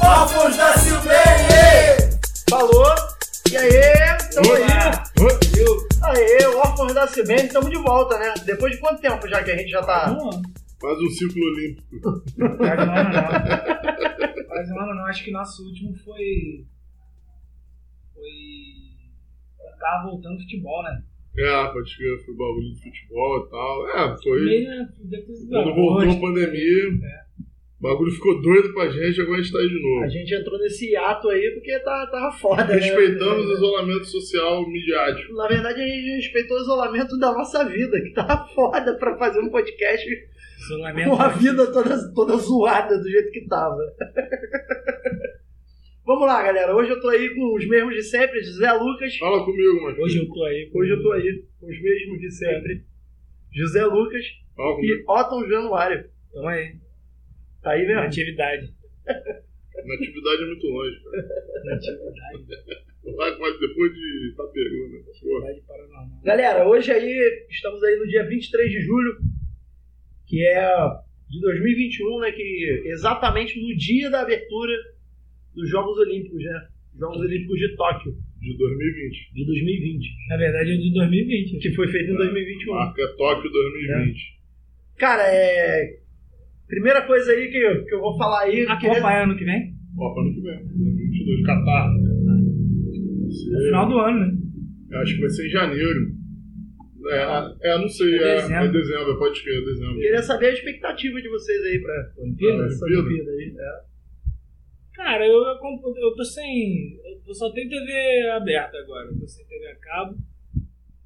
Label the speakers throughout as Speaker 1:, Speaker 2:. Speaker 1: Corpos da Silvene!
Speaker 2: Falou. E aí, tamo aí.
Speaker 3: Viu?
Speaker 2: Aê, órfãos da CBN, estamos de volta, né? Depois de quanto tempo já que a gente já tá.
Speaker 3: Faz um círculo olímpico.
Speaker 4: Faz um ano não. Faz um ano não. Acho que nosso último foi. Foi. Tava voltando futebol, né?
Speaker 3: É, pode que foi bagulho de futebol e tal. É, foi.
Speaker 4: Meio, né? Deve ter sido
Speaker 3: Quando voltou a pandemia, o bagulho ficou doido pra gente, agora a gente tá aí de
Speaker 2: A
Speaker 3: novo.
Speaker 2: gente entrou nesse hiato aí porque tá, tava foda, né?
Speaker 3: Respeitamos o isolamento social midiático.
Speaker 2: Na verdade, a gente respeitou o isolamento da nossa vida, que tava foda pra fazer um podcast
Speaker 4: Isolamento.
Speaker 2: com a vida toda, toda zoada do jeito que tava. Vamos lá, galera. Hoje eu tô aí com os mesmos de sempre, José Lucas.
Speaker 3: Fala comigo, mano.
Speaker 4: Hoje eu tô aí.
Speaker 2: Hoje eu tô aí com os mesmos de sempre, José Lucas
Speaker 3: Fala comigo.
Speaker 2: e Otton Januário.
Speaker 4: Tamo aí.
Speaker 2: Tá aí mesmo?
Speaker 4: Natividade.
Speaker 3: Natividade é muito longe, cara.
Speaker 4: Natividade.
Speaker 3: Lá quase depois de Itaperu, né? Porra.
Speaker 4: Atividade paranormal.
Speaker 2: Galera, hoje aí, estamos aí no dia 23 de julho, que é de 2021, né? Que exatamente no dia da abertura dos Jogos Olímpicos, né? Jogos Olímpicos de Tóquio,
Speaker 3: De 2020.
Speaker 2: de 2020,
Speaker 4: Na verdade é de 2020.
Speaker 2: que foi feito em 2021.
Speaker 3: Marca é Tóquio 2020.
Speaker 2: Cara, é. Primeira coisa aí que eu, que eu vou falar aí.
Speaker 4: A
Speaker 2: queria-
Speaker 4: Copa é ano que vem?
Speaker 3: Copa ano que vem. 2022. Catar. Vai
Speaker 4: No
Speaker 3: ser-
Speaker 4: final do ano, né?
Speaker 3: Eu acho que vai ser em janeiro. É, é não sei,
Speaker 4: É
Speaker 3: é,
Speaker 4: dezembro.
Speaker 3: é dezembro, pode crer, é dezembro. Tá
Speaker 2: Queria saber a expectativa de vocês aí pra Olimpíada, essa
Speaker 3: Olimpíada?
Speaker 2: Olimpíada aí. É.
Speaker 4: Cara, eu, eu, comp- eu tô sem. Eu só tenho TV aberta agora, eu tô sem TV a cabo.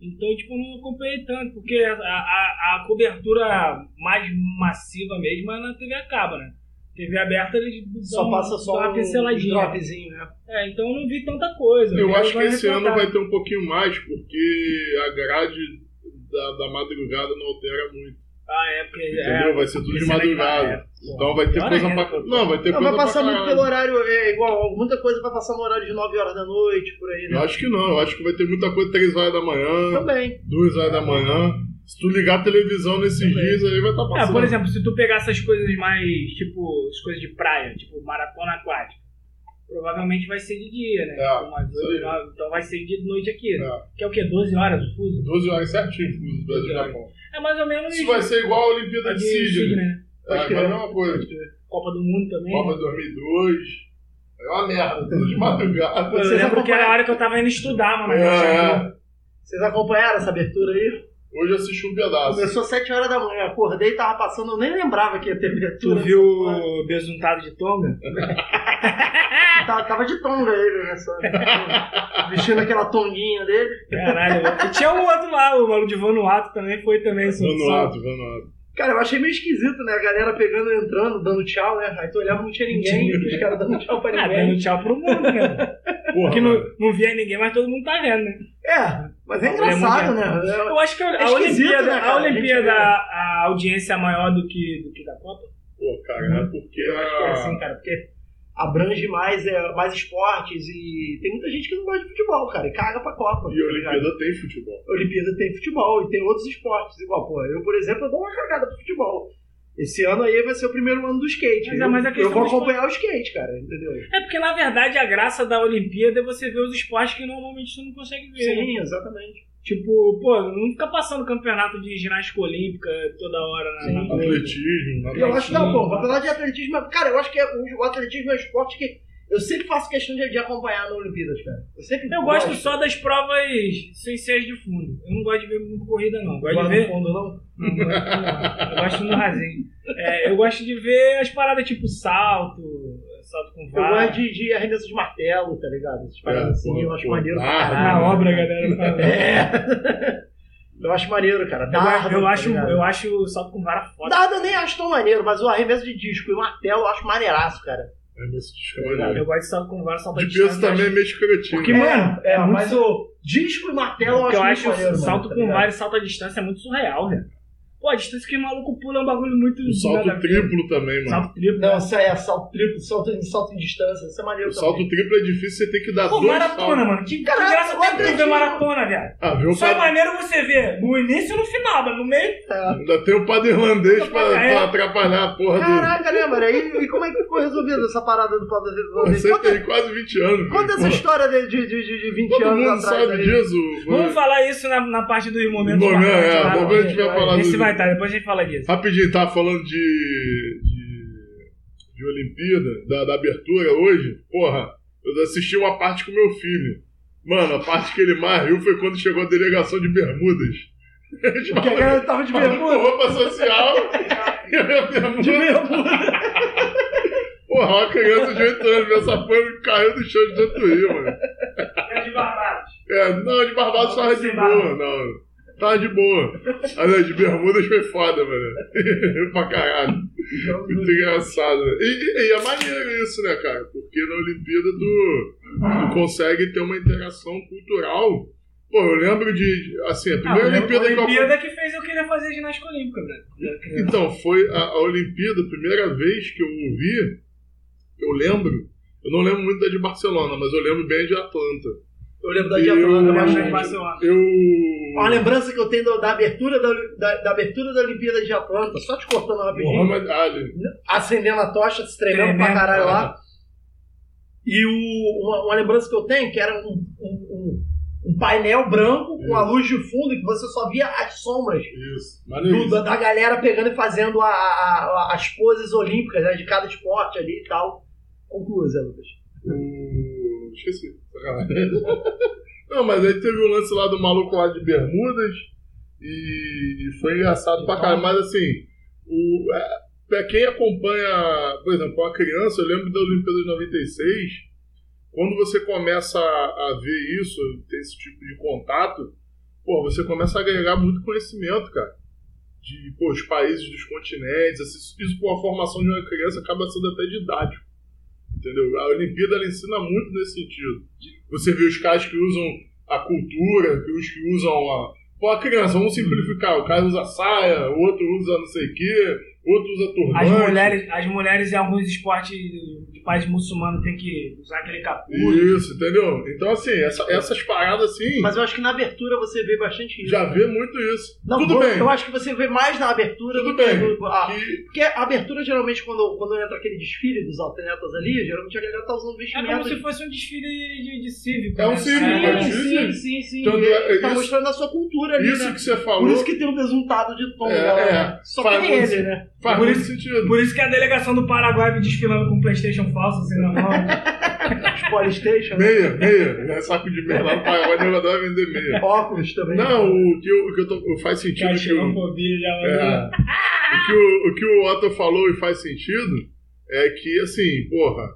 Speaker 4: Então, tipo, não acompanhei tanto, porque a, a, a cobertura mais massiva mesmo é na TV a cabo, né? TV aberta eles
Speaker 2: Só
Speaker 4: dão-
Speaker 2: passa só
Speaker 4: dão uma
Speaker 2: um
Speaker 4: pinceladinha.
Speaker 2: dropzinho, né?
Speaker 4: É, então eu não vi tanta coisa.
Speaker 3: Eu
Speaker 4: vi
Speaker 3: acho que
Speaker 4: algumas
Speaker 3: esse ano
Speaker 4: reportagens.
Speaker 3: vai ter um pouquinho mais, porque a grade da, da madrugada não altera muito,
Speaker 4: Ah, é, porque.
Speaker 3: entendeu?
Speaker 4: É,
Speaker 3: vai ser tudo de
Speaker 4: esse ano é de
Speaker 3: madrugada.
Speaker 4: madrugada,
Speaker 3: Então vai ter
Speaker 4: Pior
Speaker 3: coisa pra...
Speaker 4: ainda, pô.
Speaker 3: Não, vai ter
Speaker 2: Não,
Speaker 3: coisa
Speaker 2: vai passar
Speaker 3: pra
Speaker 2: muito
Speaker 3: caralho.
Speaker 2: pelo horário, é igual, muita coisa vai passar no horário de 9 horas da noite, por aí,
Speaker 3: Eu
Speaker 2: né?
Speaker 3: acho que não, eu acho que vai ter muita coisa 3 horas da manhã,
Speaker 2: Também.
Speaker 3: 2 horas da manhã. Se tu ligar a televisão nesses
Speaker 2: Também.
Speaker 3: dias aí vai estar
Speaker 4: É,
Speaker 3: passando.
Speaker 4: por exemplo, se tu pegar essas coisas mais, tipo, as coisas de praia, tipo maratona aquática, provavelmente vai ser de dia, né?
Speaker 3: É,
Speaker 4: Umas
Speaker 3: isso
Speaker 4: oito,
Speaker 3: aí.
Speaker 4: nove, então vai ser de noite aqui. né?
Speaker 3: É.
Speaker 4: Que é o quê? 12 horas o fuso?
Speaker 3: 12 horas certinho, fuso Brasil e
Speaker 4: 12 horas.
Speaker 3: Japão.
Speaker 4: É mais ou menos
Speaker 3: Isso vai ser igual a
Speaker 4: a
Speaker 3: Olimpíada
Speaker 4: de
Speaker 3: de Sydney.
Speaker 4: Sydney, né?
Speaker 3: É,
Speaker 2: Pode
Speaker 3: mas
Speaker 2: crer.
Speaker 3: é a mesma coisa.
Speaker 4: Copa do Mundo também.
Speaker 3: Copa
Speaker 4: né?
Speaker 3: 2002. É uma merda, tudo de madrugada.
Speaker 4: Eu
Speaker 2: Vocês
Speaker 4: lembro que era a
Speaker 2: acompanharam-
Speaker 4: hora que eu tava indo estudar, mano.
Speaker 3: É.
Speaker 4: Tinha-
Speaker 2: Vocês acompanharam essa abertura aí?
Speaker 3: Hoje eu assisti um pedaço.
Speaker 2: Começou às 7 horas da manhã, acordei e tava passando, eu nem lembrava que ia ter
Speaker 4: Tu
Speaker 2: abertura.
Speaker 4: viu o besuntado de Tonga?
Speaker 2: Tava, Tá, tava de tonga ele, né? só- Vestindo aquela tonguinha dele.
Speaker 4: Caralho. mano. E tinha um outro lá, o maluco de Vanuatu também foi também.
Speaker 2: assim,
Speaker 4: só-
Speaker 3: Vanuatu, Vanuatu.
Speaker 2: Cara, eu achei meio esquisito, né? A galera pegando, entrando, dando tchau, né? Aí tu olhava, não tinha ninguém, os caras dando tchau pra
Speaker 4: Ah,
Speaker 2: ninguém.
Speaker 4: dando tchau pro mundo, né?
Speaker 3: Porra,
Speaker 4: Porque
Speaker 3: mano.
Speaker 4: não, não via ninguém, mas todo mundo tá vendo, né?
Speaker 2: É, mas é
Speaker 4: Ele é
Speaker 2: engraçado,
Speaker 4: mundial.
Speaker 2: né?
Speaker 4: Eu acho que a,
Speaker 2: É esquisito,
Speaker 4: Olimpíada,
Speaker 2: né, cara? A
Speaker 4: a
Speaker 2: gente vê.
Speaker 4: Olimpíada, a, a audiência é maior do que, do que da Copa.
Speaker 3: Pô, cara, é porque
Speaker 2: Eu acho que é assim,
Speaker 3: a...
Speaker 2: cara, porque abrange mais, é, mais esportes e tem muita gente que não gosta de futebol, cara, e caga pra Copa. tá
Speaker 3: E a
Speaker 2: ligado?
Speaker 3: Olimpíada tem futebol.
Speaker 2: Olimpíada tem futebol e tem outros esportes, igual, pô, eu, por exemplo, eu dou uma cagada pro futebol. Esse ano aí vai ser o primeiro ano do skate.
Speaker 4: Mas é
Speaker 2: eu,
Speaker 4: mais a
Speaker 2: eu
Speaker 4: questão
Speaker 2: vou
Speaker 4: do esporte.
Speaker 2: acompanhar o skate, cara, entendeu?
Speaker 4: É porque, na verdade, a graça da Olimpíada é você ver os esportes que normalmente você não consegue ver. né?
Speaker 2: Sim, exatamente.
Speaker 4: Tipo, pô, não fica passando campeonato de ginástica olímpica toda hora na, na
Speaker 2: Sim.
Speaker 4: Globo.
Speaker 3: Atletismo, nada
Speaker 2: Eu acho que um não,
Speaker 4: Atletismo.
Speaker 2: pô, campeonato de atletismo, é- cara, eu acho que é- o atletismo é um esporte que eu sempre faço questão de, de acompanhar na Olimpíadas, cara. Eu sempre
Speaker 4: Eu gosto só das provas sem ser as de fundo. Eu não gosto de ver muito corrida, não. Eu Gosto de
Speaker 2: Lá no
Speaker 4: ver.
Speaker 2: fundo, não?
Speaker 4: Não, não gosto, não. Eu gosto no rasinho. É, eu gosto de ver as paradas tipo salto, salto com
Speaker 2: Eu
Speaker 4: vara.
Speaker 2: gosto de, de arremesso de martelo, tá ligado? Essas paradas
Speaker 3: É,
Speaker 2: assim,
Speaker 3: pô,
Speaker 2: eu acho
Speaker 3: pô,
Speaker 2: maneiro pra
Speaker 3: barra.
Speaker 2: caralho.
Speaker 4: Na obra, a galera. fala.
Speaker 2: É. Eu acho maneiro, cara.
Speaker 4: Eu,
Speaker 2: Dardo,
Speaker 4: acho- eu
Speaker 2: tá
Speaker 4: acho,
Speaker 2: ligado?
Speaker 4: eu acho o salto com vara foda.
Speaker 2: Dardo eu nem acho tão maneiro, mas o arremesso de disco e o martelo eu acho maneiraço, cara.
Speaker 3: É nesse
Speaker 4: Eu gosto de salto com vara, salto
Speaker 3: De peso
Speaker 4: distância,
Speaker 3: também é
Speaker 4: eu acho-
Speaker 3: meio escrotinho.
Speaker 4: Porque, mano,
Speaker 2: é,
Speaker 4: muito
Speaker 2: mas o disco e martelo eu acho
Speaker 4: Porque eu
Speaker 2: muito
Speaker 4: acho
Speaker 2: maneiro,
Speaker 4: o
Speaker 2: mano,
Speaker 4: salto
Speaker 2: tá
Speaker 4: com
Speaker 2: ligado?
Speaker 4: vara e salto à distância é muito surreal, velho. Pô, a distância que o maluco pula é um bagulho muito.
Speaker 3: O salto
Speaker 4: nada a ver.
Speaker 3: triplo também, mano.
Speaker 4: Salto triplo.
Speaker 2: Não,
Speaker 4: né?
Speaker 2: isso aí é salto triplo, salto, em- salto em distância, isso é maneiro
Speaker 3: O salto
Speaker 2: também.
Speaker 3: triplo é difícil, você tem que dar
Speaker 4: Pô,
Speaker 3: dois
Speaker 4: maratona,
Speaker 3: saltos.
Speaker 4: mano. Que
Speaker 2: Caralho,
Speaker 4: graça
Speaker 2: olha
Speaker 4: tem que ver
Speaker 2: aqui,
Speaker 4: maratona, viado.
Speaker 3: Ah, viu?
Speaker 4: Só é
Speaker 3: Pad...
Speaker 4: maneiro você ver no início e no final, mas no meio.
Speaker 3: Ainda tem o padre irlandês pra,
Speaker 4: É.
Speaker 3: pra atrapalhar a porra do.
Speaker 2: Caraca, né, mano? E, e como é que ficou resolvida essa parada do Paulo
Speaker 3: Pô,
Speaker 2: Azevedo?
Speaker 3: Você
Speaker 2: Conta,
Speaker 3: tem quase 20 anos.
Speaker 2: conta essa
Speaker 3: velho.
Speaker 2: história de, de, de, de 20
Speaker 3: Todo mundo
Speaker 2: anos atrás.
Speaker 3: sabe
Speaker 2: aí.
Speaker 3: disso.
Speaker 4: Vamos
Speaker 3: mano.
Speaker 4: falar isso na, na parte dos momentos.
Speaker 3: Momento,
Speaker 4: marcantes
Speaker 3: é,
Speaker 4: lá,
Speaker 3: momento
Speaker 4: mano.
Speaker 3: a gente vai falar
Speaker 4: Esse
Speaker 3: do-
Speaker 4: vai estar, depois a gente fala disso.
Speaker 3: Rapidinho, tava falando de. de, de Olimpíada, da, da abertura hoje. Porra, eu assisti uma parte com meu filho. Mano, a parte que ele mais riu foi quando chegou a delegação de bermudas.
Speaker 2: Porque a galera tava é de bermuda.
Speaker 3: Roupa social e a minha bermuda.
Speaker 2: De bermuda.
Speaker 3: Porra, uma criança de 8 anos, essa pano caiu do chão de tanto rir, mano.
Speaker 4: É de barbado.
Speaker 3: É, não, de Barbados tava de boa, não. Tava de boa. Aliás, de bermudas foi foda, mano. pra caralho. Muito engraçado. né? E, e- e é maneiro isso, né, cara? Porque na Olimpíada tu, tu consegue ter uma interação cultural. Pô, eu lembro de. de- Assim, a
Speaker 4: Ah,
Speaker 3: primeira Olimpíada, que eu.
Speaker 4: Olimpíada que fez eu querer fazer ginástica olímpica, velho. Quando eu era criança.
Speaker 3: Então, foi a, a Olimpíada, a primeira vez que eu ouvi, eu lembro. Eu não lembro muito da de Barcelona, mas eu lembro bem de Atlanta.
Speaker 2: Eu lembro da
Speaker 3: Eu-
Speaker 2: Diabrana,
Speaker 4: Eu
Speaker 2: mas
Speaker 4: achei
Speaker 2: não é
Speaker 4: Barcelona.
Speaker 3: Eu.
Speaker 2: Uma lembrança que eu tenho da, da abertura da, Oli- da, da abertura da Olimpíada de Atlanta, só te cortando rapidinho,
Speaker 3: Muhammad Ali.
Speaker 2: acendendo a tocha, se treinando pra
Speaker 4: Tremendo,
Speaker 2: caralho
Speaker 3: cara.
Speaker 2: lá. E o- uma, uma lembrança que eu tenho, que era um, um- um- um painel branco com
Speaker 3: Hum.
Speaker 2: a luz de fundo, que você só via as sombras
Speaker 3: Isso.
Speaker 2: do-
Speaker 3: Maneiro.
Speaker 2: da, da galera pegando e fazendo a- a- a- as poses olímpicas né, de cada esporte ali e tal. Conclua, Zé Lucas.
Speaker 3: O- Esqueci. Sacanagem. Não, mas aí teve o lance lá do maluco lá de Bermudas e e foi engraçado pra caralho. Mas assim, o... é, pra quem acompanha, por exemplo, uma criança, eu lembro da Olimpíada de 96, quando você começa a, a ver isso, ter esse tipo de contato, pô, você começa a agregar muito conhecimento, cara. De pô, os países dos continentes, assim, isso- isso com a formação de uma criança acaba sendo até didático. Entendeu? A Olimpíada ela ensina muito nesse sentido. Você vê os caras que usam a cultura, que os que usam a. Pô, a criança, vamos simplificar. O cara usa saia, o outro usa não sei o quê, o outro usa turbante.
Speaker 4: As mulheres, as mulheres em alguns esportes de país muçulmano tem que usar aquele capuz.
Speaker 3: Isso, entendeu? Então, assim, essa- essas paradas assim,
Speaker 2: Mas eu acho que na abertura você vê bastante isso.
Speaker 3: já vê muito isso.
Speaker 2: Não,
Speaker 3: Tudo
Speaker 2: eu,
Speaker 3: bem.
Speaker 2: eu acho que você vê mais na abertura
Speaker 3: Tudo
Speaker 2: do que
Speaker 3: bem.
Speaker 2: no- a-
Speaker 3: Que-
Speaker 2: Porque a abertura, geralmente, quando, quando entra aquele desfile dos atletas ali, geralmente a galera tá usando
Speaker 4: É
Speaker 2: vestimenta.
Speaker 4: como se fosse um desfile de, de cívico.
Speaker 3: É um
Speaker 4: né?
Speaker 3: cívico,
Speaker 4: É,
Speaker 3: mas-
Speaker 2: sim, sim, sim, sim.
Speaker 3: Tanto
Speaker 2: E
Speaker 3: é-
Speaker 2: tá
Speaker 3: isso-
Speaker 2: mostrando a sua cultura ali,
Speaker 3: isso
Speaker 2: né?
Speaker 3: que você falou
Speaker 2: Por isso que tem um besuntado de tom,
Speaker 3: É,
Speaker 2: galera.
Speaker 3: é.
Speaker 2: Só
Speaker 3: Faz
Speaker 2: tem
Speaker 3: muito-
Speaker 2: ele, né?
Speaker 3: faz
Speaker 4: por
Speaker 3: muito
Speaker 4: isso-
Speaker 3: sentido.
Speaker 4: Por isso que a delegação do Paraguai me desfilando com o Playstation falso, assim, na mão.
Speaker 2: Os Polystation, né?
Speaker 3: Meia, meia. É saco de meia lá no Paraguai, nego adora vender meia.
Speaker 2: óculos também.
Speaker 3: Não, o que, eu, o que eu tô- faz
Speaker 4: Que é a
Speaker 3: sentido que o,
Speaker 4: xenofobia já vai...
Speaker 2: né?
Speaker 3: é, o, que o, o que o Otto falou e faz sentido é que, assim, porra,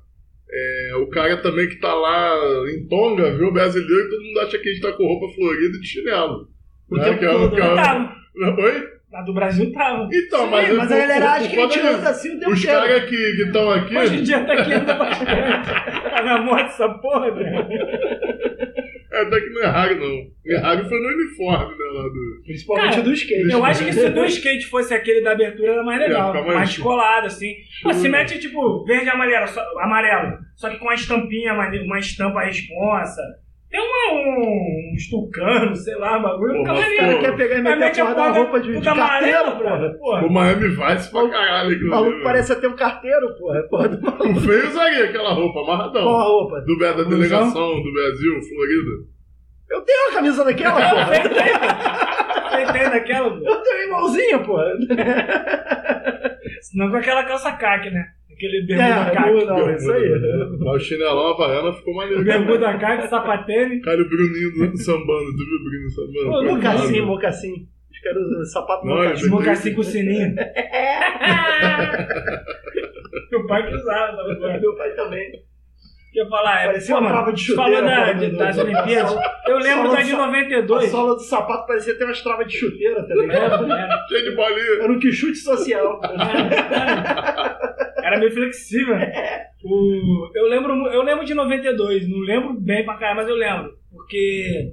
Speaker 3: é, o cara também que tá lá em Tonga, viu, brasileiro, e todo mundo acha que a gente tá com roupa florida e de chinelo.
Speaker 2: O
Speaker 3: Né,
Speaker 2: tempo
Speaker 3: que é o-
Speaker 2: todo,
Speaker 3: que é
Speaker 2: né?
Speaker 3: o-
Speaker 4: Tava.
Speaker 3: Oi?
Speaker 4: A do Brasil tava.
Speaker 3: Então,
Speaker 2: Sim,
Speaker 3: mas,
Speaker 2: mas, a
Speaker 3: por-
Speaker 2: galera
Speaker 3: por-
Speaker 2: acha
Speaker 3: por
Speaker 2: que a gente
Speaker 3: conta
Speaker 2: anda assim o tempo
Speaker 3: é Os
Speaker 2: inteiro.
Speaker 3: caras que estão aqui,
Speaker 4: Hoje em dia tá aqui ainda bastante. Tá na moda essa porra, né? velho.
Speaker 3: até que não é raro, não. É raro foi no uniforme, né, lá do...
Speaker 2: Principalmente
Speaker 4: Cara,
Speaker 2: do skate.
Speaker 4: Eu acho que se do skate fosse aquele da abertura, era mais legal.
Speaker 3: Ia ficar mais-
Speaker 4: mais colado, assim. Pô, se mete, tipo, verde e amarelo, só, amarelo. Só que com uma estampinha, uma, uma estampa responsa. Tem uma, um, uns tucano, sei lá, um bagulho.
Speaker 3: Pô,
Speaker 4: Fica
Speaker 3: mas,
Speaker 2: O
Speaker 4: maneiro.
Speaker 2: cara quer pegar e
Speaker 4: Mas
Speaker 2: meter
Speaker 4: mete
Speaker 2: a porra da roupa de, de
Speaker 4: puta amarela,
Speaker 2: carteiro, porra.
Speaker 4: brother. Porra.
Speaker 3: O Miami Vice pra
Speaker 2: O-
Speaker 3: caralho,
Speaker 2: O
Speaker 3: aquilo
Speaker 2: maluco
Speaker 3: ali, mano.
Speaker 2: parece até um carteiro, porra. Porra, do-
Speaker 3: O feio usaria aquela roupa, amarradão.
Speaker 2: porra roupa.
Speaker 3: Do, da
Speaker 4: Blusão?
Speaker 3: delegação do Brasil, Florida.
Speaker 2: Eu tenho uma camisa daquela, porra.
Speaker 4: Feitei daquela, pô.
Speaker 2: Eu tenho igualzinha, pô.
Speaker 4: Senão com aquela calça caque, né? Aquele bermuda
Speaker 2: É,
Speaker 4: caque.
Speaker 2: não, não, isso aí.
Speaker 3: né? Mas o chinelão, a havaiana, ficou maneiro.
Speaker 4: Bermuda caque, sapatênis.
Speaker 3: Cara, o Bruninho do sambando, tu viu o Bruninho sambando?
Speaker 4: Pô,
Speaker 3: Coitado.
Speaker 2: Mocassim, mocassim. Os caras usando sapato
Speaker 3: Não,
Speaker 2: mocassim.
Speaker 3: ele-
Speaker 4: Mocassim assim com sininho. Meu pai que usava, sabe? qual é?
Speaker 2: Meu pai também.
Speaker 4: Deixa eu falar, é.
Speaker 2: Parecia
Speaker 4: pô,
Speaker 2: uma
Speaker 4: mano,
Speaker 2: trava de chuteira,
Speaker 4: Falou da,
Speaker 2: mano,
Speaker 4: de-
Speaker 2: do-
Speaker 4: das
Speaker 2: do-
Speaker 4: Olimpíadas. Eu lembro
Speaker 2: só
Speaker 4: da de
Speaker 2: lança- A
Speaker 4: 92.
Speaker 2: sola do sapato parecia até umas travas de chuteira, tá
Speaker 4: É,
Speaker 2: ligado?
Speaker 4: era,
Speaker 3: Cheio de bolinha.
Speaker 2: Era um que chute social.
Speaker 4: era meio flexível. O, eu, lembro, mu- eu lembro de 92. Não lembro bem pra caralho, mas eu lembro. Porque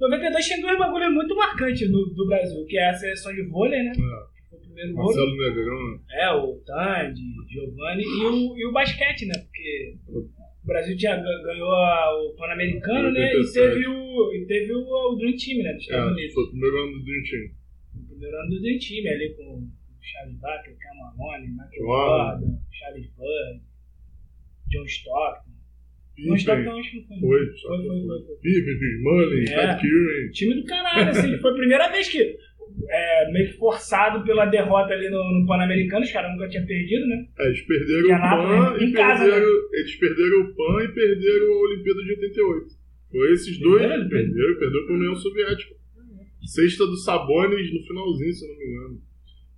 Speaker 4: 92 tem dois bagulhos muito marcantes no, do Brasil, que é a seleção de vôlei, né?
Speaker 3: É.
Speaker 4: primeiro ouro.
Speaker 3: Marcelo Negrão, né?
Speaker 4: É, o Tandy, Giovanni e o, e o basquete, né? Porque o Brasil tinha, gan- ganhou a- o Pan-Americano, né? E
Speaker 3: 87.
Speaker 4: teve o, e teve o, o Dream Team, né? Dos Estados
Speaker 3: É,
Speaker 4: Unidos.
Speaker 3: foi o primeiro ano do Dream Team.
Speaker 4: O primeiro ano do Dream Team, ali com o Charles Barker, Camarone, Michael
Speaker 3: Uau.
Speaker 4: Jordan, Charles Bird, John Stockton. John Stockton
Speaker 3: Pippen,
Speaker 4: acho que não foi.
Speaker 3: foi.
Speaker 4: Foi, foi, foi, foi.
Speaker 3: Pippen, Big Money,
Speaker 4: É.
Speaker 3: Pat Curry.
Speaker 4: Time do caralho, assim. Foi a primeira vez que, é, meio que forçado pela derrota ali no, no Pan-Americano, os caras nunca tinham perdido, né?
Speaker 3: É, eles perderam o
Speaker 4: Indianápolis,
Speaker 3: PAN
Speaker 4: né?
Speaker 3: e
Speaker 4: Em casa,
Speaker 3: perderam. Eles perderam o PAN e perderam a Olimpíada de 88. Foi esses dois que
Speaker 4: Perderam?
Speaker 3: perderam, perderam para a União Soviética. Sexta do Sabonis no finalzinho, se eu não me engano.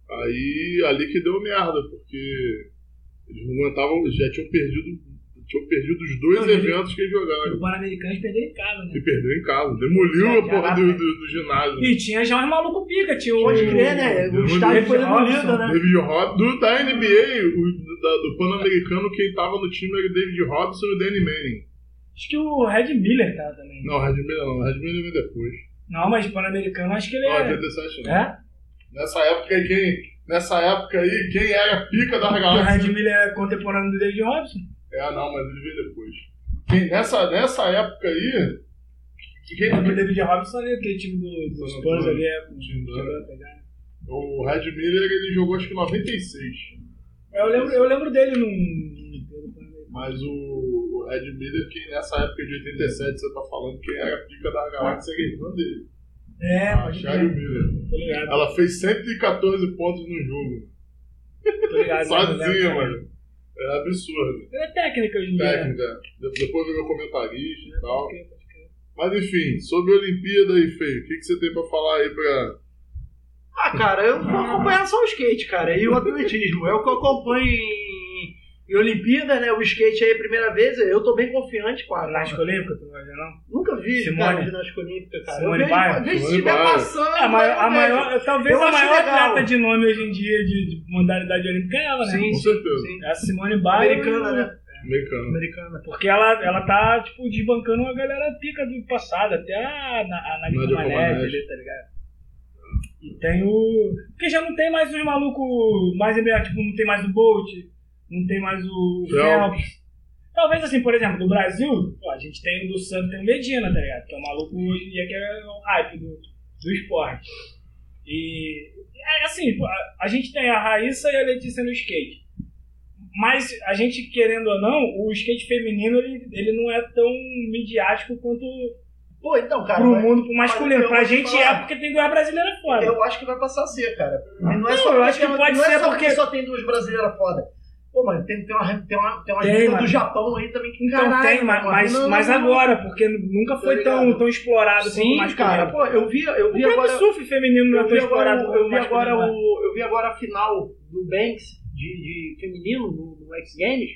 Speaker 3: Aí ali que deu merda, porque eles não aguentavam, já tinham perdido. Tinham perdido os dois
Speaker 4: Não, e-
Speaker 3: eventos que eles
Speaker 4: O
Speaker 3: jogaram.
Speaker 4: Pan-Americano eles perderam em casa, né?
Speaker 3: E perderam em casa. Demoliu a
Speaker 4: Já- já
Speaker 3: porra
Speaker 4: lá,
Speaker 3: do,
Speaker 4: né?
Speaker 3: do- do ginásio.
Speaker 4: E tinha já uns malucos pica, tinha o
Speaker 2: Pode crer, né? O estádio foi demolido,
Speaker 4: tá.
Speaker 2: né?
Speaker 3: David Robson. Do, da NBA, o, da- do Pan-Americano, quem tava no time era o David Robson e o Danny Manning.
Speaker 4: Acho que o Red Miller tava também.
Speaker 3: Não, o Red Miller não, o Red Miller veio depois.
Speaker 4: Não, mas o Pan-Americano acho que ele
Speaker 3: Não,
Speaker 4: é.
Speaker 3: 87 não.
Speaker 4: É?
Speaker 3: Nessa época aí, quem. Nessa época aí, quem era pica da
Speaker 4: O Red
Speaker 3: galáxia.
Speaker 4: Miller é contemporâneo do David Robson.
Speaker 3: É, não, mas ele veio depois. Quem- nessa, nessa época aí. Quem,
Speaker 4: O David Robson ali, aquele time do, do
Speaker 3: É. Não,
Speaker 4: Spurs
Speaker 3: não.
Speaker 4: ali, é. com-
Speaker 3: Time do-
Speaker 4: que vai pegar.
Speaker 3: o Red Miller ele jogou acho que 96.
Speaker 4: Eu lembro, eu lembro dele num.
Speaker 3: Mas o, o Red Miller, quem nessa época de 87 você tá falando, quem era pica da galáxia era irmã dele.
Speaker 4: É,
Speaker 3: Ah,
Speaker 4: pode
Speaker 3: Shari
Speaker 4: crer.
Speaker 3: Miller.
Speaker 4: Tô ligado.
Speaker 3: Ela fez 114 pontos no jogo.
Speaker 4: Tô ligado.
Speaker 3: Sozinha,
Speaker 4: mano.
Speaker 3: mano. É absurdo.
Speaker 4: Ele é técnica hoje em dia. né?
Speaker 3: Técnica. De- Depois virou comentarista e tal.
Speaker 4: Pode crer, pode crer.
Speaker 3: Mas enfim, sobre a Olimpíada aí, Feio, o que, que você tem pra falar aí pra.
Speaker 2: Ah, cara, eu vou acompanhar só o skate, cara, e o atletismo. É o que eu acompanho em, em Olimpíada, né? O skate aí, primeira vez, eu tô bem confiante, cara.
Speaker 4: Ginástica olímpica, tu não vai ver, não?
Speaker 2: Nunca vi,
Speaker 4: Simone.
Speaker 2: cara, ginástica olímpica, cara.
Speaker 4: Simone
Speaker 2: eu vejo, eu vejo
Speaker 4: Biles.
Speaker 2: se
Speaker 3: Simone
Speaker 2: estiver
Speaker 3: Biles.
Speaker 2: passando.
Speaker 4: A maior, É, a
Speaker 2: eu vejo.
Speaker 4: maior, talvez
Speaker 2: é Eu
Speaker 4: a
Speaker 2: acho
Speaker 4: maior
Speaker 2: legal.
Speaker 4: atleta de nome hoje em dia de, de modalidade olímpica é ela, né?
Speaker 2: Sim,
Speaker 3: Com
Speaker 2: sim,
Speaker 3: certeza.
Speaker 2: sim.
Speaker 4: É a Simone Biles.
Speaker 2: Americana, né?
Speaker 3: Americano.
Speaker 2: Americana.
Speaker 4: Porque ela, ela tá, tipo, desbancando uma galera pica do passado, até a, Na- a Nadia
Speaker 3: Nadia
Speaker 4: Comaneci
Speaker 3: Comaneci.
Speaker 4: ali, tá ligado? E tem o... Porque já não tem mais os malucos mais imediatos, tipo, não tem mais o Bolt, não tem mais o
Speaker 3: Phelps.
Speaker 4: Phelps. Talvez, assim, por exemplo, do Brasil, pô, a gente tem o do Santos, tem o Medina, tá ligado? Que é um maluco hoje em dia que é o hype do, do esporte. E, é, assim, pô, a, a gente tem a Raíssa e a Letícia no skate. Mas a gente, querendo ou não, o skate feminino ele, ele não é tão midiático quanto
Speaker 2: Pô, então, cara,
Speaker 4: pro
Speaker 2: vai-
Speaker 4: mundo pro
Speaker 2: mas
Speaker 4: masculino.
Speaker 2: eu
Speaker 4: Pra
Speaker 2: vou te
Speaker 4: gente
Speaker 2: falar.
Speaker 4: é porque tem duas brasileiras fora.
Speaker 2: eu acho que vai passar a ser, cara. E não é
Speaker 4: Não,
Speaker 2: só
Speaker 4: eu acho
Speaker 2: porque-
Speaker 4: que pode
Speaker 2: não é
Speaker 4: ser
Speaker 2: só
Speaker 4: porque-
Speaker 2: só tem duas brasileiras foda. Pô, mano, tem, tem uma, tem uma, tem uma
Speaker 4: Tem,
Speaker 2: gíria
Speaker 4: mano.
Speaker 2: do Japão aí também que
Speaker 4: então
Speaker 2: encaralha.
Speaker 4: tem, ma-
Speaker 2: mano.
Speaker 4: mas,
Speaker 2: Não,
Speaker 4: mas
Speaker 2: não, não.
Speaker 4: agora, porque nunca foi
Speaker 2: Tá
Speaker 4: tão,
Speaker 2: ligado?
Speaker 4: tão explorado
Speaker 2: Sim,
Speaker 4: quanto o
Speaker 2: cara. Pô, eu vi, eu
Speaker 4: o
Speaker 2: vi
Speaker 4: próprio
Speaker 2: agora.
Speaker 4: surf feminino não é
Speaker 2: Eu
Speaker 4: tão
Speaker 2: vi agora,
Speaker 4: explorado
Speaker 2: o-
Speaker 4: quanto
Speaker 2: eu
Speaker 4: o
Speaker 2: vi agora,
Speaker 4: masculino.
Speaker 2: o, eu vi agora a final do Banks de, de feminino no, no X Games.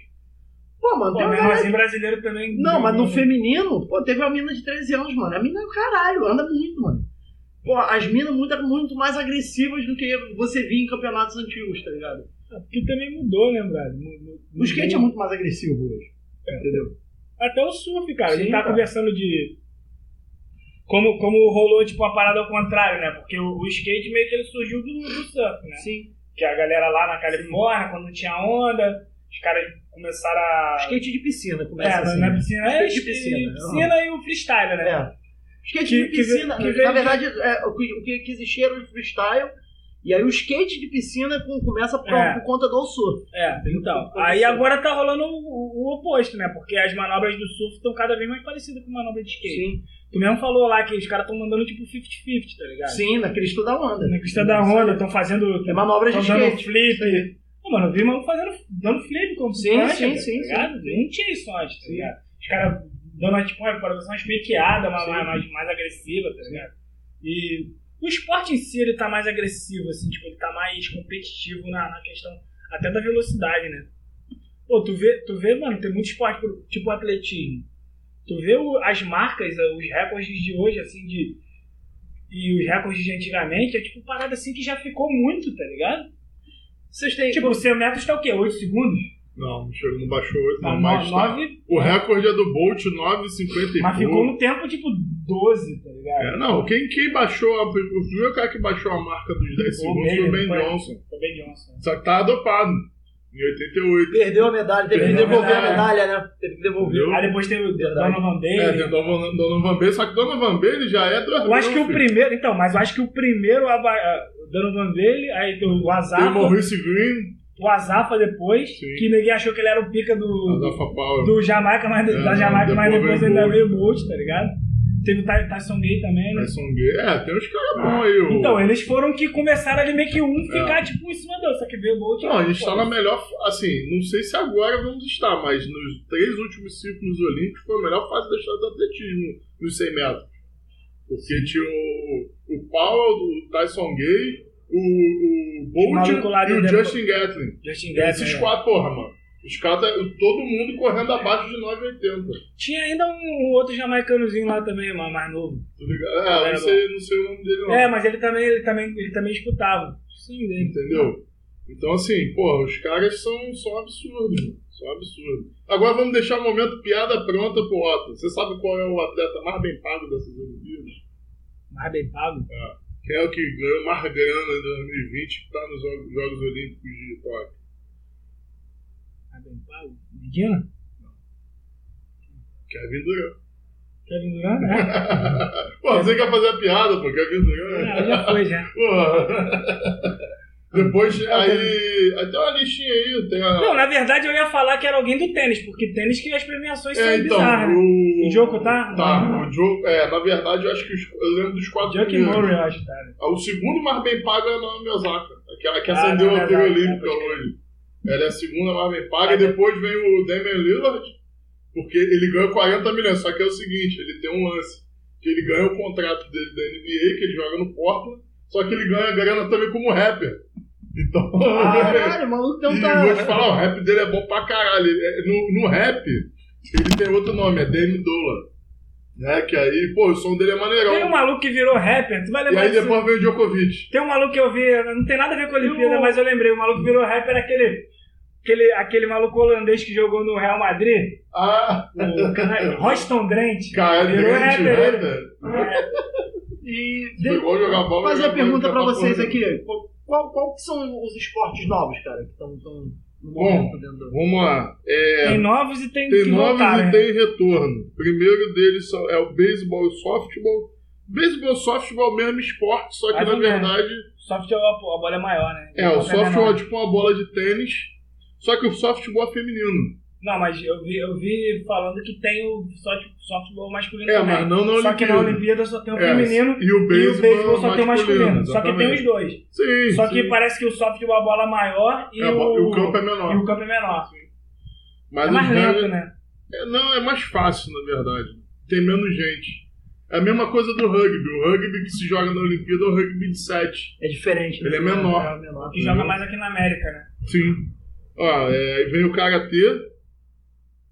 Speaker 2: Pô, mano,
Speaker 4: Pô,
Speaker 2: tem uma
Speaker 4: mesmo
Speaker 2: galera...
Speaker 4: assim, brasileiro também.
Speaker 2: Não, mas no feminino, pô, teve uma mina de 13 anos, mano. A mina é o caralho, anda muito, mano. Pô, as minas muito, muito mais agressivas do que você via em campeonatos antigos, tá ligado?
Speaker 4: Que também mudou, né, Brad? Mu- mu-
Speaker 2: O skate é
Speaker 4: mudou.
Speaker 2: muito mais agressivo hoje.
Speaker 4: É.
Speaker 2: Entendeu?
Speaker 4: Até o surf, cara. a gente
Speaker 2: Sim,
Speaker 4: tá
Speaker 2: cara.
Speaker 4: conversando de. Como, como rolou, tipo, a parada ao contrário, né? Porque o, o skate meio que ele surgiu do, do surf, né?
Speaker 2: Sim.
Speaker 4: Que a galera lá na Califórnia, quando não tinha onda, os caras começaram a.
Speaker 2: Skate de piscina, começa
Speaker 4: é,
Speaker 2: assim.
Speaker 4: na piscina. É,
Speaker 2: Skate de piscina. né?
Speaker 4: piscina e o freestyle, né?
Speaker 2: É. Skate
Speaker 4: Que-
Speaker 2: de
Speaker 4: que
Speaker 2: piscina, na
Speaker 4: ve- que veio de-
Speaker 2: verdade, é, o, que, o que que existia era o freestyle, e aí o skate de piscina com- começa por,
Speaker 4: É.
Speaker 2: por conta do surf.
Speaker 4: É,
Speaker 2: um
Speaker 4: então. Aí agora tá rolando o, o oposto, né? Porque as manobras do surf estão cada vez mais parecidas com manobra de skate.
Speaker 2: Sim,
Speaker 4: Tu mesmo falou lá que os caras estão mandando tipo 50-50, tá ligado?
Speaker 2: sim, naquele estudo da onda.
Speaker 4: Na crista da onda, Tá estão fazendo.
Speaker 2: É manobra de
Speaker 4: Tão dando
Speaker 2: skate.
Speaker 4: flip. Não, mano, eu vi o maluco fazendo, dando flip como
Speaker 2: Sim,
Speaker 4: prancha,
Speaker 2: sim,
Speaker 4: tá
Speaker 2: sim,
Speaker 4: ligado? Não tinha isso antes, tá ligado? Os caras dando tipo uma preparação mais pequeada, uma-
Speaker 2: Sim.
Speaker 4: mais, mais, mais agressiva, tá ligado? E o esporte em si, ele tá mais agressivo, assim, tipo, ele tá mais competitivo na, na questão até da velocidade, né? Pô, tu vê, tu vê, mano, tem muito esporte, pro- tipo atletismo. Tu vê o- as marcas, eh, os recordes de hoje, assim, de. E os recordes de antigamente, é tipo parada assim que já ficou muito, tá ligado?
Speaker 2: Vocês têm.
Speaker 4: Tipo, o 100 metros tá o quê? 8 segundos?
Speaker 3: Não, não chegou, não baixou 8,
Speaker 4: Tá
Speaker 3: não, mas tá.
Speaker 4: 9,
Speaker 3: O recorde é do Bolt, 9,54.
Speaker 4: mas ficou no tempo tipo 12, tá ligado?
Speaker 3: É, não, quem, quem baixou, a, o primeiro cara que baixou a marca dos 10
Speaker 4: Foi o
Speaker 3: segundos foi o Ben
Speaker 4: Bailey, foi.
Speaker 3: Johnson.
Speaker 4: Foi bem Johnson.
Speaker 3: Só que tava dopado, em 88.
Speaker 2: Perdeu a medalha, teve que
Speaker 4: Perdeu a
Speaker 2: devolver a
Speaker 4: medalha.
Speaker 2: medalha, né? Teve que devolver.
Speaker 3: Entendeu?
Speaker 4: Aí depois teve o
Speaker 2: Verdade.
Speaker 4: Donovan
Speaker 3: É,
Speaker 4: Bailey.
Speaker 3: tem Donovan, Donovan Bailey, só que Donovan Bailey já é do
Speaker 4: eu acho que o primeiro. Então, mas eu acho que o primeiro. Ava- ah, O Donovan Bailey, aí tem o
Speaker 3: Tem
Speaker 4: Azafa.
Speaker 3: Maurice Green,
Speaker 4: O Azafa depois,
Speaker 3: Sim.
Speaker 4: que ninguém achou que ele era o pica do,
Speaker 3: Azafa Power.
Speaker 4: do Jamaica, mas
Speaker 3: É,
Speaker 4: da
Speaker 3: não,
Speaker 4: Jamaica, mas
Speaker 3: depois
Speaker 4: depois
Speaker 3: veio
Speaker 4: ainda
Speaker 3: Bolt.
Speaker 4: veio o Bolt, tá ligado? Teve o Ty- Tyson Gay também, né?
Speaker 3: Tyson Gay. É, tem uns caras bons aí. o- É.
Speaker 4: Então, eles foram que começaram ali meio que um ficar, tipo, em cima do outro. Só que veio o Bolt.
Speaker 3: Não, a gente
Speaker 4: pô,
Speaker 3: está na melhor. Assim, não sei se agora vamos estar, mas nos três últimos ciclos olímpicos foi a melhor fase da história do atletismo nos 100 metros. Porque tinha o, o Powell, o Tyson Gay, o, o Bolt
Speaker 4: maluco lá
Speaker 3: e
Speaker 4: de
Speaker 3: o
Speaker 4: dentro.
Speaker 3: Justin Gatlin.
Speaker 4: Justin Gatlin,
Speaker 3: Esses
Speaker 4: né?
Speaker 3: quatro, porra, mano. Os caras, tá- todo mundo correndo abaixo de 9,80.
Speaker 4: Tinha ainda um outro jamaicanozinho lá também, mano, mais novo.
Speaker 3: Tá ligado? É,
Speaker 4: Era
Speaker 3: não sei, não sei o nome dele, não.
Speaker 4: É, mas ele também, ele também, ele também escutava. Sim, né? ele.
Speaker 3: Entendeu? Então, assim, porra, os caras são, são absurdos, mano. São absurdos. Agora vamos deixar o momento piada pronta pro Otto. Você sabe qual é o atleta mais bem pago dessas Olimpíadas?
Speaker 4: Mais bem pago.
Speaker 3: Quem é o que ganhou mais grana em 2020 que tá nos Jogos, Jogos Olímpicos de Tóquio?
Speaker 4: Mais bem pago. Medina?
Speaker 3: Kevin Durant.
Speaker 4: Kevin Durant, né?
Speaker 3: Pô, você quer fazer a piada, pô, Kevin
Speaker 4: Ah,
Speaker 3: Durant.
Speaker 4: já foi, já.
Speaker 3: Porra. Depois, aí. Até uma listinha aí, tem a.
Speaker 4: É,
Speaker 3: É,
Speaker 4: Não, na verdade eu ia falar que era alguém do tênis, porque tênis que as premiações são
Speaker 3: É, então,
Speaker 4: bizarras. né?
Speaker 3: o...
Speaker 4: O Djoko tá?
Speaker 3: Tá, o Djoko, é, na verdade eu acho que os- eu lembro dos quatro
Speaker 4: Jack
Speaker 3: primeiros.
Speaker 4: Murray, eu acho, tá?
Speaker 3: É O segundo mais bem pago é a Naomi Osaka, aquela que
Speaker 4: Ah,
Speaker 3: acendeu
Speaker 4: Naomi
Speaker 3: a teia
Speaker 4: Osaka,
Speaker 3: olímpica
Speaker 4: pode crer.
Speaker 3: hoje. Ela é a segunda mais bem paga,
Speaker 4: Ah,
Speaker 3: e depois vem o Damian Lillard, porque ele ganha 40 milhões, só que é o seguinte, ele tem um lance, que ele ganha o contrato dele da NBA, que ele joga no Portland, só que ele ganha grana também como rapper. Então...
Speaker 4: Ah,
Speaker 2: Caralho, o maluco
Speaker 3: E
Speaker 2: então
Speaker 3: vou te
Speaker 2: tá.
Speaker 3: falar, o rap dele é bom pra caralho. Ele é- No, no rap, ele tem outro nome, é Dame Dola. Né? Que aí, pô, o som dele é
Speaker 4: Tem um
Speaker 3: maneirão.
Speaker 4: maluco que virou rapper, tu vai
Speaker 3: E
Speaker 4: lembrar
Speaker 3: aí
Speaker 4: disso?
Speaker 3: depois veio o Djokovic.
Speaker 4: Tem um maluco que eu vi, não tem nada a ver com a Olimpíada,
Speaker 2: Eu-
Speaker 4: mas eu lembrei. O maluco que virou rapper era aquele, aquele, aquele maluco holandês que jogou no Real Madrid,
Speaker 3: Ah,
Speaker 4: o cana- Roston Drent.
Speaker 3: cara,
Speaker 4: É. virou
Speaker 3: grande,
Speaker 4: rapper.
Speaker 3: né,
Speaker 4: ele.
Speaker 3: velho?
Speaker 4: É,
Speaker 2: E
Speaker 3: Foi
Speaker 2: de...
Speaker 3: igual jogar bola. tá
Speaker 2: fazer a
Speaker 3: jogar
Speaker 2: pergunta
Speaker 3: bola,
Speaker 2: pra
Speaker 3: jogar
Speaker 2: vocês
Speaker 3: bola.
Speaker 2: aqui. Qual, qual, qual que são os esportes novos, cara, que estão no
Speaker 3: Bom,
Speaker 2: momento dentro do...
Speaker 3: vamos lá. É,
Speaker 4: tem novos e tem,
Speaker 3: tem
Speaker 4: que
Speaker 3: novos
Speaker 4: voltar,
Speaker 3: e
Speaker 4: né?
Speaker 3: tem retorno. Primeiro deles são- é o beisebol e o softball. Beisebol e softball é o mesmo esporte, só que
Speaker 4: Mais
Speaker 3: na
Speaker 4: ou menos.
Speaker 3: verdade
Speaker 4: Softball, a a bola é maior, né?
Speaker 3: é o
Speaker 4: Softball
Speaker 3: softball é
Speaker 4: menor.
Speaker 3: tipo uma bola de tênis, só que o softball é feminino.
Speaker 4: Não, mas eu vi, eu vi falando que tem o soft- softball masculino
Speaker 3: É,
Speaker 4: também.
Speaker 3: mas não na
Speaker 4: só que na
Speaker 3: Olimpíada.
Speaker 4: Olimpíada só tem o
Speaker 3: É,
Speaker 4: feminino
Speaker 3: E o é
Speaker 4: e o beisebol só tem o masculino. Só que
Speaker 3: exatamente.
Speaker 4: tem os dois.
Speaker 3: Sim,
Speaker 4: Só que
Speaker 3: sim.
Speaker 4: parece que o softball a bola é maior e,
Speaker 3: É,
Speaker 4: o...
Speaker 3: o campo é menor.
Speaker 4: e o campo é menor.
Speaker 3: Mas
Speaker 4: é mais
Speaker 3: os
Speaker 4: lento,
Speaker 3: rugby-
Speaker 4: né?
Speaker 3: é, Não, é mais fácil, na verdade. Tem menos gente. É a mesma coisa do rugby. O rugby que se joga na Olimpíada é o rugby de 7.
Speaker 2: É diferente.
Speaker 3: Ele é menor.
Speaker 2: É menor.
Speaker 4: que joga mais aqui na América, né?
Speaker 3: Sim. Ó, é, aí vem o Karatê.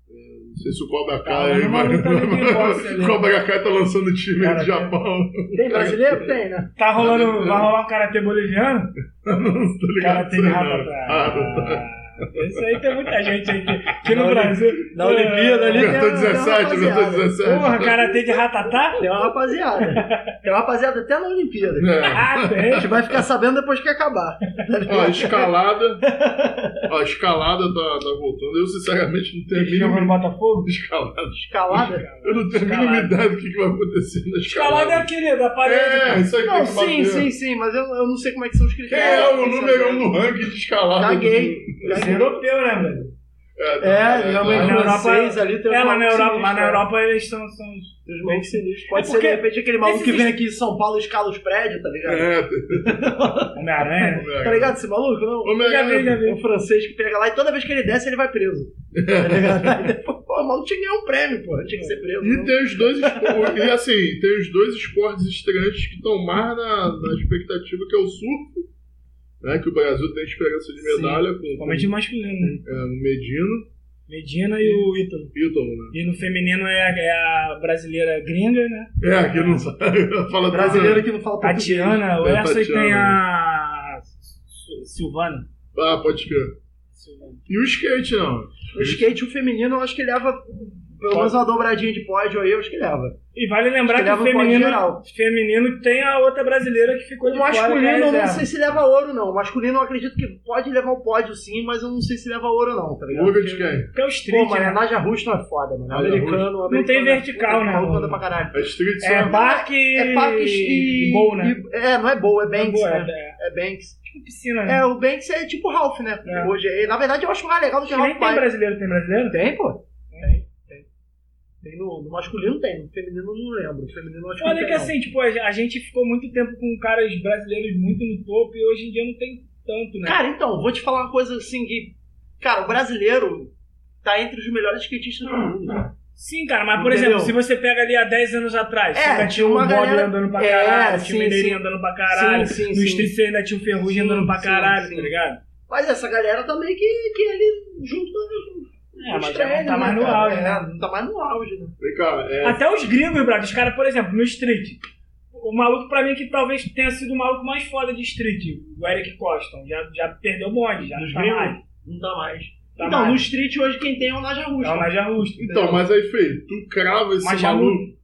Speaker 3: É, Não sei se o Cobra
Speaker 4: Tá,
Speaker 3: Kai aí,
Speaker 4: mas
Speaker 3: mas...
Speaker 4: não tá nem tem boxe, né?
Speaker 3: o Cobra Kai tá lançando time aí do
Speaker 4: Karatê.
Speaker 3: Japão.
Speaker 2: Tem brasileiro? Tem, né?
Speaker 4: Tá rolando, vai rolar um karatê boliviano?
Speaker 3: não tô ligado.
Speaker 4: Karatê
Speaker 3: nisso
Speaker 4: de
Speaker 3: aí, não.
Speaker 4: rapa
Speaker 3: Ah, não tá.
Speaker 4: Isso aí tem muita gente aí que, que no
Speaker 2: Na Oli-
Speaker 4: Brasil.
Speaker 2: na Olimpíada ali
Speaker 4: É,
Speaker 2: tem-
Speaker 3: Inventou 17, inventou
Speaker 2: rapaziada.
Speaker 3: 17.
Speaker 4: Porra, karatê de ratatá?
Speaker 2: Tem uma rapaziada. Tem uma rapaziada até na Olimpíada.
Speaker 3: É.
Speaker 4: Ah,
Speaker 2: A
Speaker 4: tem.
Speaker 2: gente vai ficar sabendo depois que acabar.
Speaker 3: Ó, a escalada. Ó, a escalada tá, tá voltando. Eu, sinceramente, não tenho a
Speaker 4: Ele Jogou
Speaker 3: mínima
Speaker 4: no Botafogo?
Speaker 3: escalada.
Speaker 2: Escalada?
Speaker 3: Eu não tenho a mínima
Speaker 4: Escalada.
Speaker 3: ideia do que, que vai acontecer na
Speaker 4: Escalada é
Speaker 3: escalada.
Speaker 4: né? aquele da parede.
Speaker 3: É, isso aí
Speaker 2: Não,
Speaker 3: tem que
Speaker 2: sim,
Speaker 3: bater.
Speaker 2: sim, sim, mas eu, eu não sei como é que são os
Speaker 3: Quem
Speaker 2: critérios.
Speaker 3: é o número um no ranking de escalada?
Speaker 2: Caguei.
Speaker 4: Isso é europeu, né, velho?
Speaker 3: É,
Speaker 2: É, realmente
Speaker 4: Na
Speaker 2: na
Speaker 4: Europa-
Speaker 2: Europa, ali tem
Speaker 4: É, mas
Speaker 2: malucos
Speaker 4: na Europa,
Speaker 2: sinistros,
Speaker 4: mas na
Speaker 2: né?
Speaker 4: Europa eles são. são...
Speaker 2: Tem uns malucos sinistros. Pode
Speaker 4: É
Speaker 2: ser de
Speaker 4: porque
Speaker 2: repente aquele maluco que
Speaker 4: esses-
Speaker 2: vem aqui em São Paulo e escala os prédios, tá ligado?
Speaker 3: É,
Speaker 4: Homem-Aranha. né?
Speaker 2: Tá ligado esse maluco? Não?
Speaker 3: Homem-
Speaker 4: Já vi, já
Speaker 2: É
Speaker 4: vi.
Speaker 2: um francês que pega lá e toda vez que ele desce ele vai preso. Tá ligado? Aí depois, pô, o maluco tinha que ganhar um prêmio, pô. Tinha que ser preso.
Speaker 3: E
Speaker 2: não.
Speaker 3: tem os dois espo- E assim, tem os dois esportes estreantes que estão mais na, na expectativa, que é o surf, né? Que o Brasil tem esperança de medalha com, com
Speaker 4: Principalmente o masculino, né?
Speaker 3: é, o Medina
Speaker 4: Medina e o Ítalo.
Speaker 3: e o Ítalo, né?
Speaker 4: E no feminino é a, é a brasileira gringa, né?
Speaker 3: É, aqui não sabe. Fala
Speaker 2: Um Brasileiro que não fala português.
Speaker 4: Tatiana,
Speaker 3: É,
Speaker 4: essa e
Speaker 3: Tatiana.
Speaker 4: tem a Su- Silvana.
Speaker 3: Ah, pode crer. E o skate, não.
Speaker 2: O skate, o feminino, eu acho que leva pelo menos uma dobradinha de pódio aí, eu acho que leva.
Speaker 4: E vale lembrar
Speaker 2: Acho que leva
Speaker 4: que, o
Speaker 2: um pódio
Speaker 4: feminino,
Speaker 2: geral.
Speaker 4: feminino tem a outra brasileira que ficou
Speaker 2: O
Speaker 4: de fora. que é a
Speaker 2: masculino, eu não
Speaker 4: reserva.
Speaker 2: sei se leva ouro, não. O masculino, eu acredito que pode levar o pódio sim, mas eu não sei se leva ouro, não, tá ligado?
Speaker 3: Luga de quem?
Speaker 4: Que é o
Speaker 2: Pô,
Speaker 4: street,
Speaker 2: mano,
Speaker 4: né?
Speaker 2: a Naja Russo não é foda, mano.
Speaker 3: Naja
Speaker 2: Americano, americano.
Speaker 4: tem
Speaker 2: é-
Speaker 4: vertical, né,
Speaker 2: maluco
Speaker 4: mano?
Speaker 2: anda pra caralho.
Speaker 3: A Street
Speaker 4: É
Speaker 3: só.
Speaker 4: Bark e...
Speaker 2: É Pax e.
Speaker 4: e Bowl, né?
Speaker 2: e- é, não é Bowl, é Banks,
Speaker 4: Boa,
Speaker 2: né?
Speaker 4: é,
Speaker 2: É Banks.
Speaker 4: tipo piscina, né?
Speaker 2: É, o Banks é tipo Ralph, né?
Speaker 4: É.
Speaker 2: Hoje, é- na verdade, eu acho mais legal do que é
Speaker 4: Acho que
Speaker 2: Ralph
Speaker 4: nem tem É.
Speaker 2: Baer.
Speaker 4: brasileiro, tem brasileiro?
Speaker 2: Tem, pô. Tem, tem. Tem no, no masculino tem, no feminino eu não lembro. No feminino eu acho que não
Speaker 4: Olha que
Speaker 2: tem, não.
Speaker 4: assim, tipo, a a gente ficou muito tempo com caras brasileiros muito no topo e hoje em dia não tem tanto, né?
Speaker 2: Cara, então, vou te falar uma coisa assim que. Cara, o brasileiro tá entre os melhores skatistas do mundo. cara.
Speaker 4: Sim, cara, mas por
Speaker 2: Entendeu?
Speaker 4: exemplo, se você pega ali há 10 anos atrás,
Speaker 2: É,
Speaker 4: você ainda
Speaker 2: tinha
Speaker 4: tinha o
Speaker 2: uma
Speaker 4: Bob
Speaker 2: galera-
Speaker 4: andando pra
Speaker 2: É,
Speaker 4: caralho,
Speaker 2: sim,
Speaker 4: tinha o Mineirinho
Speaker 2: sim.
Speaker 4: andando pra caralho,
Speaker 2: Sim, sim,
Speaker 4: no
Speaker 2: sim.
Speaker 4: Street você ainda tinha o Ferrugem
Speaker 2: Sim,
Speaker 4: andando pra
Speaker 2: sim,
Speaker 4: caralho,
Speaker 2: sim.
Speaker 4: tá ligado?
Speaker 2: Mas essa galera também que, que ali junto com
Speaker 4: É, mas já
Speaker 2: estranho,
Speaker 4: não tá mais no
Speaker 2: cara?
Speaker 4: auge,
Speaker 2: É,
Speaker 4: né?
Speaker 2: não tá mais no auge, né?
Speaker 3: Vem cá, é.
Speaker 4: Até os gringos, brother, os caras, por exemplo, no Street. O maluco, pra mim, que talvez tenha sido o maluco mais foda de Street, o Eric Coston, já, já perdeu o bonde, já
Speaker 2: Dos
Speaker 4: não tá
Speaker 2: gringos?
Speaker 4: mais.
Speaker 2: Não tá mais.
Speaker 4: Tá
Speaker 2: então,
Speaker 4: mais.
Speaker 2: no street hoje quem tem é o Naja Russo.
Speaker 4: É o Naja Rusto.
Speaker 3: Então, mas aí, Fê, tu crava esse
Speaker 4: Mas já não-
Speaker 3: maluco.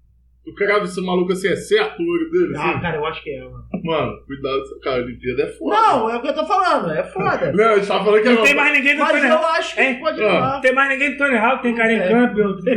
Speaker 3: Tu crava esse maluco assim, é certo o olho dele?
Speaker 2: Ah,
Speaker 3: Assim?
Speaker 2: cara, eu acho que é, mano.
Speaker 3: Mano, cuidado, essa- cara, a Olimpíada é foda.
Speaker 2: Não, é o que eu tô falando, é foda.
Speaker 3: Não, a gente tava falando que
Speaker 4: Não tem
Speaker 3: era.
Speaker 4: mais ninguém do
Speaker 2: Mas
Speaker 4: Tony
Speaker 2: eu
Speaker 4: Hawk.
Speaker 2: acho que
Speaker 4: Hein?
Speaker 2: pode
Speaker 3: Ah.
Speaker 2: levar.
Speaker 4: Não tem mais ninguém do Tony Hawk, tem Karen
Speaker 2: É.
Speaker 4: Campbell, tem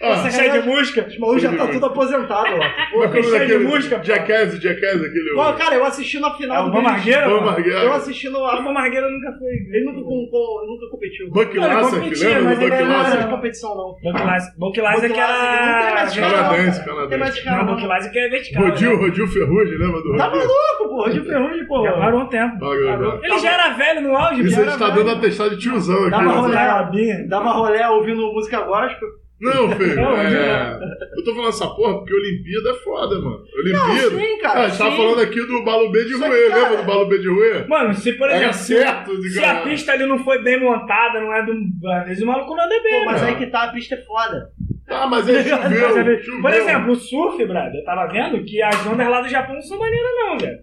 Speaker 3: Ah,
Speaker 4: Sessão de música.
Speaker 2: Os malucos já tá tudo aposentado lá.
Speaker 3: como é que é o nome
Speaker 4: Cheio de
Speaker 3: daquele?
Speaker 4: música, pô.
Speaker 3: Jackass, Jackass, aquele.
Speaker 2: Bom, cara, eu assisti na
Speaker 4: É
Speaker 2: final
Speaker 4: o
Speaker 2: do
Speaker 4: Van Margueira?
Speaker 3: Vamos,
Speaker 4: mano.
Speaker 2: Eu
Speaker 3: Marguerite.
Speaker 2: assisti
Speaker 4: O
Speaker 2: no.
Speaker 4: Van Margueira nunca foi.
Speaker 2: Ele nunca, com- com- nunca competiu.
Speaker 3: Buck
Speaker 4: Olha,
Speaker 3: Lassek,
Speaker 4: competia,
Speaker 3: lembra
Speaker 4: mas
Speaker 3: do
Speaker 4: ele
Speaker 3: Buck
Speaker 4: era-
Speaker 2: Não é
Speaker 3: Lassek?
Speaker 2: competição, não. é um
Speaker 4: Boquilasa que era.
Speaker 2: Não tem mais cara, não.
Speaker 3: Canadense,
Speaker 2: Não tem mais
Speaker 3: canadense.
Speaker 2: cara,
Speaker 4: é né? Não,
Speaker 2: não.
Speaker 4: Boquilasa que é vertical.
Speaker 3: Rodil, Rodil Ferrugem, lembra do
Speaker 2: Tá
Speaker 3: Rodil?
Speaker 2: maluco, pô. De ferrugem, pô.
Speaker 4: né? Já parou um tempo.
Speaker 3: Olha, olha.
Speaker 4: Ele já era velho no auge,
Speaker 3: Isso
Speaker 4: já
Speaker 3: a
Speaker 4: era
Speaker 3: gente tá
Speaker 4: velho.
Speaker 3: dando atestado de tiozão aqui.
Speaker 2: Dá uma
Speaker 3: né?
Speaker 2: rolê,
Speaker 4: Rabinha.
Speaker 2: dava rolé ouvindo música gospel.
Speaker 3: Não, Fê,
Speaker 4: Não,
Speaker 3: é... eu tô falando essa porra porque Olimpíada é foda, mano. Olimpíada.
Speaker 2: sim, cara,
Speaker 3: Ah, a gente tava
Speaker 2: sim.
Speaker 3: falando aqui do Balu B de
Speaker 2: Só que,
Speaker 3: Ruê,
Speaker 2: cara-
Speaker 3: lembra do Balu B de Ruê?
Speaker 4: Mano, se por
Speaker 3: Era
Speaker 4: exemplo.
Speaker 3: certo de
Speaker 4: Se a
Speaker 3: ganhar.
Speaker 4: pista ali não foi bem montada, não é do. Às vezes o maluco não é
Speaker 2: Pô,
Speaker 4: bem,
Speaker 2: mas
Speaker 4: né?
Speaker 2: aí que tá, a pista é foda.
Speaker 3: Ah, mas aí
Speaker 4: Mas às
Speaker 3: choveu,
Speaker 4: vezes-
Speaker 3: choveu.
Speaker 4: Por exemplo, o surf, brother, eu tava vendo que as ondas lá do Japão não são maneiras, não, velho.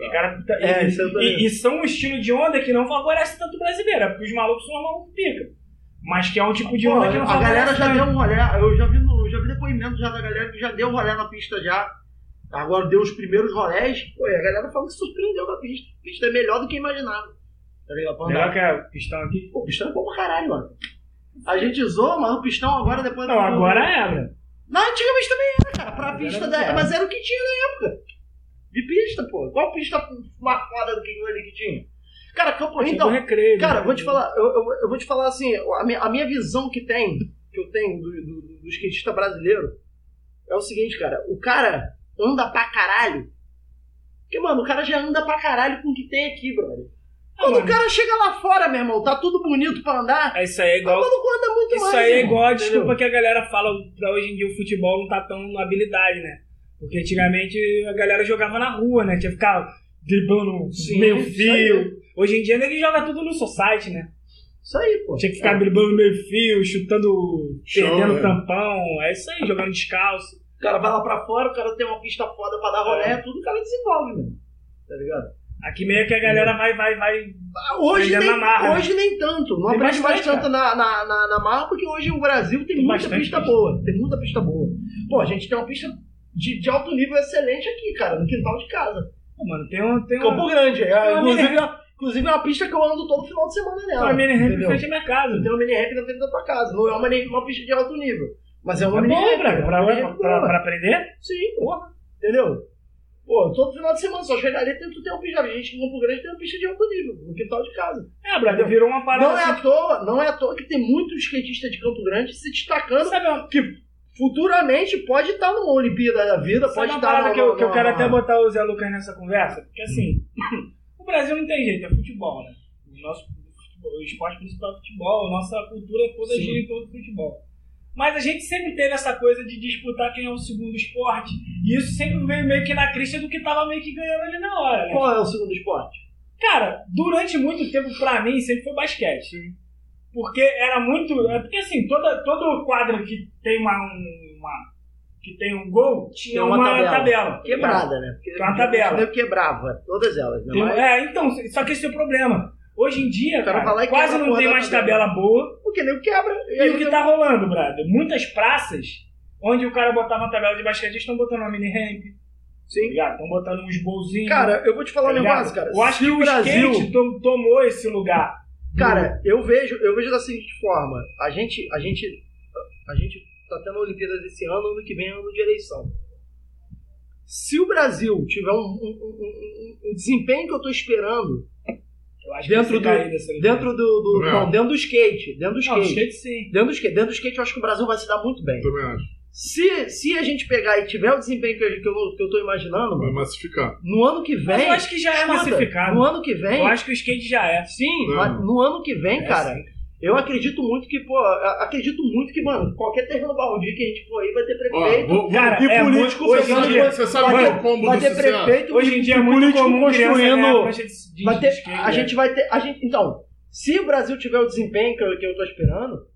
Speaker 4: Os caras-
Speaker 2: É,
Speaker 4: e,
Speaker 2: isso eu tô
Speaker 4: e-
Speaker 2: vendo.
Speaker 4: e são um estilo de onda que não favorece tanto o brasileiro, é porque os malucos são malucos pica. Mas que é um tipo de né?
Speaker 2: Pô,
Speaker 4: onda que não
Speaker 2: a
Speaker 4: favorece.
Speaker 2: galera já
Speaker 4: tanto.
Speaker 2: deu um rolé. Eu já vi, no, já vi depoimento já da galera que já deu rolé na pista já. Agora deu os primeiros rolés. Pô, e a galera falou que surpreendeu com a pista. A pista é melhor do que imaginava. Tá ligado? Pra andar.
Speaker 4: Melhor que a pistão aqui.
Speaker 2: Pô, o pistão é bom pra caralho, mano. A gente zoa, mas o pistão agora depois
Speaker 4: Não,
Speaker 2: do-
Speaker 4: agora é, velho.
Speaker 2: Não, antigamente também era, cara. Pra
Speaker 4: Agora
Speaker 2: pista
Speaker 4: não
Speaker 2: da.
Speaker 4: era.
Speaker 2: Mas era o que tinha na época. De pista, pô. Qual pista mais foda do que aquilo ali que tinha? Cara, Campo
Speaker 4: Tipo
Speaker 2: Então,
Speaker 4: recreio.
Speaker 2: cara,
Speaker 4: né?
Speaker 2: eu vou te falar, eu, eu, eu vou te falar assim, a minha, a minha visão que tem, que eu tenho do, do, do skatista brasileiro, é o seguinte, cara, o cara anda pra caralho. Porque, mano, o cara já anda pra caralho com o que tem aqui, brother.
Speaker 4: Ah,
Speaker 2: Quando o
Speaker 4: mano,
Speaker 2: cara chega lá fora, meu irmão, tá tudo bonito pra andar.
Speaker 4: é Isso aí é
Speaker 2: Mas
Speaker 4: igual.
Speaker 2: quando o cara anda muito mais.
Speaker 4: Isso aí é
Speaker 2: irmão,
Speaker 4: igual a
Speaker 2: entendeu?
Speaker 4: desculpa que a galera fala pra hoje em dia o futebol não tá tão na habilidade, né? Porque antigamente a galera jogava na rua, né? Tinha que ficar driblando
Speaker 2: Sim,
Speaker 4: meio
Speaker 2: isso aí.
Speaker 4: fio. Hoje em dia ele joga tudo no society, né?
Speaker 2: Isso aí, pô.
Speaker 4: Tinha que ficar driblando meio fio, chutando,
Speaker 3: Show,
Speaker 4: perdendo
Speaker 3: né?
Speaker 4: tampão. É isso aí, jogando descalço.
Speaker 2: O cara vai lá pra fora, o cara tem uma pista foda pra dar
Speaker 4: É.
Speaker 2: rolé, tudo, o cara desenvolve, mano. Tá ligado?
Speaker 4: Aqui meio que a
Speaker 2: É.
Speaker 4: galera vai, vai, vai.
Speaker 2: Ah, Hoje
Speaker 4: Aprendendo
Speaker 2: nem,
Speaker 4: na marra,
Speaker 2: hoje nem tanto. Não
Speaker 4: é né? Tem
Speaker 2: aprende mais
Speaker 4: bastante,
Speaker 2: tanto na, na, na, na marra, porque hoje o Brasil tem,
Speaker 4: Tem
Speaker 2: muita
Speaker 4: bastante
Speaker 2: pista
Speaker 4: pista.
Speaker 2: boa. Tem muita pista boa. Pô, a gente tem uma pista de, de alto nível excelente aqui, cara, no quintal de casa.
Speaker 4: Pô, mano, tem um. Tem
Speaker 2: Campo
Speaker 4: uma,
Speaker 2: Grande. é,
Speaker 4: Tem uma
Speaker 2: inclusive,
Speaker 4: mini-
Speaker 2: é- inclusive é uma pista que eu ando todo final de semana nela.
Speaker 4: uma mini ramp né? em
Speaker 2: entendeu?
Speaker 4: frente à minha casa.
Speaker 2: Tem uma mini ramp na frente da tua casa. Não é uma, mini- uma pista de alto nível. Mas é
Speaker 4: É
Speaker 2: uma mini
Speaker 4: bom,
Speaker 2: ramp.
Speaker 4: pra,
Speaker 2: é uma
Speaker 4: pra,
Speaker 2: mini
Speaker 4: pra,
Speaker 2: ramp boa.
Speaker 4: pra, pra aprender?
Speaker 2: Sim, porra. Entendeu? Pô, todo final de semana, só chegar ali, tem, tu tem uma pista. A gente em Campo Grande tem uma pista de alto nível, no quintal de casa.
Speaker 4: É, brother, virou uma parada.
Speaker 2: não é
Speaker 4: assim,
Speaker 2: à toa, não é à toa que tem muito skatista de Campo Grande se destacando,
Speaker 4: sabe, uma-
Speaker 2: que futuramente pode estar numa Olimpíada da vida,
Speaker 4: Sabe
Speaker 2: pode
Speaker 4: uma
Speaker 2: estar
Speaker 4: parada
Speaker 2: numa-
Speaker 4: que eu, que eu
Speaker 2: numa-
Speaker 4: quero até botar o Zé Lucas nessa conversa? Porque assim,
Speaker 2: Hum.
Speaker 4: o Brasil não tem jeito, é futebol, né? O nosso futebol- o esporte principal é futebol, a nossa cultura toda
Speaker 2: Sim.
Speaker 4: gira em torno do futebol. Mas a gente sempre teve essa coisa de disputar quem é o segundo esporte, e isso sempre veio meio que na crista do que tava meio que ganhando ali na hora, né?
Speaker 2: Qual é o segundo esporte?
Speaker 4: Cara, durante muito tempo, pra mim, sempre foi basquete. Porque era muito. é Porque assim, toda, todo quadro que tem uma, uma- que tem um gol tinha
Speaker 2: Tem uma
Speaker 4: uma,
Speaker 2: tabela.
Speaker 4: tabela.
Speaker 2: Quebrada, né? Porque
Speaker 4: Tem uma Tá tabela.
Speaker 2: Eu quebrava, todas elas, né?
Speaker 4: Tem-
Speaker 2: Mas-
Speaker 4: É, então, só que esse é o problema. Hoje em dia,
Speaker 2: O cara
Speaker 4: cara,
Speaker 2: vai lá e
Speaker 4: quase
Speaker 2: quebra a
Speaker 4: não
Speaker 2: porra
Speaker 4: tem
Speaker 2: da
Speaker 4: mais
Speaker 2: tabela.
Speaker 4: tabela boa.
Speaker 2: Porque nem quebra.
Speaker 4: um- E aí o que tá rolando, brother? Muitas praças onde o cara botava uma tabela de basquete, estão botando uma mini ramp.
Speaker 2: Sim.
Speaker 4: Estão botando uns bolzinhos.
Speaker 2: Cara, eu vou te falar
Speaker 4: tá
Speaker 2: um
Speaker 4: ligado?
Speaker 2: negócio, cara.
Speaker 4: Eu acho
Speaker 2: Se
Speaker 4: que o
Speaker 2: Brasil.
Speaker 4: skate tom- tomou esse lugar.
Speaker 2: Cara, eu vejo, eu vejo da seguinte forma. A gente, a gente, a gente tá tendo Olimpíadas esse ano, ano que vem é ano de eleição. Se o Brasil tiver um, um- um- um- um desempenho que eu tô esperando
Speaker 4: Eu acho
Speaker 2: Dentro
Speaker 4: que
Speaker 2: do-
Speaker 4: cair nessa
Speaker 2: dentro do, do-
Speaker 3: Não.
Speaker 2: não, dentro do skate, dentro do
Speaker 4: Não, do
Speaker 2: skate,
Speaker 4: skate sim.
Speaker 2: dentro do skate, dentro do skate, eu acho que o Brasil vai se dar muito bem.
Speaker 3: Também acho.
Speaker 2: Se, se a gente pegar e tiver o desempenho que eu, que eu, que eu tô imaginando,
Speaker 3: Vai
Speaker 2: mano,
Speaker 3: massificar.
Speaker 2: no ano que
Speaker 4: Mas
Speaker 2: vem,
Speaker 4: eu acho que já é
Speaker 2: escuta,
Speaker 4: massificado.
Speaker 2: no ano que vem,
Speaker 4: Eu acho que o skate já é.
Speaker 2: sim,
Speaker 3: Não.
Speaker 2: mas no ano que vem,
Speaker 4: É,
Speaker 2: cara,
Speaker 4: sim.
Speaker 2: Eu acredito muito que, pô, a- acredito muito que, mano, qualquer terreno baldio que a gente for aí vai ter
Speaker 3: Ó,
Speaker 2: prefeito.
Speaker 3: vou, vou-
Speaker 4: Cara,
Speaker 3: e
Speaker 4: é
Speaker 3: político,
Speaker 4: muito-
Speaker 3: você,
Speaker 4: hoje em
Speaker 3: sabe,
Speaker 4: dia-
Speaker 3: você sabe
Speaker 2: vai
Speaker 3: qual é
Speaker 2: ter-
Speaker 3: o combo
Speaker 2: vai
Speaker 3: do
Speaker 2: ter
Speaker 3: sucesso?
Speaker 2: prefeito
Speaker 4: Hoje em dia é muito
Speaker 2: político
Speaker 4: comum criança ganhar
Speaker 2: construindo.
Speaker 4: prancha de, de,
Speaker 2: vai
Speaker 4: de
Speaker 2: ter,
Speaker 4: skate,
Speaker 2: a
Speaker 4: né?
Speaker 2: gente vai ter. A gente, então, se o Brasil tiver o desempenho que eu, que eu tô esperando,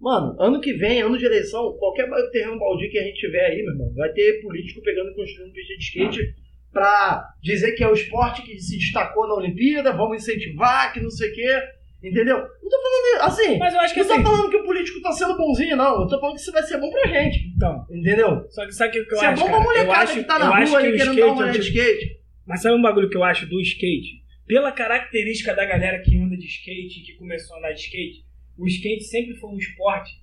Speaker 2: mano, ano que vem, ano de eleição, qualquer ba- terreno baldio que a gente tiver aí, meu irmão, vai ter político pegando e construindo pista de skate pra dizer que é o esporte que se destacou na Olimpíada, vamos incentivar, que não sei o quê. Entendeu? Não tô falando assim.
Speaker 4: Mas eu acho que
Speaker 2: não tô
Speaker 4: assim.
Speaker 2: falando que o político tá sendo bonzinho, não. Eu tô falando que isso vai ser bom pra gente.
Speaker 4: Então,
Speaker 2: Entendeu?
Speaker 4: só que sabe o que eu
Speaker 2: Se é
Speaker 4: acho?
Speaker 2: bom pra
Speaker 4: cara? eu
Speaker 2: molecada
Speaker 4: acho,
Speaker 2: que tá
Speaker 4: eu
Speaker 2: na
Speaker 4: acho
Speaker 2: rua
Speaker 4: que
Speaker 2: aí
Speaker 4: o
Speaker 2: querendo
Speaker 4: skate
Speaker 2: dar
Speaker 4: é
Speaker 2: uma
Speaker 4: um
Speaker 2: olhada de
Speaker 4: tipo-
Speaker 2: skate.
Speaker 4: Mas sabe um bagulho que eu acho do skate? Pela característica da galera que anda de skate, que começou a andar de skate, o skate sempre foi um esporte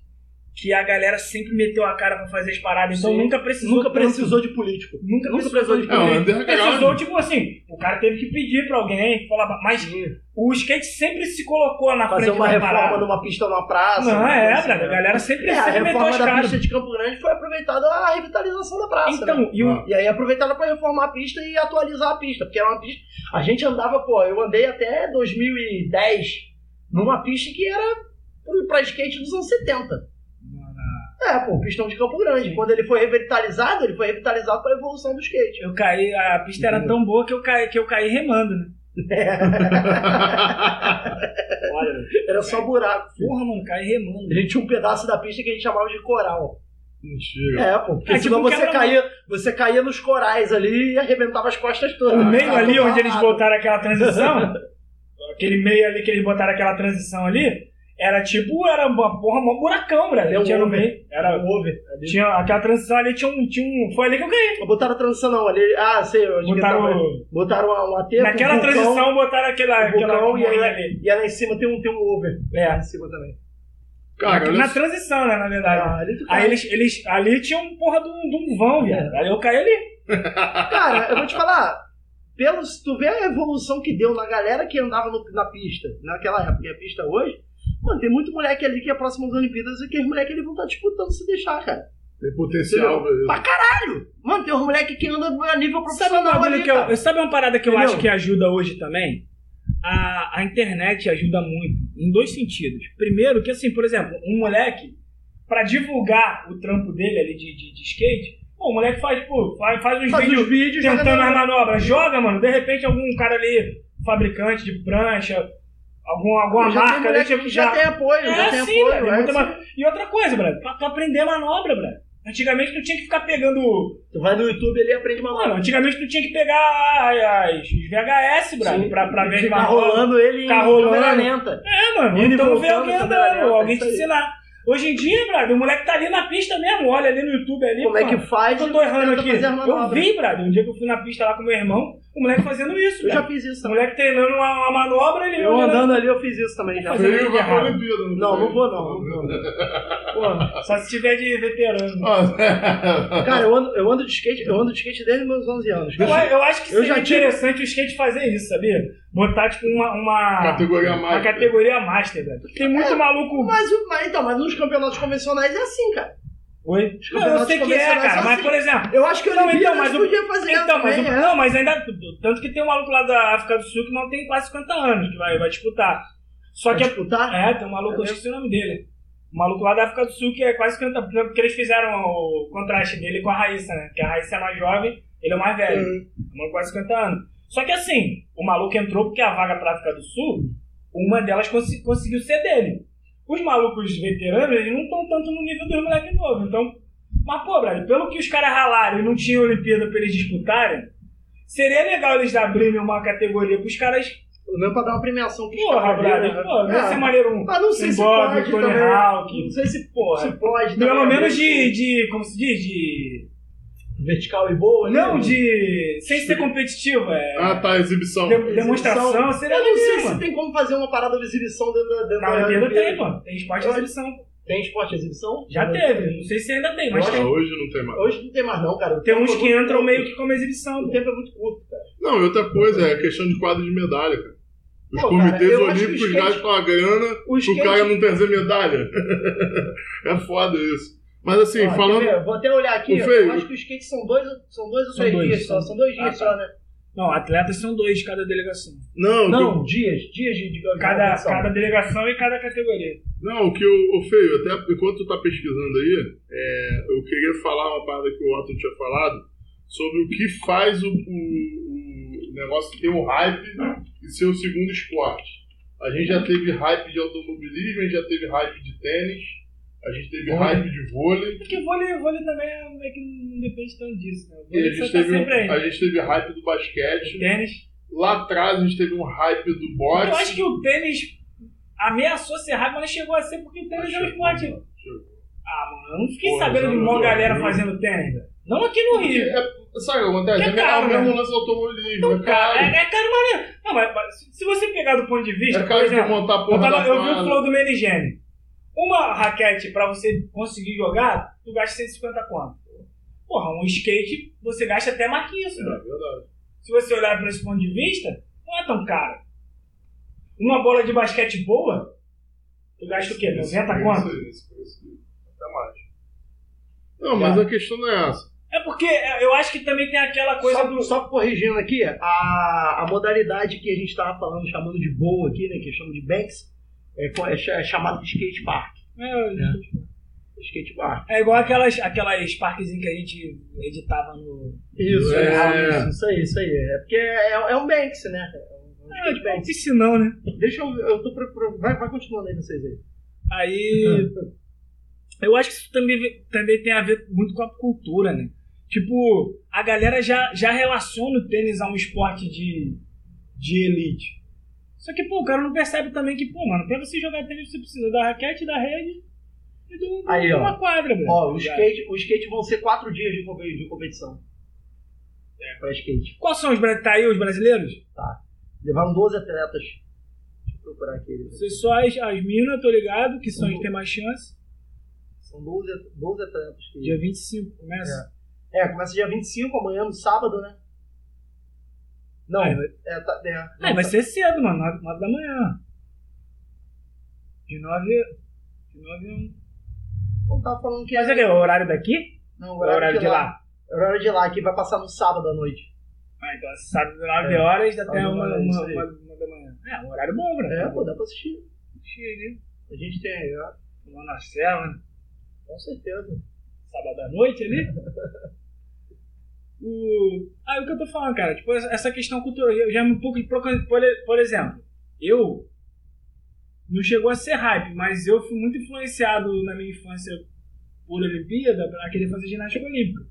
Speaker 4: que a galera sempre meteu a cara pra fazer as paradas, então
Speaker 2: Sim.
Speaker 4: nunca precisou.
Speaker 2: Nunca
Speaker 4: tanto.
Speaker 2: precisou de político.
Speaker 4: Nunca,
Speaker 2: nunca
Speaker 4: precisou
Speaker 2: precisou
Speaker 4: de
Speaker 2: de
Speaker 3: Não,
Speaker 4: poder.
Speaker 3: underground.
Speaker 4: Precisou, tipo assim, o cara teve que pedir pra alguém, falar, mas o skate sempre se colocou na
Speaker 2: Fazer
Speaker 4: frente
Speaker 2: uma
Speaker 4: da
Speaker 2: reforma
Speaker 4: parada.
Speaker 2: numa pista ou numa praça.
Speaker 4: Não,
Speaker 2: uma
Speaker 4: é,
Speaker 2: coisa assim,
Speaker 4: brother, a
Speaker 2: né?
Speaker 4: galera sempre,
Speaker 2: É, a
Speaker 4: sempre meteu as
Speaker 2: reforma da
Speaker 4: caras.
Speaker 2: pista de Campo Grande foi aproveitada a revitalização da praça. né?
Speaker 4: Então, e o,
Speaker 3: Ah.
Speaker 2: E aí aproveitaram pra reformar a pista e atualizar a pista, porque era uma pista. A gente andava, pô, eu andei até 2010 numa pista que era pro- pra skate dos anos 70. É, pô, o pistão de Campo Grande. Quando ele foi revitalizado, ele foi revitalizado pra evolução do skate.
Speaker 4: eu caí, a pista era tão boa que eu caí, que eu caí remando, né? Olha,
Speaker 2: Era só buraco.
Speaker 4: porra, mano, caí remando.
Speaker 2: A gente tinha um pedaço da pista que a gente chamava de coral.
Speaker 3: Mentira.
Speaker 2: É, pô, porque
Speaker 4: É, tipo
Speaker 2: senão você,
Speaker 4: quebra-
Speaker 2: caía, você caía nos corais ali e arrebentava as costas todas.
Speaker 4: O meio
Speaker 2: Ficava
Speaker 4: ali onde eles
Speaker 2: amarrado.
Speaker 4: botaram aquela transição, aquele meio ali que eles botaram aquela transição ali, era tipo, era uma porra, um buracão,
Speaker 2: Deu
Speaker 4: velho.
Speaker 2: um
Speaker 4: Tinha no
Speaker 2: over.
Speaker 4: meio. Era
Speaker 2: Um over ali.
Speaker 4: Tinha aquela transição ali, tinha um. Tinha um foi ali que eu ganhei.
Speaker 2: Botaram a transição não, ali. Ah, sei, onde que tava-
Speaker 4: Botaram,
Speaker 2: Botaram uma, uma teta,
Speaker 4: naquela
Speaker 2: um vulcão,
Speaker 4: transição, botaram aquela.
Speaker 2: um
Speaker 4: aquela
Speaker 2: vulcão e, aí,
Speaker 4: bolinha
Speaker 2: lá-
Speaker 4: ali.
Speaker 2: e aí lá em cima tem um, tem um over.
Speaker 4: É.
Speaker 2: Lá em cima também.
Speaker 3: Cara,
Speaker 4: na,
Speaker 3: olha
Speaker 4: na
Speaker 3: só.
Speaker 4: transição, né, na verdade.
Speaker 2: Ah, ali tu
Speaker 4: Aí
Speaker 2: cai.
Speaker 4: eles, eles. Ali tinha um porra de um, de um vão, velho. Aí eu caí ali.
Speaker 2: Cara, eu vou te falar. Pelos, tu vê a evolução que deu na galera que andava no- na pista naquela época e a pista hoje. Mano, tem muito moleque ali que é próximo das Olimpíadas e que os moleques eles vão estar disputando se deixar, cara.
Speaker 3: Tem potencial, velho.
Speaker 2: Pra caralho! Mano, tem uns moleques que andam a nível
Speaker 4: Sabe uma,
Speaker 2: profissional
Speaker 4: bagulho
Speaker 2: ali,
Speaker 4: que eu-
Speaker 2: cara.
Speaker 4: sabe uma parada que eu
Speaker 2: Entendeu?
Speaker 4: acho que ajuda hoje também? A, a internet ajuda muito, em dois sentidos. Primeiro, que assim, por exemplo, um moleque, pra divulgar o trampo dele ali de, de, de skate, pô, o moleque faz, pô, faz, faz uns
Speaker 2: Faz
Speaker 4: vídeos
Speaker 2: os vídeos, joga
Speaker 4: tentando
Speaker 2: na-
Speaker 4: as manobras. Joga, mano. De repente, algum cara ali, fabricante de prancha, algum,
Speaker 2: já
Speaker 4: alguma
Speaker 2: tem
Speaker 4: marca ali,
Speaker 2: moleque
Speaker 4: tipo,
Speaker 2: que já tem apoio,
Speaker 4: É
Speaker 2: já tem
Speaker 4: assim,
Speaker 2: apoio.
Speaker 4: velho,
Speaker 2: é
Speaker 4: muito
Speaker 2: assim.
Speaker 4: ma- E outra coisa, brother, pra tu aprender manobra, brother. Antigamente tu tinha que ficar pegando.
Speaker 2: Tu vai no YouTube ali e aprende uma
Speaker 4: Mano,
Speaker 2: manobra.
Speaker 4: antigamente tu tinha que pegar as, os VHS, brother,
Speaker 2: Sim.
Speaker 4: pra, pra ver as
Speaker 2: Ficar
Speaker 4: manobras.
Speaker 2: rolando ele em
Speaker 4: Ficar rolando.
Speaker 2: câmera lenta.
Speaker 4: É, mano.
Speaker 2: Indo e
Speaker 4: então ver
Speaker 2: voltando,
Speaker 4: alguém
Speaker 2: câmera
Speaker 4: andando,
Speaker 2: lenta,
Speaker 4: alguém
Speaker 2: isso
Speaker 4: te
Speaker 2: aí.
Speaker 4: ensinar. Hoje em dia, brother, o moleque tá ali na pista mesmo, olha ali no YouTube ali.
Speaker 2: Como é que
Speaker 4: mano.
Speaker 2: faz?
Speaker 4: Eu tô errando
Speaker 2: tenta
Speaker 4: aqui.
Speaker 2: fazer a
Speaker 4: Eu
Speaker 2: manobra.
Speaker 4: vi, brother, um dia que eu fui na pista lá com meu irmão, o moleque fazendo isso,
Speaker 2: Eu já
Speaker 4: brother.
Speaker 2: fiz isso
Speaker 4: O
Speaker 2: também.
Speaker 4: moleque treinando uma, uma manobra, ele
Speaker 2: Eu
Speaker 4: olhando-
Speaker 2: andando ali, eu fiz isso também. Já.
Speaker 4: Fazer
Speaker 3: Veio
Speaker 4: vídeo
Speaker 3: vai pra
Speaker 4: errado.
Speaker 3: Olimpíada,
Speaker 2: é Não,
Speaker 3: vai?
Speaker 2: não vou não. não vou, não.
Speaker 4: Pô, só se tiver de veterano.
Speaker 3: Ó,
Speaker 2: Cara, eu ando, eu ando de skate, eu ando de skate desde meus 11 anos.
Speaker 4: Eu,
Speaker 2: cara.
Speaker 4: eu acho que
Speaker 2: Eu
Speaker 4: seria
Speaker 2: já tive-
Speaker 4: interessante o skate fazer isso, sabia? Botar, tipo, uma. uma
Speaker 3: Categoria
Speaker 4: Uma
Speaker 3: mais.
Speaker 4: categoria master, velho. Tem muito maluco.
Speaker 2: Mas, o- mas, então, mas nos campeonatos convencionais é assim, cara.
Speaker 4: Oi?
Speaker 2: Os
Speaker 4: Não, eu
Speaker 2: campeonatos
Speaker 4: sei que é,
Speaker 2: convencionais
Speaker 4: cara,
Speaker 2: são
Speaker 4: mas
Speaker 2: assim.
Speaker 4: por exemplo.
Speaker 2: Eu acho que eu
Speaker 4: Não, então, mas
Speaker 2: mas
Speaker 4: o-
Speaker 2: podia fazer
Speaker 4: Então, mas,
Speaker 2: também,
Speaker 4: o-
Speaker 2: é.
Speaker 4: não, mas ainda. Tanto que tem um maluco lá da África do Sul que não tem quase 50 anos, que vai, vai disputar. Só
Speaker 2: Pra
Speaker 4: que.
Speaker 2: disputar?
Speaker 4: É, tem um maluco, eu esqueci o nome dele. Um maluco lá da África do Sul que é quase 50 anos, porque eles fizeram o contraste dele com a Raíssa, né? Que a Raíssa é mais jovem, ele é o mais velho. Um maluco quase 50 anos. Só que assim, o maluco entrou porque a vaga pra África do Sul, uma delas consi- conseguiu ser dele. Os malucos veteranos, eles não estão tanto no nível dos moleques novos. Então, mas pô, brother, pelo que os caras ralaram e não tinha Olimpíada pra eles disputarem, seria legal eles abrirem uma categoria pros caras
Speaker 2: Pelo menos é pra dar uma premiação pros
Speaker 4: Porra,
Speaker 2: cavaleiros,
Speaker 4: brother. Pô,
Speaker 2: né?
Speaker 4: deve ser maneiro um.
Speaker 2: Ah, não sei
Speaker 4: um
Speaker 2: se
Speaker 4: Bob,
Speaker 2: pode
Speaker 4: Tony
Speaker 2: também.
Speaker 4: Hawk.
Speaker 2: Não sei se,
Speaker 4: Porra.
Speaker 2: se pode.
Speaker 4: Pelo
Speaker 2: também. né?
Speaker 4: menos de, de. Como se diz? De.
Speaker 2: Vertical e boa? né?
Speaker 4: Não, de. Sem ser competitivo, é.
Speaker 3: Ah, tá, exibição.
Speaker 4: de- demonstração seria Tá,
Speaker 2: Eu não sei
Speaker 4: maneiro,
Speaker 2: se
Speaker 4: mano.
Speaker 2: tem como fazer uma parada de exibição dentro da. Dentro
Speaker 4: Na
Speaker 2: da
Speaker 4: Olimpíada
Speaker 2: Olimpíada.
Speaker 4: tem, pô. Tem esporte de exibição.
Speaker 2: Tem esporte de exibição?
Speaker 4: Já
Speaker 2: Não.
Speaker 4: teve. Não sei se ainda tem, mas
Speaker 3: Ah,
Speaker 4: tem.
Speaker 3: hoje não tem mais.
Speaker 2: Hoje não tem mais, não, cara. O
Speaker 4: Tem
Speaker 2: tempo
Speaker 4: uns
Speaker 2: é
Speaker 4: que
Speaker 2: muito
Speaker 4: entram
Speaker 2: curto.
Speaker 4: meio que como exibição.
Speaker 2: O
Speaker 4: pô.
Speaker 2: tempo é muito curto, cara.
Speaker 3: Não, e outra coisa, é a questão de quadro de medalha, cara. Os
Speaker 2: Pô, cara,
Speaker 3: comitês
Speaker 2: eu acho que o
Speaker 3: olímpicos
Speaker 2: skate-
Speaker 3: gastam a grana
Speaker 2: O
Speaker 3: pro
Speaker 2: skate.
Speaker 3: cara não trazer medalha. é foda isso. Mas assim,
Speaker 2: Ó, quer
Speaker 3: falando.
Speaker 2: ver? Vou até olhar aqui.
Speaker 3: Ô, Fê,
Speaker 2: eu acho que o skate são dois, são dois ou
Speaker 4: São
Speaker 2: três
Speaker 4: dois,
Speaker 2: dias só.
Speaker 4: são-
Speaker 2: São dois dias
Speaker 4: Ah, tá.
Speaker 2: só, né?
Speaker 4: Não, atletas são dois de cada delegação.
Speaker 3: Não, o que-
Speaker 2: Não, dias. Dias de. de
Speaker 4: Cada,
Speaker 2: competição.
Speaker 4: cada delegação e cada categoria.
Speaker 3: não, o que o, o Feio, até enquanto tu tá pesquisando aí, é, eu queria falar uma parada que o Otto tinha falado sobre o que faz o, o- o negócio ter um hype e ser o segundo esporte. A gente já teve hype de automobilismo, a gente já teve hype de tênis, a gente teve hype de vôlei.
Speaker 4: Porque vôlei, vôlei também é que não depende tanto disso, né? O
Speaker 3: E a
Speaker 4: Vôlei só
Speaker 3: gente,
Speaker 4: tá
Speaker 3: teve, um-
Speaker 4: sempre aí.
Speaker 3: a gente teve hype do basquete.
Speaker 4: Tênis.
Speaker 3: Lá atrás a gente teve um hype do boxe.
Speaker 4: Eu acho que o tênis ameaçou ser rápido, mas não chegou a ser porque o tênis era um
Speaker 3: Achei-
Speaker 4: esporte.
Speaker 3: achei-
Speaker 4: Ah, mano, eu não fiquei
Speaker 3: Porra,
Speaker 4: sabendo de
Speaker 3: não,
Speaker 4: uma
Speaker 3: não,
Speaker 4: galera
Speaker 3: não.
Speaker 4: fazendo tênis. velho. Não aqui no Rio.
Speaker 3: É, sabe o que acontece?
Speaker 4: Que
Speaker 3: é
Speaker 4: caro,
Speaker 3: o mesmo
Speaker 4: né?
Speaker 3: lance do automobilismo. É
Speaker 4: Cara,
Speaker 3: caro.
Speaker 4: é, é caro maneiro. Não, mas, mas se- se você pegar do ponto de vista,
Speaker 3: É
Speaker 4: por
Speaker 3: caro de
Speaker 4: exemplo,
Speaker 3: montar a
Speaker 4: eu,
Speaker 3: porra da
Speaker 4: tava- eu vi o
Speaker 3: quadra.
Speaker 4: flow do Menigene. Uma raquete pra você conseguir jogar, tu gasta 150 conto. Porra, um skate você gasta até mais que isso, velho.
Speaker 3: É verdade.
Speaker 4: Se você olhar por esse ponto de vista, não é tão caro. Uma bola de basquete boa, tu gasta o quê? 90
Speaker 3: Isso,
Speaker 4: conto?
Speaker 3: isso, isso, isso. Até mais. Não, mas a questão não é essa.
Speaker 4: É porque eu acho que também tem aquela coisa
Speaker 2: só,
Speaker 4: do.
Speaker 2: só corrigindo aqui, a, a modalidade que a gente estava falando, chamando de boa aqui, né? Que chama de banks, é, co- é, cha- é chamado de skate park.
Speaker 4: É,
Speaker 2: Skate park.
Speaker 4: É igual aquelas, aquelas parquezinhas que a gente editava no.
Speaker 2: Isso,
Speaker 3: É.
Speaker 2: é, isso, isso aí, isso aí. É porque é, é um banks, né? É um- é um skate banks.
Speaker 4: piscinão, né?
Speaker 2: Deixa eu. eu tô pro- pro- vai, vai continuando aí vocês aí.
Speaker 4: Aí. Eu acho que isso também, ve- também tem a ver muito com a cultura, né? Tipo, a galera já, já relaciona o tênis a um esporte de, de elite. Só que, pô, o cara não percebe também que, pô, mano, pra você jogar tênis você precisa da raquete, da rede e do,
Speaker 2: Aí,
Speaker 4: de
Speaker 2: ó.
Speaker 4: uma quadra, velho. Tá
Speaker 2: Ó, o skate, o skate vão ser quatro dias de, compe- de competição. É. Pra skate.
Speaker 4: Quais são os brasileiros? Tá aí os brasileiros?
Speaker 2: Levaram 12 atletas. Deixa eu procurar aqui. eles.
Speaker 4: Vocês só as, as minas, tô ligado, que
Speaker 2: Uhum.
Speaker 4: são as que tem mais chance.
Speaker 2: São 12, at- 12 atletas. Que...
Speaker 4: Dia 25 começa.
Speaker 2: É, começa dia 25, amanhã, no sábado, né? Não,
Speaker 4: Aí
Speaker 2: é,
Speaker 4: vai-
Speaker 2: tá, é, não,
Speaker 4: Ah, vai
Speaker 2: tá-
Speaker 4: ser cedo, mano. 9, da manhã. De 9. De 9 a 1.
Speaker 2: não tá falando que é.
Speaker 4: Mas olha, o horário daqui?
Speaker 2: Não,
Speaker 4: O
Speaker 2: o
Speaker 4: horário, de lá.
Speaker 2: É o horário de lá, que vai passar no sábado à noite.
Speaker 4: Ah, então sábado 9
Speaker 2: É.
Speaker 4: horas até
Speaker 2: Sábado,
Speaker 4: uma,
Speaker 2: é
Speaker 4: uma,
Speaker 2: isso aí.
Speaker 4: uma- uma da manhã. É, um horário bom, bro.
Speaker 2: É, pô, dá pra assistir.
Speaker 4: Cheio ali.
Speaker 2: A gente tem aí, ó,
Speaker 4: Tomar na cela, né?
Speaker 2: com certeza.
Speaker 4: Sábado à noite ali. o... Ah, é o que eu tô falando, cara. Tipo, essa essa questão cultural. Eu já me um pouco de. proca- Por, por exemplo, eu. Não chegou a ser hype, mas eu fui muito influenciado na minha infância por Olimpíada pra querer fazer ginástica olímpica.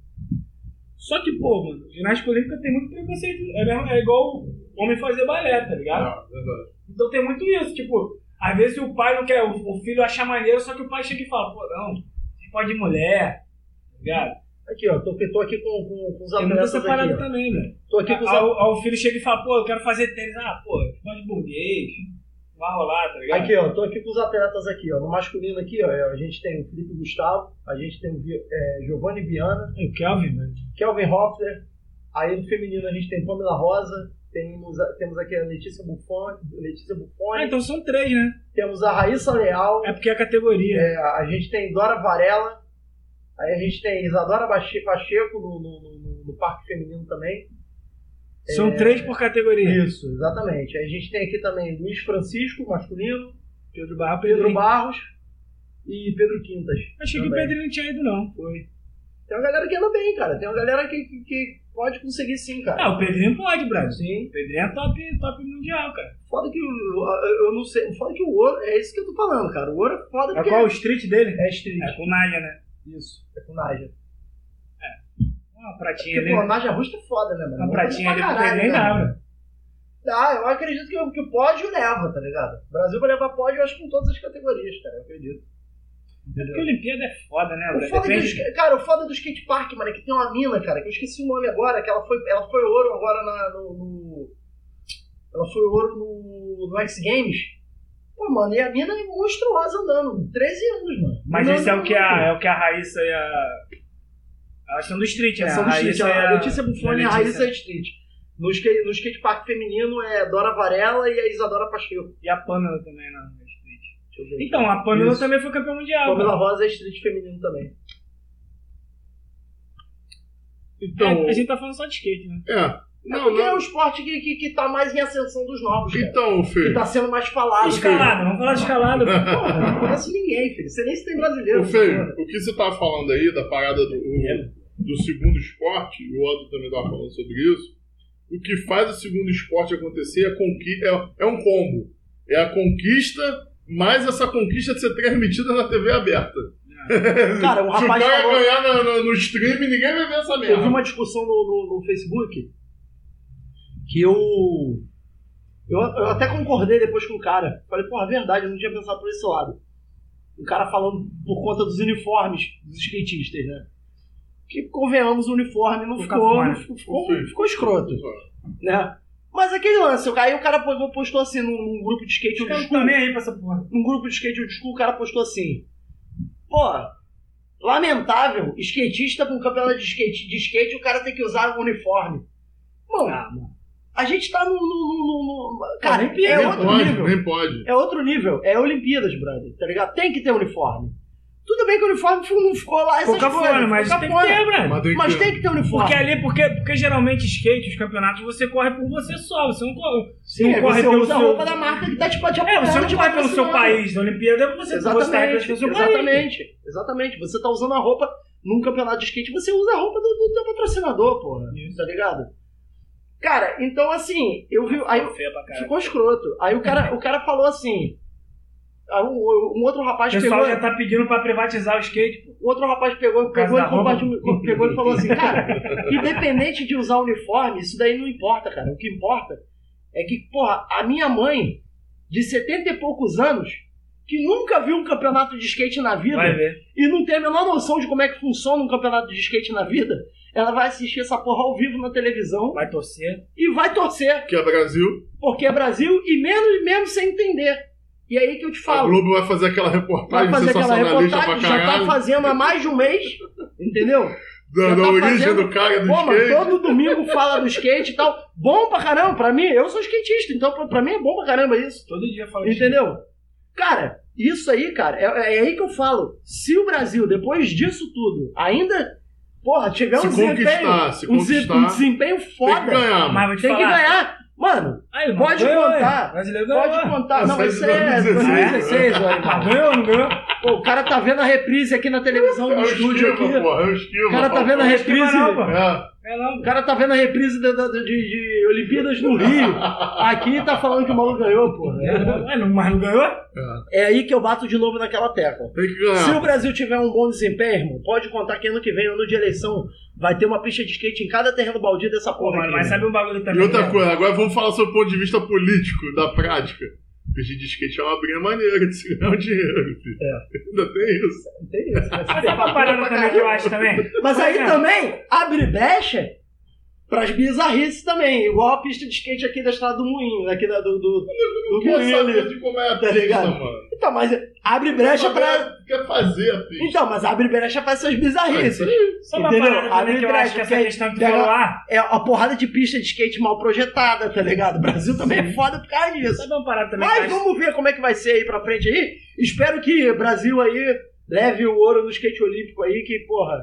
Speaker 4: Só que, pô, mano, ginástica olímpica tem muito preconceito. É, mesmo, é igual homem fazer balé, tá ligado?
Speaker 3: É verdade.
Speaker 4: Então tem muito isso, tipo, às vezes o pai não quer, o o filho acha maneiro, só que o pai chega e fala, pô, não, você pode ir mulher, tá ligado?
Speaker 2: Aqui, ó, tô, tô aqui com, com, com os
Speaker 4: Tem muita
Speaker 2: atletas.
Speaker 4: essa parada
Speaker 2: Aqui, ó.
Speaker 4: também, velho.
Speaker 2: Tô aqui com os
Speaker 4: Ah,
Speaker 2: atletas.
Speaker 4: O ah, o filho chega e fala, pô, eu quero fazer tênis, ah, pô, esporte burguês, não vai rolar, tá ligado?
Speaker 2: Aqui, ó, tô aqui com os atletas aqui, ó. No masculino aqui, ó, é, a gente tem o Felipe Gustavo, a gente tem o Vi- é, Giovanni Viana,
Speaker 4: O Kelvin, mano.
Speaker 2: Kelvin Hoffler. Aí no feminino a gente tem Pamela Rosa, temos, a- temos aqui a Letícia Buffoni, Letícia Buffoni
Speaker 4: Ah, então são três, né?
Speaker 2: temos a Raíssa Leal,
Speaker 4: É porque é a categoria.
Speaker 2: é, a gente tem Dora Varela, aí a gente tem Isadora Bache- Pacheco no, no- no- no- no Parque Feminino também.
Speaker 4: São três por categoria.
Speaker 2: Isso, exatamente. Aí a gente tem aqui também Luiz Francisco, masculino,
Speaker 4: Pedro Barra, Pedro,
Speaker 2: Pedro Barros e Pedro Quintas.
Speaker 4: Achei que o
Speaker 2: também.
Speaker 4: Pedro não tinha ido, não. Foi.
Speaker 2: Tem uma galera que anda bem, cara. Tem uma galera que, que, que pode conseguir sim, cara.
Speaker 4: Ah, o Pedrinho pode, Brasil.
Speaker 2: Sim.
Speaker 4: O Pedrinho é top, top mundial, cara.
Speaker 2: Foda que o- eu, eu não sei. Foda que o ouro. É isso que eu tô falando, cara. O ouro é foda
Speaker 4: É
Speaker 2: porque
Speaker 4: qual o street dele?
Speaker 2: é street.
Speaker 4: É com Naja, né?
Speaker 2: Isso. É com Naja.
Speaker 4: Uma pratinha
Speaker 2: Porque,
Speaker 4: ali.
Speaker 2: pô, a Naja Rusta é foda, né, mano?
Speaker 4: Uma
Speaker 2: Ela
Speaker 4: pratinha
Speaker 2: tá
Speaker 4: ali
Speaker 2: pra
Speaker 4: não tem
Speaker 2: caralho,
Speaker 4: nem
Speaker 2: né, mano?
Speaker 4: nada.
Speaker 2: Dá, eu acredito que, o- que o pódio leva, tá ligado? O Brasil vai levar pódio, eu acho que em todas as categorias, cara, eu acredito.
Speaker 4: Porque a Olimpíada é foda, né?
Speaker 2: O
Speaker 4: velho?
Speaker 2: foda, que
Speaker 4: Depende-
Speaker 2: do ska- cara, o foda do skate park, mano, é que tem uma mina, cara, que eu esqueci o nome agora, que ela foi, ela foi ouro agora na- no, no- Ela foi ouro no, no X Games. Pô, mano, e a mina é monstruosa andando, 13 anos, mano.
Speaker 4: Mas
Speaker 2: Andando
Speaker 4: esse é o que a,
Speaker 2: muito.
Speaker 4: é o que a Raíssa e a. Elas são do street, né?
Speaker 2: É, são do street,
Speaker 4: Raíssa
Speaker 2: a
Speaker 4: e
Speaker 2: Letícia Buffoni e a Raíssa Street. No skate, no skate park feminino é Dora Varela e a Isadora Pacheco.
Speaker 4: E a Pamela também na na street.
Speaker 2: Deixa eu ver.
Speaker 4: Então, a Pamela
Speaker 2: Isso.
Speaker 4: também foi campeã mundial. né?
Speaker 2: Pamela
Speaker 4: mano.
Speaker 2: Rosa é street feminino também.
Speaker 3: Então,
Speaker 4: É, a gente tá falando só de skate, né?
Speaker 3: é.
Speaker 2: É
Speaker 3: Não,
Speaker 2: porque é
Speaker 3: não.
Speaker 2: um esporte que, que, que tá mais em ascensão dos novos, cara.
Speaker 3: Então,
Speaker 2: Que
Speaker 3: Fê.
Speaker 2: tá sendo mais falado.
Speaker 4: Escalada, vamos falar de escalada. pô.
Speaker 2: Porra, não conheço ninguém, filho. Você nem se tem brasileiro.
Speaker 3: Ô, Fê,
Speaker 2: porra.
Speaker 3: o que você tava falando aí da parada do, o- do segundo esporte, e o Otto também tava falando sobre isso, o que faz o segundo esporte acontecer é, conqui- é- é um combo. É a conquista, mais essa conquista de ser transmitida na TV aberta.
Speaker 2: Cara, um
Speaker 3: Se o
Speaker 2: rapaz
Speaker 3: cara
Speaker 2: falou.
Speaker 3: ganhar na- na- no stream, ninguém vai ver essa merda.
Speaker 2: Eu vi uma discussão no, no- no Facebook que eu, eu. eu até concordei depois com o cara. Falei, porra, é verdade, eu não tinha pensado por esse lado. O cara falando por conta dos uniformes dos skatistas, né? Que convenhamos, o uniforme não
Speaker 4: Ficou
Speaker 2: ficou,
Speaker 4: cafona.
Speaker 2: não ficou, ficou, ficou escroto, né? Mas aquele lance, o cara- aí o cara pegou- postou assim num, num grupo de skate
Speaker 4: Os
Speaker 2: old
Speaker 4: caras não
Speaker 2: school
Speaker 4: estão nem aí pra essa porra.
Speaker 2: num grupo de skate old school, o cara postou assim: Pô, lamentável, skatista com campeonato de skate, de skate, o cara tem que usar um uniforme. Mano,
Speaker 4: Ah, mano.
Speaker 2: a gente tá no. no- no- no- cara,
Speaker 4: Olimpíada,
Speaker 2: é
Speaker 3: nem
Speaker 2: outro
Speaker 3: pode,
Speaker 2: nível.
Speaker 3: nem pode.
Speaker 2: É outro nível. É Olimpíadas, brother, tá ligado? Tem que ter uniforme. Tudo bem que o uniforme ficou- não ficou lá essas
Speaker 4: Ficou
Speaker 2: coisas,
Speaker 4: cafona, mas
Speaker 2: ficou
Speaker 4: tem que
Speaker 2: cafona.
Speaker 4: ter, mano.
Speaker 3: Mas tem que
Speaker 2: É. Mas
Speaker 3: ter.
Speaker 2: tem que ter uniforme.
Speaker 4: Porque ali, porque, porque geralmente skate, os campeonatos, você corre por você só. Você não corre.
Speaker 2: Sim,
Speaker 4: não
Speaker 2: aí
Speaker 4: corre
Speaker 2: você
Speaker 4: pelo
Speaker 2: usa a
Speaker 4: seu-
Speaker 2: roupa da marca que tá tipo de
Speaker 4: É, você não
Speaker 2: te
Speaker 4: corre pelo seu
Speaker 2: patrocinando.
Speaker 4: país. Na Olimpíada você você tá
Speaker 2: Exatamente,
Speaker 4: representando o seu país.
Speaker 2: exatamente, exatamente. Você tá usando a roupa num campeonato de skate, você usa a roupa do, do teu patrocinador, porra. Tá ligado? Cara, então assim, eu vi. Aí,
Speaker 4: Ficou feia pra caralho.
Speaker 2: ficou escroto. Aí o cara, o cara falou assim. aí um, um outro
Speaker 4: O
Speaker 2: rapaz
Speaker 4: pessoal
Speaker 2: pegou.
Speaker 4: já tá pedindo pra privatizar o skate, pô.
Speaker 2: O outro rapaz pegou,
Speaker 4: Por causa
Speaker 2: pegou, e,
Speaker 4: da roupa?
Speaker 2: compartilhou- pegou e falou assim, cara, independente de usar uniforme, isso daí não importa, cara. O que importa é que, porra, a minha mãe, de 70 e poucos anos, que nunca viu um campeonato de skate na vida
Speaker 4: Vai ver.
Speaker 2: e não tem a menor noção de como é que funciona um campeonato de skate na vida, ela vai assistir essa porra ao vivo na televisão
Speaker 4: Vai torcer.
Speaker 2: e vai torcer,
Speaker 3: Que é Brasil,
Speaker 2: porque é Brasil e mesmo, mesmo sem entender. E é aí que eu te
Speaker 3: a
Speaker 2: falo
Speaker 3: É, Globo vai fazer aquela
Speaker 2: vai
Speaker 3: reportagem
Speaker 2: fazer aquela
Speaker 3: sensacionalista
Speaker 2: reportagem,
Speaker 3: pra
Speaker 2: já tá
Speaker 3: caralho.
Speaker 2: fazendo há mais de um mês, entendeu?
Speaker 3: da
Speaker 2: já
Speaker 3: da
Speaker 2: tá
Speaker 3: origem
Speaker 2: fazendo-
Speaker 3: do cara do
Speaker 2: Pô, mano,
Speaker 3: skate.
Speaker 2: todo domingo fala do skate e tal. Bom pra caramba, pra mim, eu sou skatista, então pra, pra mim é bom pra caramba isso.
Speaker 4: Todo dia fala de
Speaker 2: Entendeu? Cara, isso aí, cara, é, é aí que eu falo. Se o Brasil, depois disso tudo, ainda, porra, tiver
Speaker 3: Se
Speaker 2: um desempenho.
Speaker 3: conquistar, se
Speaker 2: um, dese-
Speaker 3: conquistar.
Speaker 2: um desempenho
Speaker 3: Tem que
Speaker 2: foda.
Speaker 3: ganhar, mano.
Speaker 4: Mas vou te
Speaker 2: Tem que
Speaker 4: falar.
Speaker 2: ganhar. Mano,
Speaker 4: Aí,
Speaker 2: Pode contar.
Speaker 4: Brasileiro ganhou.
Speaker 2: pode contar.
Speaker 3: Ah,
Speaker 2: Não,
Speaker 3: sai
Speaker 2: mas isso
Speaker 3: de
Speaker 2: aí é
Speaker 3: 2016.
Speaker 2: 2016, ó,
Speaker 4: Ah,
Speaker 2: irmão.
Speaker 4: ganhou, não ganhou?
Speaker 2: Pô, O cara tá vendo a reprise aqui na televisão
Speaker 3: É
Speaker 2: do
Speaker 3: o
Speaker 2: um estúdio
Speaker 3: esquiva,
Speaker 2: aqui.
Speaker 3: porra, é o esquiva.
Speaker 2: O cara tá vendo a reprise.
Speaker 4: Não, pô.
Speaker 3: É,
Speaker 4: É não.
Speaker 2: O cara tá vendo a reprise da- da- de, de Olimpíadas no Rio. Aqui e tá falando que o maluco ganhou, porra.
Speaker 4: É, não. Ué, não- Mas não ganhou?
Speaker 2: É aí que eu bato de novo naquela tecla.
Speaker 3: tem que
Speaker 2: Se
Speaker 3: ganhar.
Speaker 2: o Brasil tiver um bom desempenho, irmão, pode contar que ano que vem, ano de eleição, vai ter uma pista de skate em cada terreno baldio dessa
Speaker 4: Pô,
Speaker 2: porra.
Speaker 4: mano,
Speaker 2: aqui,
Speaker 4: mas
Speaker 2: né?
Speaker 4: sabe um bagulho
Speaker 3: E
Speaker 4: também.
Speaker 3: outra
Speaker 4: né?
Speaker 3: coisa, agora vamos falar sobre o ponto de vista político, da prática. Peixe de skate é uma briga maneira de se ganhar um dinheiro, filho.
Speaker 2: É.
Speaker 3: Ainda tem isso.
Speaker 2: Não tem isso, né?
Speaker 4: Mas sabe uma parada também que eu acho também?
Speaker 2: Mas
Speaker 4: Por
Speaker 2: aí
Speaker 4: exemplo,
Speaker 2: também abre brecha pras bizarrices também, igual a pista de skate aqui da Estrada do Moinho, aqui da, do, do, do
Speaker 3: Não quer
Speaker 2: Moinho
Speaker 3: saber
Speaker 2: ali.
Speaker 3: de como é a
Speaker 2: Tá
Speaker 3: pista,
Speaker 2: ligado?
Speaker 3: mano.
Speaker 2: Então, mas abre brecha pra.
Speaker 3: Quer fazer a pista.
Speaker 2: Então, mas abre brecha pra essas bizarrices.
Speaker 4: Sabe uma
Speaker 2: Entendeu?
Speaker 4: parada também
Speaker 2: Abre
Speaker 4: que eu
Speaker 2: brecha,
Speaker 4: acho que essa
Speaker 2: porque
Speaker 4: questão que tu
Speaker 2: pega-
Speaker 4: falou lá?
Speaker 2: é a porrada de pista de skate mal projetada, tá ligado? O Brasil também é foda por causa disso.
Speaker 4: Sabe uma parada também que eu
Speaker 2: Mas
Speaker 4: acho?
Speaker 2: vamos ver como é que vai ser aí pra frente aí. Espero que o Brasil aí leve o ouro no skate olímpico aí, que, porra,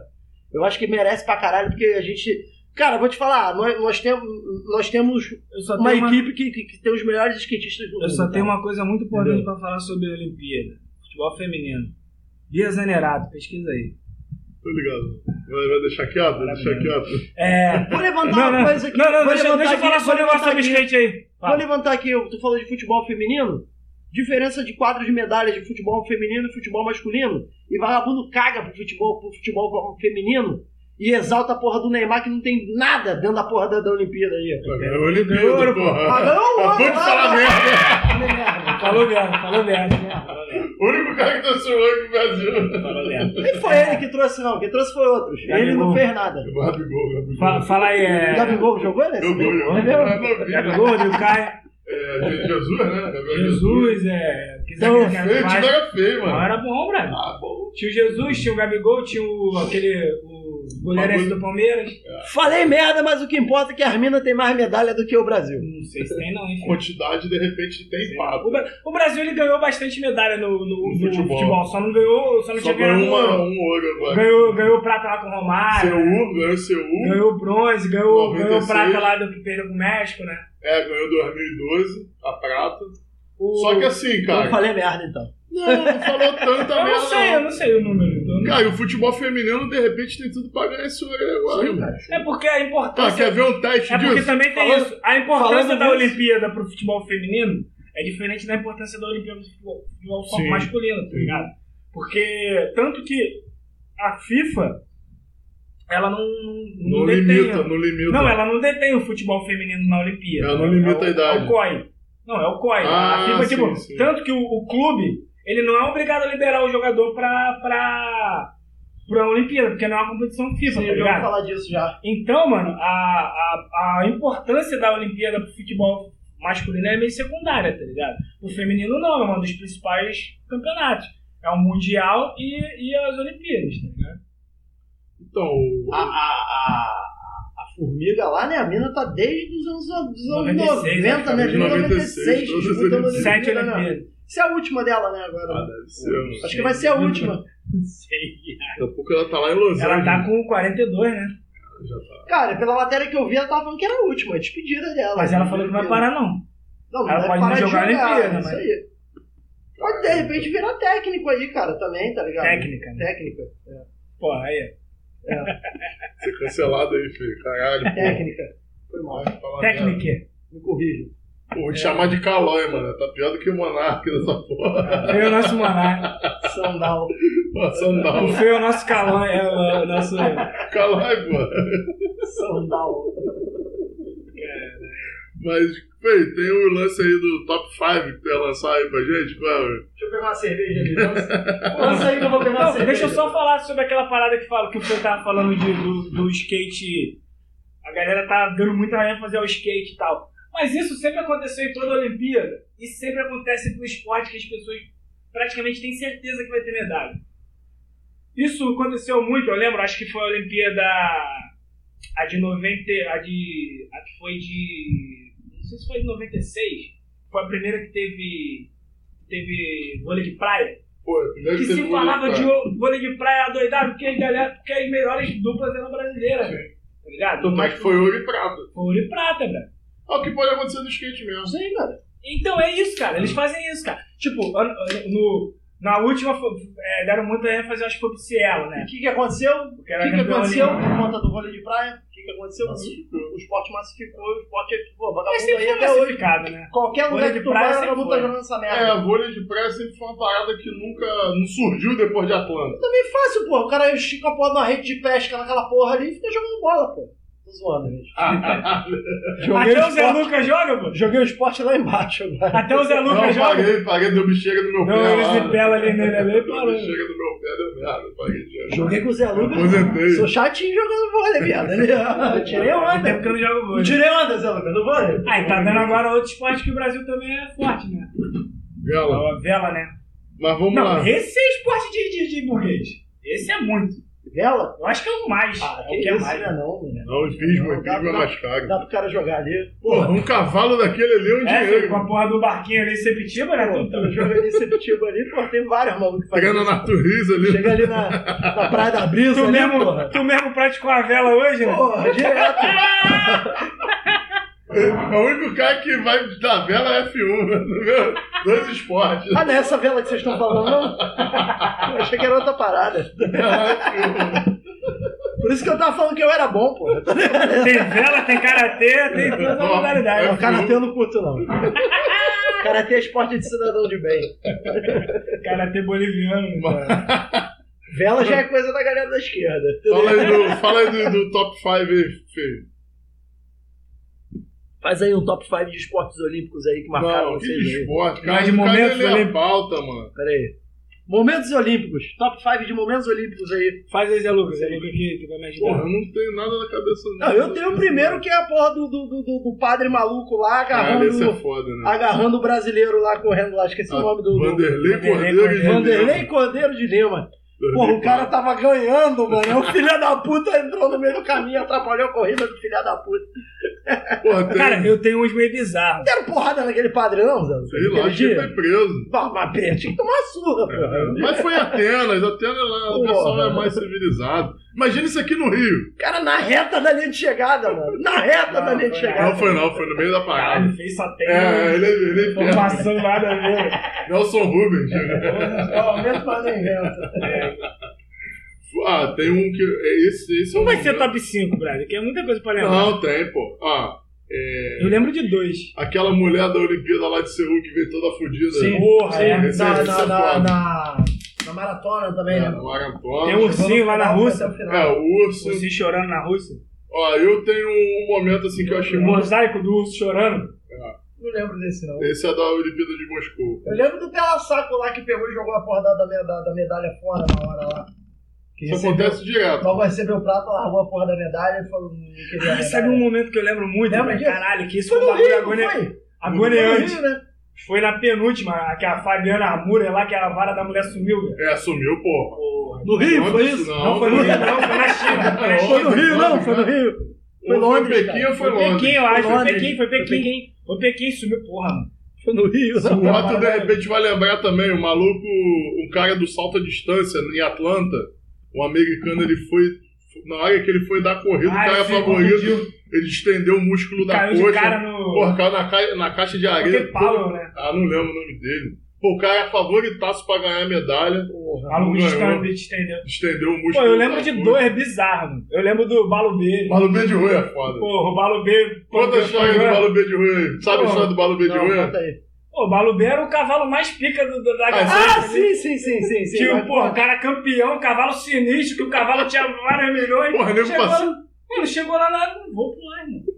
Speaker 2: eu acho que merece pra caralho, porque a gente. Cara, vou te falar, nós, nós temos, nós temos
Speaker 4: Eu só
Speaker 2: uma
Speaker 4: tenho uma-
Speaker 2: equipe que, que- que tem os melhores skatistas do mundo.
Speaker 4: Eu só
Speaker 2: cara.
Speaker 4: tenho uma coisa muito importante pra falar sobre a Olimpíada. Futebol feminino. Bia Zanerato, pesquisa aí.
Speaker 3: Tô ligado. Vai, vai deixar quieto? Vai deixar quieto.
Speaker 4: É.
Speaker 2: Vou levantar
Speaker 4: Não,
Speaker 2: uma
Speaker 4: não,
Speaker 2: coisa aqui.
Speaker 4: não, não,
Speaker 2: vou
Speaker 4: deixa,
Speaker 2: levantar
Speaker 4: deixa eu
Speaker 2: aqui,
Speaker 4: falar só
Speaker 2: vou
Speaker 4: um negócio
Speaker 2: levantar
Speaker 4: sobre
Speaker 2: aqui.
Speaker 4: skate aí.
Speaker 2: Vou
Speaker 4: Fala.
Speaker 2: levantar aqui, eu- tu falou de futebol feminino, diferença de quadro de medalhas de futebol feminino e futebol masculino, e vagabundo caga pro futebol, pro futebol feminino, e exalta a porra do Neymar que não tem nada dentro da porra da, da Olimpíada aí.
Speaker 3: Ganhou a Olimpíada,
Speaker 2: Ah,
Speaker 3: porra.
Speaker 2: não,
Speaker 3: Acabou de falar merda.
Speaker 2: merda.
Speaker 4: Falou merda, falou merda, falou merda,
Speaker 3: O único cara que tá chorando no Brasil.
Speaker 4: falou merda.
Speaker 2: Nem foi ele que trouxe, não. Quem trouxe foi outros. Ele não
Speaker 4: Gabigol.
Speaker 2: fez nada.
Speaker 3: O Gabigol, Gabigol.
Speaker 4: Fa- Fala aí,
Speaker 2: O
Speaker 4: é.
Speaker 2: Gabigol jogou nesse?
Speaker 3: Jogou, jogou.
Speaker 2: É mesmo?
Speaker 3: Ah, não, vi.
Speaker 4: Gabigol, Nil Caio,
Speaker 3: É, Jesus, né? Gabigol
Speaker 4: Jesus, é. Quiser
Speaker 2: Então,
Speaker 4: que
Speaker 3: Feio,
Speaker 4: eu
Speaker 3: o time
Speaker 4: quero mais.
Speaker 3: era feio,
Speaker 4: Não,
Speaker 3: mano.
Speaker 4: era é bom, Brad.
Speaker 3: Ah, bom.
Speaker 4: Tinha o Jesus, tinha o Gabigol, tinha o, aquele. O goleiro esse do Palmeiras.
Speaker 2: Falei merda, mas o que importa é que a Armina tem mais medalha do que o Brasil.
Speaker 4: Não sei se tem, não, enfim.
Speaker 3: Quantidade, de repente, tem
Speaker 4: O,
Speaker 3: papo.
Speaker 4: Bra- o Brasil ele ganhou bastante medalha no, no- no
Speaker 3: futebol.
Speaker 4: futebol. só não ganhou, só não
Speaker 3: Só
Speaker 4: tinha ganhado
Speaker 3: ganhou uma, um.
Speaker 4: ouro.
Speaker 3: um ouro agora.
Speaker 4: Ganhou, ganhou prata lá com o Romário,
Speaker 3: Seul, ganhou Seul.
Speaker 4: ganhou bronze, ganhou, ganhou
Speaker 3: 96.
Speaker 4: prata lá do que perdeu com o México, né?
Speaker 3: É, ganhou 2012, a prata.
Speaker 4: O-
Speaker 3: Só que assim,
Speaker 2: Eu
Speaker 3: cara.
Speaker 2: falei merda então.
Speaker 3: Não, não falou tanta
Speaker 4: eu
Speaker 3: merda.
Speaker 4: não sei, eu não sei o número. então, né?
Speaker 3: Cara, e o futebol feminino, de repente, tem tudo pra ganhar esse ouro aí agora, mano.
Speaker 4: É porque a
Speaker 3: Ah,
Speaker 4: importância.
Speaker 3: quer ver um teste
Speaker 4: é porque
Speaker 3: disso?
Speaker 4: também tem
Speaker 2: Falando-
Speaker 4: isso. A importância
Speaker 2: falando
Speaker 4: da
Speaker 2: disso-
Speaker 4: Olimpíada pro futebol feminino é diferente da importância da Olimpíada pro futebol, futebol só
Speaker 3: Sim.
Speaker 4: masculino, tá ligado? Porque tanto que a FIFA ela não, não,
Speaker 3: Não
Speaker 4: detém-
Speaker 3: limita, não limita.
Speaker 4: Não, ela não detém o futebol feminino na Olimpíada.
Speaker 3: Ela não limita
Speaker 4: É o-
Speaker 3: a idade.
Speaker 4: É o COI. Não, é o COI.
Speaker 3: Ah,
Speaker 4: a FIFA,
Speaker 3: sim,
Speaker 4: tipo,
Speaker 3: sim.
Speaker 4: tanto que o, o clube, ele não é obrigado a liberar o jogador pra, pra, pra Olimpíada, porque não é uma competição FIFA,
Speaker 3: um
Speaker 4: tá
Speaker 2: Eu já ouvi
Speaker 4: ligado?
Speaker 2: falar disso já.
Speaker 4: Então, mano, a, a, a importância da Olimpíada pro futebol masculino é meio secundária, tá ligado? O feminino não, é um dos principais campeonatos. É o Mundial e, e as Olimpíadas, tá ligado?
Speaker 3: Então, o-
Speaker 4: Ah.
Speaker 2: A, a, a, a formiga lá, né? A mina tá desde os anos, dos anos
Speaker 4: 96,
Speaker 2: 90, né?
Speaker 3: né,
Speaker 2: Desde
Speaker 3: cara?
Speaker 2: 96,
Speaker 3: 96,
Speaker 2: disputando a
Speaker 3: todas as
Speaker 4: Sete
Speaker 2: Olimpíada, né?
Speaker 4: Olimpíadas. Ah,
Speaker 2: Isso é a última dela, né, agora. né?
Speaker 3: Ah, deve ser, mano.
Speaker 2: Acho que vai ser a última.
Speaker 4: Não sei.
Speaker 3: Daqui a pouco ela tá lá em Los
Speaker 4: Ela
Speaker 3: Angeles.
Speaker 4: tá com 42, né?
Speaker 3: tá.
Speaker 2: Cara, pela matéria que eu vi, ela tava falando que era a última, a despedida dela.
Speaker 4: Mas ela falou que não vai parar, não.
Speaker 2: Não, não
Speaker 4: Ela
Speaker 2: vai
Speaker 4: pode
Speaker 2: parar
Speaker 4: não
Speaker 2: de
Speaker 4: jogar
Speaker 2: jogar,
Speaker 4: a Olimpíada,
Speaker 2: isso
Speaker 4: mas-
Speaker 2: aí. Pode de repente virar técnico aí, cara, também, tá ligado?
Speaker 4: Técnica, né?
Speaker 2: Técnica.
Speaker 4: Pô, aí.
Speaker 3: Ser cancelado aí, filho. Caralho,
Speaker 4: É.
Speaker 3: pô.
Speaker 2: Técnica. Foi mal.
Speaker 3: Vai falar merda.
Speaker 4: Técnica.
Speaker 2: Me corrija.
Speaker 3: Pô, vou te chamar de Calói, mano. Tá pior do que o Monark nessa porra.
Speaker 4: Foi o nosso monarca.
Speaker 2: Sandal.
Speaker 3: Passando da
Speaker 4: O Foi o nosso calão. É o nosso.
Speaker 3: Calói, pô.
Speaker 2: Sandal.
Speaker 3: Mas, velho, tem o lance aí do Top 5 que tu ia lançar aí pra gente, mano.
Speaker 2: Deixa eu pegar uma cerveja ali. Lança lança aí que eu vou pegar uma
Speaker 4: Não,
Speaker 2: cerveja.
Speaker 4: deixa eu só falar sobre aquela parada que, fala, que o Fê tava falando de- do, do skate. A galera tá dando muita a fazer o skate e tal. Mas isso sempre aconteceu em toda a Olimpíada. E sempre acontece pro esporte que as pessoas praticamente têm certeza que vai ter medalha. Isso aconteceu muito, eu lembro, acho que foi a Olimpíada. A de 90. A de. A que foi de. Não sei se foi de 96. Foi a primeira que teve. Teve vôlei de praia
Speaker 3: Pô, é primeiro
Speaker 4: que
Speaker 3: teve
Speaker 4: se
Speaker 3: um lance,
Speaker 4: falava
Speaker 3: cara.
Speaker 4: de o- vôlei de praia adoidado, porque as, galera, porque as melhores duplas eram brasileiras, velho. Tá ligado?
Speaker 3: Tanto é que foi ouro e prata.
Speaker 4: Ouro e prata, velho.
Speaker 3: É o que pode acontecer no skate mesmo.
Speaker 2: Isso aí, cara.
Speaker 4: Então é isso, cara. Eles fazem isso, cara. Tipo, an- an- no, na última, fo- é, deram muita ênfase, acho que foi pro Cielo,
Speaker 2: O
Speaker 4: né?
Speaker 2: que, que aconteceu? O
Speaker 4: Porque era
Speaker 2: que, que
Speaker 4: campeão né?
Speaker 2: aconteceu
Speaker 4: olímpico.
Speaker 2: por conta do vôlei de praia? O que, que aconteceu? O esporte massificou, o esporte é pô,
Speaker 4: Mas
Speaker 2: vagabundo
Speaker 4: sempre
Speaker 2: aí
Speaker 4: foi
Speaker 2: até hoje.
Speaker 4: classificado, né?
Speaker 2: Qualquer lugar
Speaker 4: Vôlei
Speaker 2: que
Speaker 4: de
Speaker 2: tu
Speaker 4: praia
Speaker 2: vai,
Speaker 4: sempre
Speaker 2: vagabundo tá
Speaker 4: foi.
Speaker 2: jogando essa merda.
Speaker 3: É, vôlei de praia sempre foi uma parada que nunca não surgiu depois de Atlanta.
Speaker 2: Também fácil, pô. O cara estica a porra na rede de pesca naquela porra ali e fica jogando bola, pô. Tô zoando, gente. Joguei
Speaker 4: Até
Speaker 2: o
Speaker 4: o Zé
Speaker 2: esporte,
Speaker 4: Lucas joga, pô.
Speaker 2: joguei o esporte lá embaixo agora.
Speaker 4: Até o Zé
Speaker 3: Não,
Speaker 4: Lucas joga.
Speaker 3: parei, parei, deu bexiga no meu
Speaker 4: Não,
Speaker 3: pé. lá. né?
Speaker 4: eles de pela ali nele ali,
Speaker 3: Deu
Speaker 4: parou.
Speaker 3: bexiga no meu pé, deu merda. Parei de jogar.
Speaker 2: Joguei com o Zé Lucas.
Speaker 3: Aposentei.
Speaker 2: Sou chatinho jogando vôlei, viado. Ele- Tirei
Speaker 4: Faz tempo
Speaker 2: onda.
Speaker 4: que eu não jogo
Speaker 2: Não
Speaker 4: vôlei.
Speaker 2: tirei onda, Zé Lucas, no vôlei.
Speaker 4: Ah, e tá dando agora outro esporte que o Brasil também é forte, né?
Speaker 3: Gala.
Speaker 4: A vela, né?
Speaker 3: Mas vamos
Speaker 4: Não,
Speaker 3: lá.
Speaker 4: esse é esporte de, de, de burguês. Esse é muito.
Speaker 2: Vela?
Speaker 4: Eu acho que é o mais. é o que é
Speaker 2: isso,
Speaker 4: mais.
Speaker 2: né, não, né?
Speaker 3: Não, o hipismo, o
Speaker 2: Não, dá-
Speaker 3: hipismo é
Speaker 2: dá-
Speaker 3: mais caro.
Speaker 2: Dá pro cara jogar ali.
Speaker 3: Porra, um cavalo daquele ali é um
Speaker 4: É,
Speaker 3: dinheiro.
Speaker 4: com a porra do barquinho ali, você pitiva, né?
Speaker 2: Pô,
Speaker 4: Tudo.
Speaker 2: tu joga ali em Sepetiba ali, pô, tem vários malucos que fazem
Speaker 3: Pegando a
Speaker 2: isso.
Speaker 3: natureza ali.
Speaker 2: assim. Chega ali na, na Praia da Brisa,
Speaker 4: Tu
Speaker 2: ali,
Speaker 4: mesmo,
Speaker 2: porra.
Speaker 4: tu mesmo praticou a vela hoje, né?
Speaker 2: Porra, direto.
Speaker 3: É o único cara que vai da vela é F1, entendeu? Dois esportes.
Speaker 2: Ah, não é essa vela que vocês estão falando, não? Eu achei que era outra parada.
Speaker 3: Vela é F1.
Speaker 2: Por isso que eu tava falando que eu era bom, pô.
Speaker 4: Tem vela, tem karatê, tem todas as
Speaker 3: Ó,
Speaker 2: Não,
Speaker 4: modalidades.
Speaker 2: karatê eu não curto, não. Karatê é esporte de cidadão de bem.
Speaker 4: Karatê boliviano. né?
Speaker 2: Vela já é coisa da galera da esquerda.
Speaker 3: Fala aí do, fala aí do, do top 5 aí, Fê.
Speaker 2: Faz aí um top 5 de esportes olímpicos aí que marcaram
Speaker 3: Não, que
Speaker 2: vocês aí.
Speaker 3: esporte, cara.
Speaker 4: Mas de
Speaker 3: o cara
Speaker 4: momento
Speaker 3: ele é
Speaker 4: olímpico.
Speaker 3: pauta, mano.
Speaker 2: Pera aí. Momentos olímpicos. Top 5 de momentos olímpicos aí.
Speaker 4: Faz aí, Zé Lucas. Zé Lucas que, que vai me ajudar.
Speaker 3: Porra, eu não tenho nada na cabeça.
Speaker 2: Não, eu tenho o primeiro que é a porra do, do, do, do- do padre maluco lá
Speaker 3: Caralho, esse é
Speaker 2: agarrando,
Speaker 3: foda, né?
Speaker 2: agarrando o brasileiro lá correndo lá. Esqueci o nome do. do-
Speaker 3: Vanderlei
Speaker 4: Vanderlei
Speaker 3: Cordeiro de
Speaker 2: Vanderlei Cordeiro de Lima.
Speaker 3: Lima.
Speaker 2: Porra, o cara tava ganhando, mano. O filho da puta entrou no meio do caminho, atrapalhou a corrida do filho da puta.
Speaker 3: Porra, tem... um-
Speaker 4: Cara, eu tenho uns meio bizarros.
Speaker 2: Deram porrada naquele padre, não, Zé?
Speaker 3: Sei lá,
Speaker 2: Aquele
Speaker 3: acho que tá-
Speaker 2: dia?
Speaker 3: ele foi preso.
Speaker 2: Não, mas pera, tinha que tomar surra, porra.
Speaker 3: Mas foi Atenas, Atenas lá, o
Speaker 2: Porra.
Speaker 3: pessoal é mais civilizado. Imagina isso aqui no Rio.
Speaker 2: Cara, na reta da linha de chegada, mano. Na reta
Speaker 4: Não,
Speaker 2: da linha de
Speaker 4: foi
Speaker 2: chegada.
Speaker 3: Não foi não, foi no meio da
Speaker 4: Caralho,
Speaker 3: parada.
Speaker 4: fez só tem
Speaker 3: É, ele é, ele é
Speaker 4: Não
Speaker 3: perto.
Speaker 4: passando nada a ver.
Speaker 3: Nelson Rubens. né?
Speaker 2: Aumenta, mas não inventa.
Speaker 3: Ah, tem um que. é Esse, esse
Speaker 4: Não
Speaker 3: é um
Speaker 4: vai ser
Speaker 3: momento-
Speaker 4: top 5, Brad, que é muita coisa pra lembrar.
Speaker 3: Não, tem, pô. Ah, é,
Speaker 4: Eu lembro de dois.
Speaker 3: aquela mulher da Olimpíada lá de Seul que veio toda fodida.
Speaker 4: Sim. Porra,
Speaker 2: Sim,
Speaker 4: é.
Speaker 3: Esse é-
Speaker 2: na,
Speaker 3: esse é
Speaker 2: na, na,
Speaker 3: foda.
Speaker 2: na, na maratona também,
Speaker 3: É,
Speaker 2: né?
Speaker 4: Tem um
Speaker 3: maratona.
Speaker 4: ursinho lá na Rússia.
Speaker 2: Até o final.
Speaker 3: É, o urso.
Speaker 4: Ursinho chorando na Rússia.
Speaker 3: Ó, eu tenho um momento assim que eu achei
Speaker 4: O
Speaker 3: muito.
Speaker 4: mosaico do urso chorando.
Speaker 2: Não lembro desse, não.
Speaker 3: Esse é da Olimpíada de Moscou.
Speaker 2: Eu lembro do Pela Saco lá que pegou e jogou a porra da, da, meda- da medalha fora na hora lá. Que
Speaker 3: Isso
Speaker 4: é
Speaker 2: recebeu-
Speaker 3: acontece direto.
Speaker 2: Logo recebeu o prato, largou a porra da medalha e falou: não queria.
Speaker 4: Ah, sabe um momento que eu lembro muito?
Speaker 2: Lembra
Speaker 4: velho?
Speaker 2: disso?
Speaker 4: Caralho, que isso
Speaker 2: Foi
Speaker 4: foi um
Speaker 2: no
Speaker 4: bagulho
Speaker 2: Rio,
Speaker 4: agone-
Speaker 2: foi? Foi no
Speaker 4: agoniante.
Speaker 2: Rio, né?
Speaker 4: Foi na penúltima, que a Fabiana Armura lá, que a vara da mulher sumiu, velho.
Speaker 3: É, sumiu, porra.
Speaker 4: Porra.
Speaker 2: No Rio, foi isso?
Speaker 3: Não,
Speaker 4: Não foi no Rio, não, foi na China. Foi na
Speaker 2: Foi
Speaker 4: China.
Speaker 2: no Rio, não? Foi no Rio. Foi
Speaker 3: Ou
Speaker 2: Londres,
Speaker 3: Foi Pequim
Speaker 2: cara.
Speaker 3: ou foi
Speaker 4: Foi Pequim,
Speaker 3: Londres?
Speaker 4: eu acho. Foi
Speaker 2: Londres.
Speaker 4: Pequim, foi
Speaker 2: Foi
Speaker 4: Pequim. Foi Pequim, sumiu, porra, mano.
Speaker 2: Foi no Rio,
Speaker 3: O Otto,
Speaker 2: é
Speaker 3: de repente, vai lembrar também. O maluco, um cara do salto à distância em Atlanta, um americano, ele foi... Na hora que ele foi dar a corrida,
Speaker 4: Ah,
Speaker 3: o cara
Speaker 4: sim,
Speaker 3: favorito,
Speaker 4: confundiu.
Speaker 3: ele estendeu o músculo da
Speaker 4: Caiu de
Speaker 3: coxa.
Speaker 4: cara no-
Speaker 3: Porra, caiu na, ca- na caixa de areia.
Speaker 4: Porque Paulo, né?
Speaker 3: Ah, não lembro o nome dele. Pô, o cara é favoritaço pra ganhar a medalha.
Speaker 4: O
Speaker 2: Porra.
Speaker 4: maluco
Speaker 3: Não
Speaker 4: estando
Speaker 3: ganhou.
Speaker 4: de estendeu.
Speaker 3: Estendeu o
Speaker 4: Pô,
Speaker 3: músculo
Speaker 4: eu
Speaker 3: da
Speaker 4: lembro de
Speaker 3: coxa.
Speaker 4: dois bizarros, mano. Eu lembro do Balo B.
Speaker 3: Malu B de Rui é foda.
Speaker 4: Porra, o Balo B.
Speaker 3: Conta a história do Malu B de Rui aí. Sabe a
Speaker 4: Pô,
Speaker 3: história do Malu B de
Speaker 2: Não,
Speaker 3: Rui?
Speaker 2: conta aí.
Speaker 4: Pô, o Balu B era o cavalo mais pica do, do- da
Speaker 3: Ah,
Speaker 4: galera.
Speaker 2: Ah, sim, sim, sim, sim. sim.
Speaker 4: Tio,
Speaker 2: Mas,
Speaker 4: porra, o cara campeão, cavalo sinistro, que o cavalo tinha vários milhões.
Speaker 3: Porra, nego
Speaker 4: chegou,
Speaker 3: passou-
Speaker 4: lá- Mano, chegou lá na. Não vou pular, irmão.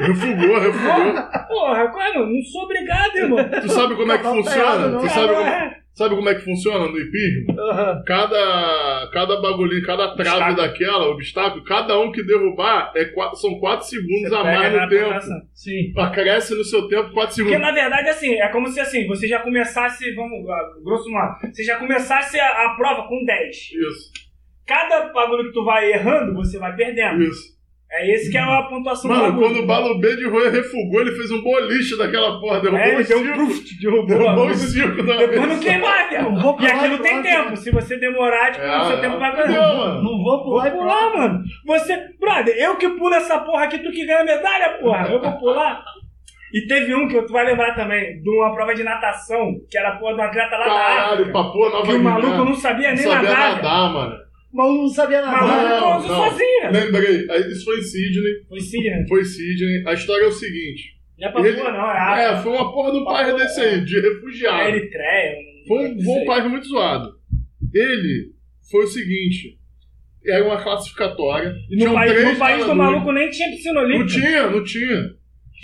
Speaker 3: Refugou, refugou.
Speaker 4: Porra, qual é, meu? Não sou obrigado, irmão.
Speaker 3: Tu sabe como é que
Speaker 2: Não, não tá errado,
Speaker 3: funciona?
Speaker 2: não.
Speaker 3: Tu sabe como, sabe como é que funciona no hipismo?
Speaker 2: Aham.
Speaker 3: Cada, cada bagulhinho, cada trave
Speaker 4: Obstáculo.
Speaker 3: daquela, obstáculo, cada um que derrubar é quatro- são 4 segundos a mais
Speaker 4: Pega na
Speaker 3: no tempo.
Speaker 4: pontuação.
Speaker 2: Sim.
Speaker 3: Acresce no seu tempo 4
Speaker 4: Porque
Speaker 3: segundos.
Speaker 4: na verdade, assim, é como se assim, você já começasse, vamos, ah, grosso modo, você já começasse a, a prova com 10.
Speaker 3: Isso,
Speaker 4: Cada bagulho que tu vai errando, você vai perdendo.
Speaker 3: isso.
Speaker 4: É esse que é a pontuação do
Speaker 3: Mano,
Speaker 4: bagulho.
Speaker 3: quando o Balo B de Rui refugou, ele fez um boliche daquela porra.
Speaker 4: É,
Speaker 3: Derrubou
Speaker 4: ele
Speaker 3: os
Speaker 4: deu um
Speaker 3: cinco.
Speaker 4: proof, derrubou a
Speaker 3: Derrubou
Speaker 4: mão.
Speaker 3: os cinco da
Speaker 4: Depois não
Speaker 3: mesa.
Speaker 4: tem mais,
Speaker 2: Vou pular
Speaker 4: viado. E aqui
Speaker 2: e
Speaker 4: não tem
Speaker 2: pronto.
Speaker 4: tempo. Se você demorar, tipo,
Speaker 3: É,
Speaker 4: o seu
Speaker 3: é,
Speaker 4: tempo vai
Speaker 3: fudeu,
Speaker 4: ganhar.
Speaker 3: mano.
Speaker 2: Não vou
Speaker 4: Vou
Speaker 2: pular e
Speaker 4: pular, mano. Você, brother, eu que pulo essa porra aqui, tu que ganha medalha, porra. Eu vou pular. E teve um que tu vai lembrar também, de uma prova de natação, que era a porra de um atleta lá da
Speaker 3: Caralho,
Speaker 4: África.
Speaker 3: papô, nova
Speaker 4: Que o maluco não
Speaker 3: Guiné.
Speaker 4: sabia nem
Speaker 3: sabia
Speaker 4: nadar. viado.
Speaker 3: nadar, mano.
Speaker 2: Mas eu não sabia nadar.
Speaker 4: Maluco. pousou sozinho.
Speaker 3: Lembrei, aí isso foi em Sydney.
Speaker 4: Foi sim, né?
Speaker 3: Foi em Sydney. A história é o seguinte.
Speaker 4: Não é pra
Speaker 3: Ele-
Speaker 4: porra, não, é a
Speaker 3: É, foi uma porra do bairro desse aí, de
Speaker 4: é
Speaker 3: refugiado.
Speaker 4: Eritreia.
Speaker 3: Foi um, foi um bairro muito zoado. Ele foi o seguinte. Era uma classificatória.
Speaker 4: E no
Speaker 3: tinham
Speaker 4: país,
Speaker 3: um três
Speaker 4: no país do
Speaker 3: nadadores.
Speaker 4: maluco nem tinha piscina
Speaker 3: Não
Speaker 4: olímpica.
Speaker 3: tinha, não tinha.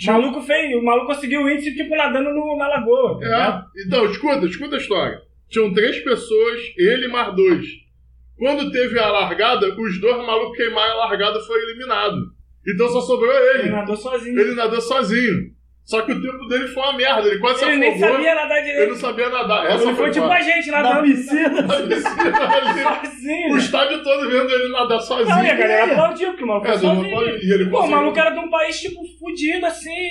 Speaker 4: O maluco fez, o maluco conseguiu o índice tipo nadando no, na lagoa. tá ligado?
Speaker 3: É. Então, escuta, escuta a história. Tinham três pessoas, ele mais dois. Quando teve a largada, os dois malucos queimaram a largada e foi eliminado. Então só sobrou
Speaker 4: Ele
Speaker 3: ele.
Speaker 4: nadou sozinho.
Speaker 3: Ele nadou sozinho. Só que o tempo dele foi uma merda, ele quase
Speaker 4: Ele
Speaker 3: se
Speaker 4: nem
Speaker 3: afogou.
Speaker 4: sabia nadar direito.
Speaker 3: Ele não sabia nadar. Essa
Speaker 4: Ele
Speaker 3: foi,
Speaker 4: foi tipo
Speaker 3: foda.
Speaker 4: a gente
Speaker 2: Na
Speaker 4: nadando
Speaker 2: piscina.
Speaker 3: A piscina ali,
Speaker 4: sozinho.
Speaker 3: O estádio todo vendo ele nadar sozinho.
Speaker 4: Não, e a galera aplaudiu, porque o maluco
Speaker 3: É,
Speaker 4: foi
Speaker 3: todo mundo
Speaker 4: sozinho.
Speaker 3: aplaudiu. E ele
Speaker 4: Pô, o
Speaker 3: conseguiu.
Speaker 4: maluco era de um país, tipo, fudido, assim.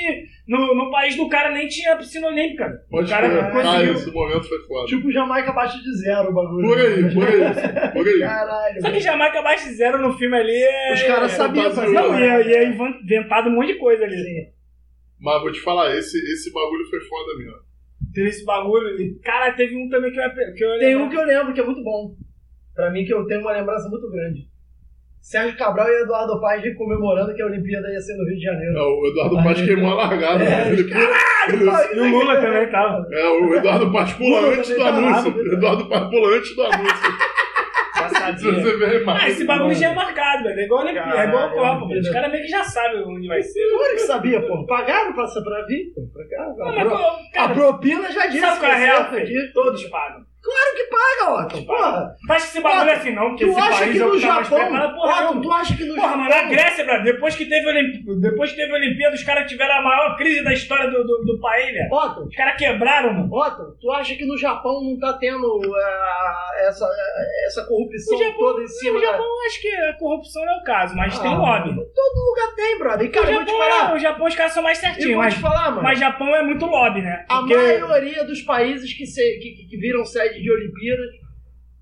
Speaker 4: No, no país do cara nem tinha piscina olímpica.
Speaker 3: Pode
Speaker 4: o cara
Speaker 3: crer. Cara,
Speaker 4: conseguiu.
Speaker 3: esse momento foi foda.
Speaker 2: Tipo Jamaica abaixo de zero o bagulho. né?
Speaker 3: Por
Speaker 4: né?
Speaker 3: aí, por aí, por aí.
Speaker 2: Caralho.
Speaker 4: Só que Jamaica abaixo de zero no filme ali é...
Speaker 2: Os caras
Speaker 4: é-
Speaker 2: sabiam fazer. um
Speaker 4: Não, e é, e é invan- inventado um monte de coisa ali.
Speaker 3: Mas vou te falar, esse, esse bagulho foi foda mesmo.
Speaker 4: Teve esse bagulho. E, cara, teve um também que eu... ia- Que eu ia
Speaker 2: Tem um
Speaker 4: lembrar.
Speaker 2: que eu lembro que é muito bom. Pra mim, que eu tenho uma lembrança muito grande. Sérgio Cabral e Eduardo Paes comemorando que a Olimpíada ia ser no Rio de Janeiro.
Speaker 3: É, O Eduardo Paz queimou a largada. né?
Speaker 2: É,
Speaker 3: Ele- ele-
Speaker 2: Aí,
Speaker 4: E o Lula também tava.
Speaker 3: É, o Eduardo Paz pula antes do
Speaker 2: Tá
Speaker 3: anúncio.
Speaker 2: rápido, né?
Speaker 3: Eduardo Paz pula antes do anúncio. Se você vê a imagem.
Speaker 4: Ah, esse bagulho já é marcado, velho. É igual a Olimpíada, é igual a
Speaker 2: Caralho,
Speaker 4: Copa, velho. Os
Speaker 2: entendeu?
Speaker 4: caras meio que já sabem onde vai ser.
Speaker 2: Claro que sabia, pô. Pagaram pra, pra vir, pô. Pra cá.
Speaker 4: Não,
Speaker 2: A
Speaker 4: mas,
Speaker 2: Ah, pro-
Speaker 4: pô,
Speaker 2: a
Speaker 4: cara,
Speaker 2: propina já disse.
Speaker 4: sabe qual é a
Speaker 2: que
Speaker 4: real,
Speaker 2: certo
Speaker 4: velho?
Speaker 2: aqui.
Speaker 4: Todos pagam.
Speaker 2: Claro que paga, Otto. Porra.
Speaker 4: Tu acha que esse bagulho é assim, não? Porque
Speaker 2: Tu
Speaker 4: esse
Speaker 2: acha que
Speaker 4: país é o
Speaker 2: no
Speaker 4: que tá mais
Speaker 2: Japão...
Speaker 4: preparado, porra,
Speaker 2: Otto,
Speaker 4: não.
Speaker 2: tu acha que no
Speaker 4: Porra,
Speaker 2: Japão...
Speaker 4: mano, a Grécia, brother, depois que teve a Olimpíada, depois que teve a Olimpíada, os caras tiveram a maior crise da história do, do, do país, velho.
Speaker 2: Otto,
Speaker 4: Os caras quebraram, mano.
Speaker 2: Otto, tu acha que no Japão não tá tendo ah, essa, essa corrupção
Speaker 4: O Japão-
Speaker 2: toda em
Speaker 4: No
Speaker 2: cima? da-
Speaker 4: Japão, eu acho que a corrupção não é o caso, mas tem
Speaker 2: é. Ah,
Speaker 4: lobby.
Speaker 2: Todo lugar tem, brother. E
Speaker 4: O
Speaker 2: cara, eu vou te
Speaker 4: Japão, é-
Speaker 2: falar.
Speaker 4: o Japão, os caras são mais
Speaker 2: Eu
Speaker 4: certinhos,
Speaker 2: vou
Speaker 4: mas,
Speaker 2: te falar, mano.
Speaker 4: mas Japão é muito lobby, né?
Speaker 2: A
Speaker 4: Porque-
Speaker 2: maioria dos países que, se- que- que viram sede de Olimpíadas,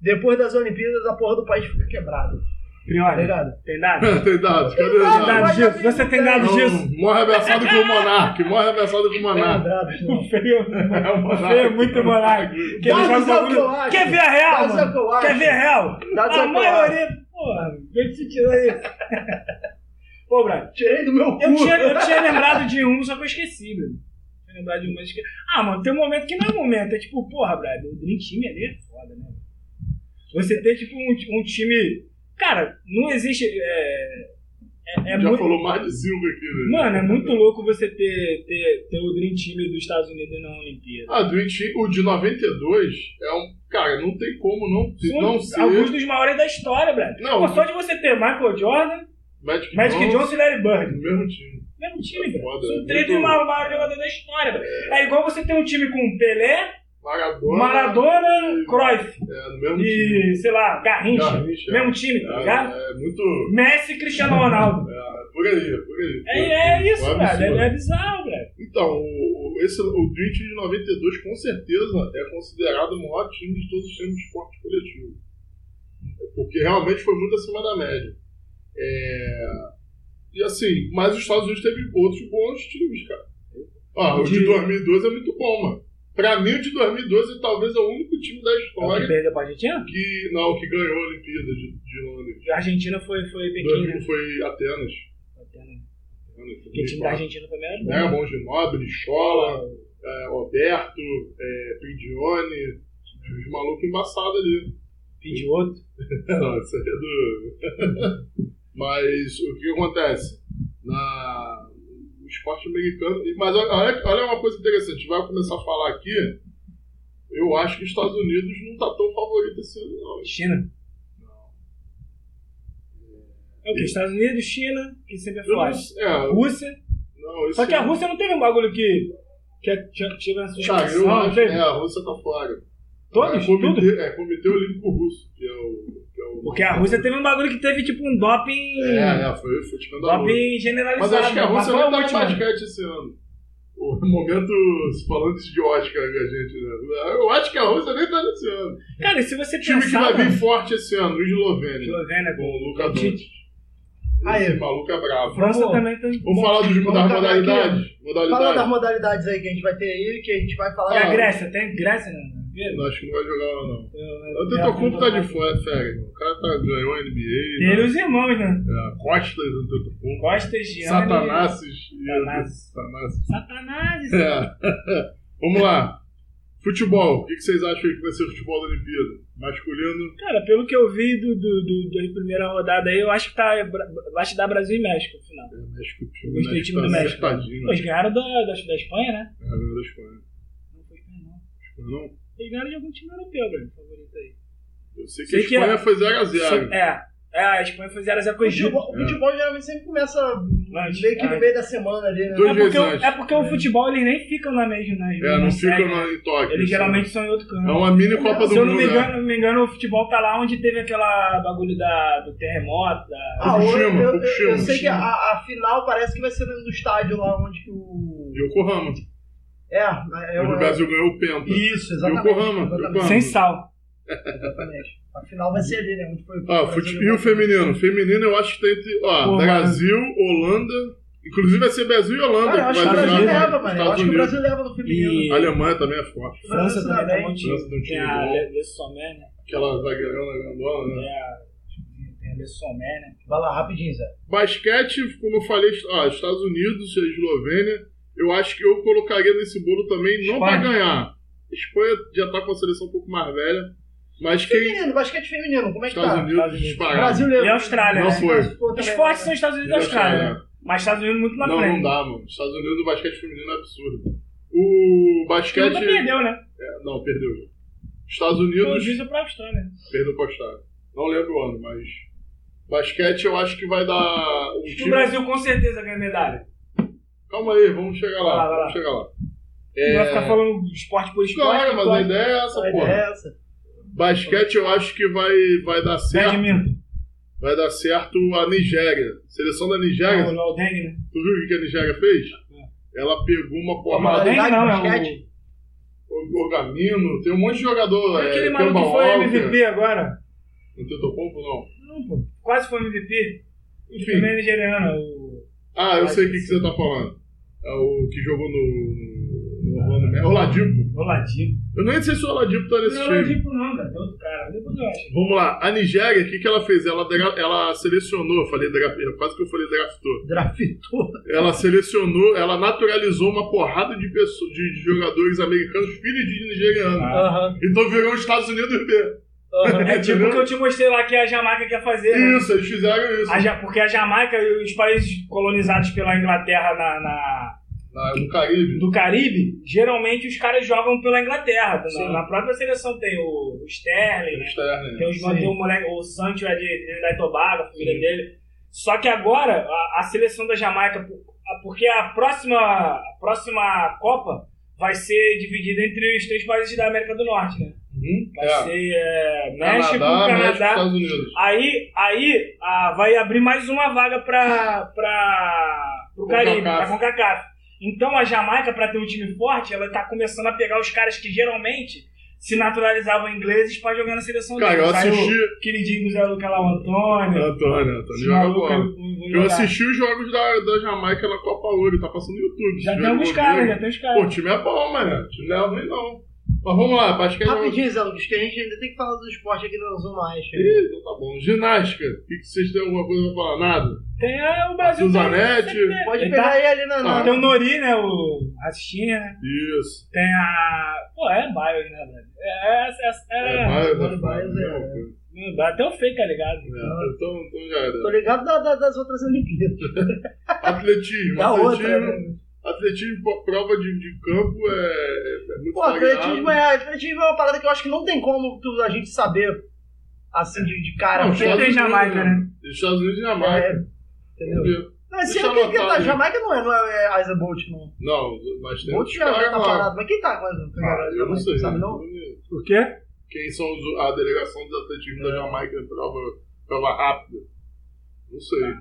Speaker 2: depois das Olimpíadas, a porra do país fica quebrada. Tá
Speaker 4: Priori,
Speaker 2: ligado?
Speaker 4: tem nada?
Speaker 3: Tem dados, cadê
Speaker 2: Tem
Speaker 3: os
Speaker 4: Tem
Speaker 2: dados.
Speaker 3: dados?
Speaker 4: dados disso? Você tem dados disso?
Speaker 3: Não, Morre abraçado com o Monark, morre abraçado com o Monark.
Speaker 2: Quebrado, não. é
Speaker 4: O feio,
Speaker 3: É o
Speaker 4: o feio é muito monarca. Quer
Speaker 2: Dados
Speaker 4: ver,
Speaker 2: é o
Speaker 4: o bagulho-
Speaker 2: que eu acho.
Speaker 4: Quer ver a real?
Speaker 2: Dados é o
Speaker 4: mano?
Speaker 2: que eu
Speaker 4: Quer
Speaker 2: acho.
Speaker 4: ver a real?
Speaker 2: Dados é o
Speaker 4: A
Speaker 2: que eu
Speaker 4: maioria. Porra, vem se tirar isso. Pô, Brian,
Speaker 2: Tirei do meu cu.
Speaker 4: eu tinha, eu tinha lembrado de um, só que eu esqueci, velho. Tinha lembrado de um, mas esque... Ah, mano, tem um momento que não é momento. É tipo, porra, Brian, o Dream Team ali é foda, né? Você ter, tipo, um, um time. Cara, não existe. É, é, é
Speaker 3: Já
Speaker 4: muito.
Speaker 3: falou mais de cinco aqui, né?
Speaker 4: Mano, é muito louco você ter, ter, ter o Dream Team dos Estados Unidos na Olimpíada.
Speaker 3: Ah, Dream Team, o de 92 é um. Cara, não tem como não, ter-
Speaker 4: São
Speaker 3: não ser.
Speaker 4: alguns dos maiores da história, Brad.
Speaker 3: Não.
Speaker 4: Pô, só de você ter Michael Jordan,
Speaker 3: Magic,
Speaker 4: Magic
Speaker 3: Johnson,
Speaker 4: Johnson e Larry Bird.
Speaker 3: do mesmo time.
Speaker 4: Mesmo time, velho.
Speaker 3: Foda,
Speaker 4: São
Speaker 3: é
Speaker 4: três
Speaker 3: muito
Speaker 4: dos maiores maiores jogadores da história, velho. É igual você ter um time com Pelé,
Speaker 3: Maradona.
Speaker 4: Maradona, Cruyff
Speaker 3: É, no mesmo time.
Speaker 4: e, sei lá, Garrincha.
Speaker 3: Garrincha,
Speaker 4: Mesmo time, tá ligado?
Speaker 3: é, é muito.
Speaker 4: Messi e Cristiano Ronaldo.
Speaker 3: É, por aí, é por aí.
Speaker 4: É, é isso,
Speaker 3: Um
Speaker 4: velho.
Speaker 3: absurdo.
Speaker 4: É, é bizarro, velho.
Speaker 3: Então, o, o- esse, o Dream Team de 92 com certeza é considerado o maior time de todos os times de esporte coletivo. Porque realmente foi muito acima da média. É, E assim, mas os Estados Unidos teve outros bons times, cara. Ó, o de
Speaker 4: De-
Speaker 3: 2012 é muito bom, mano. Pra mim, o de 2012 talvez é o único time da
Speaker 4: Então, que
Speaker 3: história
Speaker 4: perdeu pra Argentina?
Speaker 3: que, não, que ganhou a Olimpíada de, de Londres.
Speaker 4: A Argentina foi, foi Pequim,
Speaker 3: 2000
Speaker 4: né?
Speaker 3: foi Atenas.
Speaker 4: Porque o time da Argentina também era bom.
Speaker 3: né? Bom de Nobre, Chola, é, Roberto, é, Prigione, os malucos embaçados ali.
Speaker 4: Pedi outro.
Speaker 3: Não, isso aí é do... Mas o que acontece? Na... O esporte americano. e- Mas olha- olha, olha uma coisa interessante, a gente vai começar a falar aqui. Eu acho que os Estados Unidos não tá tão favorito esse ano, não.
Speaker 4: China. É o que? Estados Unidos, China, que sempre é
Speaker 3: Eu não-
Speaker 4: forte.
Speaker 3: é,
Speaker 4: Rússia.
Speaker 3: não,
Speaker 4: Só
Speaker 3: esse
Speaker 4: que a
Speaker 3: ano-
Speaker 4: Rússia não teve um bagulho que. que é- tinha- teve uma
Speaker 3: Cara, eu
Speaker 4: suspensão, não
Speaker 3: acho,
Speaker 4: teve?
Speaker 3: é, a Rússia tá fora.
Speaker 4: Todos?
Speaker 3: É,
Speaker 4: Tudo?
Speaker 3: comitê, é, Comitê Olímpico Russo, que é o. Que é o
Speaker 4: Porque a Rússia teve um bagulho que teve tipo um doping.
Speaker 3: É, é, foi, foi escandaloso.
Speaker 4: doping
Speaker 3: Mas
Speaker 4: generalizado.
Speaker 3: acho que a Rússia
Speaker 4: Mas
Speaker 3: não
Speaker 4: qual
Speaker 3: tá
Speaker 4: é o
Speaker 3: no
Speaker 4: último?
Speaker 3: basquete esse ano. O momento se falando isso de Oscar com a gente, né? Eu acho que a Rússia nem tá nesse ano.
Speaker 4: Cara, e se você
Speaker 3: O time que
Speaker 4: pensar.
Speaker 3: vai vir
Speaker 4: mano, é
Speaker 3: forte esse ano, o Eslovênia.
Speaker 4: Eslovênia,
Speaker 3: Com o Luka
Speaker 4: com
Speaker 3: Doncic.
Speaker 4: Tite.
Speaker 3: Esse
Speaker 2: Aí.
Speaker 3: maluco é
Speaker 4: A
Speaker 3: bravo.
Speaker 4: França
Speaker 2: Vamos-
Speaker 4: também tem.
Speaker 3: Vamos falar dos, das
Speaker 2: Vamos acabar
Speaker 3: modalidades.
Speaker 2: Fala das
Speaker 3: Modalidades.
Speaker 2: modalidades aí que a gente vai ter aí, que a gente vai
Speaker 4: E
Speaker 2: falar.
Speaker 4: a
Speaker 3: Ah.
Speaker 4: Grécia? Tem Grécia, né?
Speaker 3: Não, acho que não vai jogar lá, não.
Speaker 4: É,
Speaker 3: O
Speaker 4: Eu
Speaker 3: Tetocumpo tá de fora, sério. O cara tá, ganhou a NBA.
Speaker 4: é. Ele e
Speaker 3: Né?
Speaker 4: os irmãos, né?
Speaker 3: É, Costas do Tetocumpo.
Speaker 4: Costas, Gianni.
Speaker 3: Satanasses. e-
Speaker 4: Satanás.
Speaker 3: Satanás.
Speaker 4: Satanás.
Speaker 3: É. Vamos lá. Futebol. O que que vocês acham aí que vai ser o futebol da Olimpíada? Masculino.
Speaker 4: Cara, pelo que eu vi do, do, do- da primeira rodada aí, eu acho que tá, Bra- vai se dar Brasil e México no final.
Speaker 3: É, México, o time,
Speaker 4: Gostei do time do
Speaker 3: tá
Speaker 4: México.
Speaker 3: acertadinho,
Speaker 4: Eles
Speaker 3: né?
Speaker 4: ganharam da, da, da Espanha, né?
Speaker 3: É, ganhou da Espanha.
Speaker 4: Não foi Espanha, não.
Speaker 3: Espanha não.
Speaker 4: Eles ganharam de algum time europeu, velho, favorito aí.
Speaker 3: Eu sei que
Speaker 4: Sei
Speaker 3: a
Speaker 4: que
Speaker 3: Espanha
Speaker 4: é-
Speaker 3: foi 0x0.
Speaker 4: É, é, a Espanha foi 0x0 com o Egito.
Speaker 2: Futebol, futebol geralmente sempre começa
Speaker 4: Antes,
Speaker 2: meio que no
Speaker 4: antes.
Speaker 2: meio da semana ali, né?
Speaker 3: Dois
Speaker 4: É porque,
Speaker 3: vezes
Speaker 4: o- é
Speaker 3: antes.
Speaker 4: porque o futebol eles nem ficam na mesma. Na,
Speaker 3: É, não fica
Speaker 4: na série, né?
Speaker 3: no, em Tóquio.
Speaker 4: Eles
Speaker 3: assim.
Speaker 4: geralmente são em outro
Speaker 3: É
Speaker 4: canto.
Speaker 3: uma mini Copa do
Speaker 4: Se eu
Speaker 3: Mundo,
Speaker 4: não me
Speaker 3: né?
Speaker 4: engano, não me engano, o futebol tá lá onde teve aquela bagulho da, do terremoto, da.
Speaker 2: Ah, hoje eu,
Speaker 3: Fukushima,
Speaker 2: eu- eu
Speaker 3: Fukushima,
Speaker 2: sei que a,
Speaker 4: Fukushima.
Speaker 2: a final parece que vai ser dentro do estádio lá onde que o.
Speaker 3: Yokohama.
Speaker 2: É, é, é
Speaker 3: onde o Brasil ganhou o Penta.
Speaker 2: Isso, exatamente.
Speaker 3: Yokohama,
Speaker 2: exatamente,
Speaker 3: Yokohama.
Speaker 4: Sem sal.
Speaker 2: exatamente. A final vai ser ali, né? Onde foi o
Speaker 3: Ah,
Speaker 2: Brasil
Speaker 3: fute-
Speaker 2: ganhou.
Speaker 3: E o feminino? Feminino eu acho que tem entre. Ó,
Speaker 4: Pô,
Speaker 3: Brasil, Holanda. Inclusive vai ser Brasil e Holanda.
Speaker 2: Cara, Ah, eu acho que o
Speaker 3: vai
Speaker 4: Brasil
Speaker 2: Brasil
Speaker 3: jogar
Speaker 2: leva,
Speaker 3: nos
Speaker 2: mano. Eu
Speaker 3: Estados
Speaker 2: acho que o
Speaker 3: Unidos.
Speaker 2: Brasil leva no feminino.
Speaker 4: E
Speaker 3: A Alemanha também é forte.
Speaker 4: França
Speaker 2: França
Speaker 4: também
Speaker 2: também.
Speaker 4: tem um monte.
Speaker 3: França tem um
Speaker 4: Tem
Speaker 3: time
Speaker 4: a
Speaker 3: bom.
Speaker 4: Le- Le Sommet, né?
Speaker 3: Aquela zagueirona grandona, né?
Speaker 4: Tem a. Tem a Le Sommet, né?
Speaker 2: Vai lá, rapidinho, Zé.
Speaker 3: Basquete, como eu falei, ó, Estados Unidos, a Eslovênia, eu acho que eu colocaria nesse bolo também, não
Speaker 4: Espanha.
Speaker 3: pra ganhar. Espanha já tá com a seleção um pouco mais velha. Mas quem.
Speaker 2: Feminino, basquete feminino, como é que
Speaker 3: Estados
Speaker 2: tá?
Speaker 3: Unidos,
Speaker 4: Unidos.
Speaker 3: esmagaram.
Speaker 2: Brasil
Speaker 4: E a Austrália,
Speaker 3: Não
Speaker 4: né?
Speaker 3: foi.
Speaker 2: Ficou
Speaker 4: Os
Speaker 2: também,
Speaker 4: fortes
Speaker 2: né?
Speaker 4: são Estados Unidos e Austrália. né? Mas Estados Unidos muito na
Speaker 3: Não,
Speaker 4: frente.
Speaker 3: não dá, mano. Estados Unidos, o basquete feminino é absurdo. O
Speaker 4: Porque nunca
Speaker 3: basquete.
Speaker 4: perdeu, né?
Speaker 3: É, não, perdeu. já. Estados
Speaker 4: O
Speaker 3: Unidos.
Speaker 4: juiz é pra Austrália.
Speaker 3: Perdeu pra Austrália. Não lembro o ano, mas. Basquete eu acho que vai dar. Um
Speaker 4: O
Speaker 3: time...
Speaker 4: Brasil com certeza ganha medalha.
Speaker 3: Calma aí, vamos chegar lá.
Speaker 4: Vai lá, vai lá.
Speaker 3: Vamos chegar lá.
Speaker 4: Não vai
Speaker 3: É...
Speaker 4: ficar falando de esporte por esporte.
Speaker 3: Claro, mas a ideia é essa,
Speaker 2: A
Speaker 3: pô.
Speaker 2: ideia é essa.
Speaker 3: Basquete eu acho que vai, vai dar é certo.
Speaker 4: Badminton.
Speaker 3: Vai dar certo a Nigéria. Seleção da Nigéria,
Speaker 4: Não, É. não, o Dengue, né?
Speaker 3: tu viu o que a Nigéria fez? Ela pegou uma porrada.
Speaker 4: Dengue não, é
Speaker 2: Basquete.
Speaker 4: o...
Speaker 3: Orgamino, tem um monte de jogador.
Speaker 4: Aquele
Speaker 3: é,
Speaker 4: maluco que
Speaker 3: Kemba
Speaker 4: foi
Speaker 3: Walker.
Speaker 4: MVP agora.
Speaker 3: Não tem teu pompo, não.
Speaker 4: Não, pô. Quase foi MVP.
Speaker 3: Enfim.
Speaker 4: Também é nigeriano. O...
Speaker 3: Ah, eu
Speaker 4: Ah,
Speaker 3: sei o que, que
Speaker 4: sim.
Speaker 3: você tá falando. É o que jogou no. no Orlando mesmo. É o Ladipo.
Speaker 4: O Ladipo.
Speaker 3: Eu nem sei se o Ladipo tá nesse
Speaker 4: Não é
Speaker 3: time.
Speaker 4: Ladipo não, cara. É outro cara. Depois eu acho.
Speaker 3: Vamos lá, a Nigéria, o que, que ela fez? Ela, dra- ela selecionou, eu falei, dra- quase que eu falei draftou.
Speaker 2: Draftou.
Speaker 3: Ela selecionou, ela naturalizou uma porrada de, pessoas, de, de jogadores americanos, filhos de nigerianos.
Speaker 2: Aham.
Speaker 3: Então virou os Estados Unidos B.
Speaker 2: aham.
Speaker 4: É tipo o que eu te mostrei lá que a Jamaica quer fazer, né?
Speaker 3: Isso, eles fizeram isso.
Speaker 4: A Ja- porque a Jamaica e os países colonizados pela Inglaterra na, na-
Speaker 3: Na- no Caribe.
Speaker 4: do Caribe, geralmente os caras jogam pela Inglaterra. tá?
Speaker 2: Sim.
Speaker 4: Na, própria seleção tem o, o Sterling, né?
Speaker 3: Externo.
Speaker 4: tem, os,
Speaker 2: Sim.
Speaker 4: tem o moleque, o Sancho é de Trinidad e Tobago, a família dele. Só que agora, a, a seleção da Jamaica, por- a- porque a próxima, a próxima Copa vai ser dividida entre os três países da América do Norte, né?
Speaker 3: Uhum.
Speaker 4: Vai
Speaker 3: É.
Speaker 4: ser é, México,
Speaker 3: Canadá, México,
Speaker 4: Canadá
Speaker 3: Estados Unidos.
Speaker 4: Aí, aí ah, vai abrir mais uma vaga pra, pra, pro Caribe,
Speaker 3: CONCACAF.
Speaker 4: pra CONCACAF. Então a Jamaica, pra ter um time forte, ela tá começando a pegar os caras que geralmente se naturalizavam ingleses pra jogar na seleção
Speaker 3: Cara,
Speaker 4: dele.
Speaker 3: eu
Speaker 4: Saiu
Speaker 3: assisti.
Speaker 4: o queridinho do Zé Luca lá, o Antônio.
Speaker 3: Antônio, Antônio
Speaker 4: esse
Speaker 3: joga
Speaker 4: maluco,
Speaker 3: bola.
Speaker 4: vou
Speaker 3: Eu
Speaker 4: jogar.
Speaker 3: assisti os jogos da, da Jamaica na Copa Ouro, tá passando no YouTube.
Speaker 4: Já
Speaker 3: Se
Speaker 4: tem
Speaker 3: tiver
Speaker 4: alguns
Speaker 3: envolvido.
Speaker 4: caras, já tem os
Speaker 3: Pô, o
Speaker 4: caras.
Speaker 3: time é bom, mano. O time não é ruim, não. Mas vamos lá, basquete. é
Speaker 2: Rapidinho, Zé Lucas, que a gente ainda tem que falar do esporte aqui no Zona Oeste.
Speaker 3: Ih, então tá bom. Ginástica. O que, que vocês têm alguma coisa pra falar? Nada?
Speaker 4: Tem ah, o Brasil.
Speaker 3: Suzanete.
Speaker 4: tem-
Speaker 2: Pode
Speaker 4: tem-
Speaker 2: pegar ele ali na.
Speaker 3: Ah,
Speaker 2: na-
Speaker 4: tá- Tem o Nori, né? O Racistinha, né?
Speaker 3: Isso.
Speaker 4: Tem a. Pô, é Bios, né, velho? É, é, é,
Speaker 3: É, vai, vai,
Speaker 2: vai,
Speaker 3: vai,
Speaker 2: vai,
Speaker 3: não,
Speaker 2: vai.
Speaker 3: pô.
Speaker 4: Não dá até o fake, tá ligado?
Speaker 3: É, Então, então já
Speaker 2: Tô
Speaker 3: era.
Speaker 2: ligado da- da- das outras Olimpíadas.
Speaker 3: Atletismo.
Speaker 2: Da outra,
Speaker 3: Atletismo,
Speaker 2: né?
Speaker 3: atletismo pô, prova de, de campo é, é muito
Speaker 2: Pô,
Speaker 3: variado.
Speaker 2: atletismo é, atletismo é uma parada que eu acho que não tem como tu- a gente saber, assim, de, de cara.
Speaker 3: Não,
Speaker 2: Porque-
Speaker 3: Estados
Speaker 4: tem
Speaker 3: Unidos,
Speaker 4: Jamaica, né?
Speaker 3: Estados Unidos e
Speaker 2: é,
Speaker 3: Jamaica.
Speaker 2: entendeu?
Speaker 3: Entendeu?
Speaker 2: Mas
Speaker 3: Deixa
Speaker 2: sendo que, que
Speaker 3: anotado
Speaker 2: a
Speaker 3: aí.
Speaker 2: Jamaica não é, não é, é Eisenbolt, não.
Speaker 3: Não, mas tem
Speaker 2: Bolt
Speaker 3: outros
Speaker 2: já tá
Speaker 3: caras lá.
Speaker 2: parado, mas quem tá com a
Speaker 3: Ah, eu não sei.
Speaker 2: Sabe não?
Speaker 4: Por quê?
Speaker 3: Quem são os- a delegação do atletismo
Speaker 2: É.
Speaker 3: da Jamaica em prova, prova rápida? Não sei.
Speaker 2: Ah.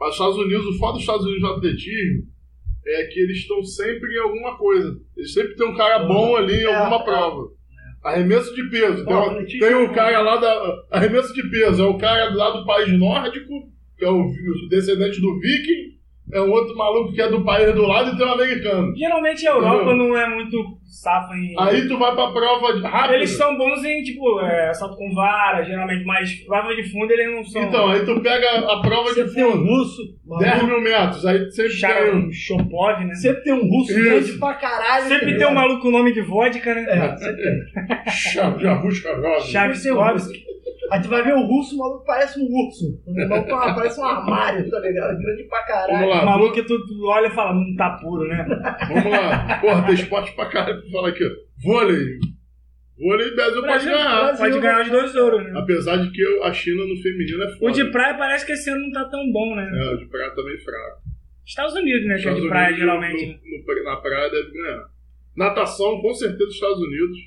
Speaker 3: Mas os Estados Unidos, o foda dos Estados Unidos no atletismo é que eles estão sempre em alguma coisa. Eles sempre tem um cara bom ali em
Speaker 2: É,
Speaker 3: alguma
Speaker 2: é.
Speaker 3: prova. Arremesso de peso. Tem,
Speaker 2: Ó,
Speaker 3: uma-
Speaker 2: atletismo
Speaker 3: tem
Speaker 2: é
Speaker 3: um
Speaker 2: bom.
Speaker 3: cara lá da. Arremesso de peso. É o cara lá do país nórdico, que é o, vi- o descendente do viking. É um outro maluco que é do país do lado e tem um americano.
Speaker 4: Geralmente a Europa
Speaker 3: Entendeu?
Speaker 4: não é muito safa em.
Speaker 3: Uhum. Aí tu vai pra prova de- rápida.
Speaker 4: eles são bons em, tipo, é, salto com vara, geralmente, mas prova de fundo eles não são.
Speaker 3: Então, aí tu pega a prova de
Speaker 2: Sempre tem um
Speaker 3: fundo.
Speaker 2: russo,
Speaker 3: 10
Speaker 4: né?
Speaker 2: maluco.
Speaker 3: mil metros, aí sempre tem um.
Speaker 4: Sharon Chopov, né?
Speaker 2: Sempre tem um russo
Speaker 3: Isso.
Speaker 2: grande pra caralho.
Speaker 4: Sempre
Speaker 3: é?
Speaker 4: tem um maluco com nome de vodka, né?
Speaker 3: Javusca Rosa.
Speaker 4: Chaviskovski.
Speaker 2: Aí tu vai ver o russo, o maluco parece um urso. O maluco ah, parece um armário, tá ligado? Grande pra
Speaker 3: Vamos
Speaker 2: caralho.
Speaker 4: O
Speaker 3: lá,
Speaker 4: maluco que tu, tu olha e fala, não tá puro, né?
Speaker 3: vamos lá. Porra, tem esporte pra caralho pra falar aqui. ó. Vôlei. Vôlei, Brasil pode
Speaker 4: Brasil,
Speaker 3: ganhar.
Speaker 4: Pode ganhar os dois ouros, né?
Speaker 3: Apesar de que eu- a China no feminino é
Speaker 4: O
Speaker 3: foda.
Speaker 4: de praia parece que esse ano não tá tão bom, né?
Speaker 3: É, o de praia também fraco.
Speaker 4: Estados Unidos, né? Que é
Speaker 3: Estados
Speaker 4: de praia,
Speaker 3: Unidos,
Speaker 4: geralmente. né?
Speaker 3: no- no- na praia deve ganhar. Natação, com certeza, Estados Unidos.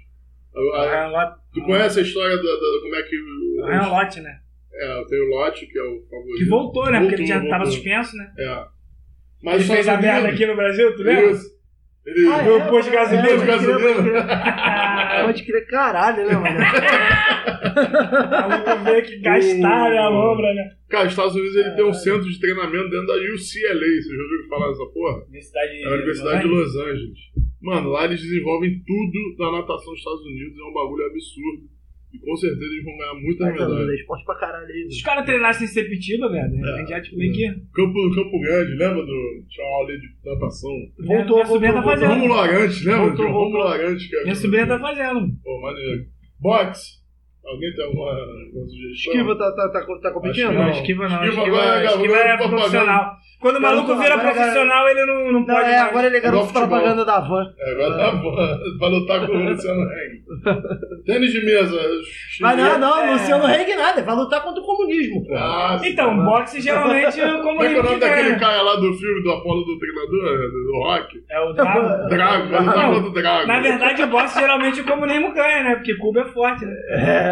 Speaker 3: A- a-
Speaker 4: É um lote-
Speaker 3: tu conhece a história da, da- como é que. o-
Speaker 4: é um lote, né?
Speaker 3: é, tem o Lote, que é o favorito.
Speaker 4: Que voltou, né? Porque ele já
Speaker 3: Voltou,
Speaker 4: tava
Speaker 3: voltou.
Speaker 4: suspenso, né?
Speaker 3: É. Mas
Speaker 4: Ele
Speaker 3: os
Speaker 4: fez a
Speaker 3: Estados
Speaker 4: merda
Speaker 3: Unidos-
Speaker 4: aqui no Brasil, tu lembra?
Speaker 3: Isso. Ele-
Speaker 2: Ah,
Speaker 4: Meu posto de gasolina,
Speaker 2: pode crer,
Speaker 3: gasolina.
Speaker 2: pode crer.
Speaker 4: Ah.
Speaker 2: Pode crer, caralho, né, mano?
Speaker 4: Maluco veio que gastaram
Speaker 3: Hum.
Speaker 4: a lombra, né?
Speaker 3: Cara, os Estados Unidos ele tem
Speaker 4: É.
Speaker 3: um centro de treinamento dentro da UCLA. Vocês já ouviram falar dessa porra?
Speaker 4: Universidade
Speaker 3: É a Universidade de Los Angeles. Mano, lá eles desenvolvem tudo da natação dos Estados Unidos. É um bagulho absurdo. E com certeza eles vão ganhar muita
Speaker 2: Mas, mano,
Speaker 3: medalha.
Speaker 2: é esporte pra caralho aí.
Speaker 4: Se os caras treinassem em Sepitiba, velho,
Speaker 3: É.
Speaker 4: a gente já tipo meio que.
Speaker 3: Campo, Campo Grande, lembra do. Tinha uma aula de natação.
Speaker 2: Voltou,
Speaker 4: minha sobrinha tá
Speaker 2: voltou,
Speaker 4: fazendo.
Speaker 3: Romulo Arante, lembra?
Speaker 2: Voltou,
Speaker 3: Tinha o Romulo
Speaker 2: voltou.
Speaker 3: Arante, que é.
Speaker 4: Minha sobrinha tá fazendo.
Speaker 3: Pô, maneiro. Boxe. Alguém tem alguma, alguma sugestão?
Speaker 2: Esquiva tá, tá, tá, tá competindo?
Speaker 3: Acho
Speaker 4: Não,
Speaker 3: Não.
Speaker 4: esquiva não.
Speaker 3: Esquiva
Speaker 4: Esquiva,
Speaker 3: agora é
Speaker 4: esquiva é
Speaker 3: garoto
Speaker 4: profissional. Quando o maluco
Speaker 2: Garoto,
Speaker 4: vira
Speaker 3: é
Speaker 2: agora-
Speaker 4: profissional, ele não, não
Speaker 2: Não,
Speaker 4: pode
Speaker 2: é,
Speaker 4: mais.
Speaker 2: agora ele é
Speaker 3: Igual
Speaker 2: garoto
Speaker 3: futebol.
Speaker 2: propaganda da van.
Speaker 3: É, vai dar boa. Vai lutar com o Luciano Heng. Tênis de mesa.
Speaker 2: Mas não, não,
Speaker 4: É.
Speaker 2: Luciano Reg nada, vai lutar contra o comunismo, pô.
Speaker 3: Ah, sim.
Speaker 4: Então, boxe
Speaker 3: Como é
Speaker 4: geralmente o
Speaker 3: que é o
Speaker 4: comunismo
Speaker 3: nome
Speaker 4: que
Speaker 2: né?
Speaker 3: daquele
Speaker 4: ganha.
Speaker 3: cara lá do filme do Apolo do Treinador? Do Rock?
Speaker 4: É o Drago.
Speaker 3: Drago, vai lutar
Speaker 4: Não,
Speaker 3: contra o Drago.
Speaker 4: Na verdade, o boxe geralmente o comunismo ganha, né? Porque Cuba é forte, né?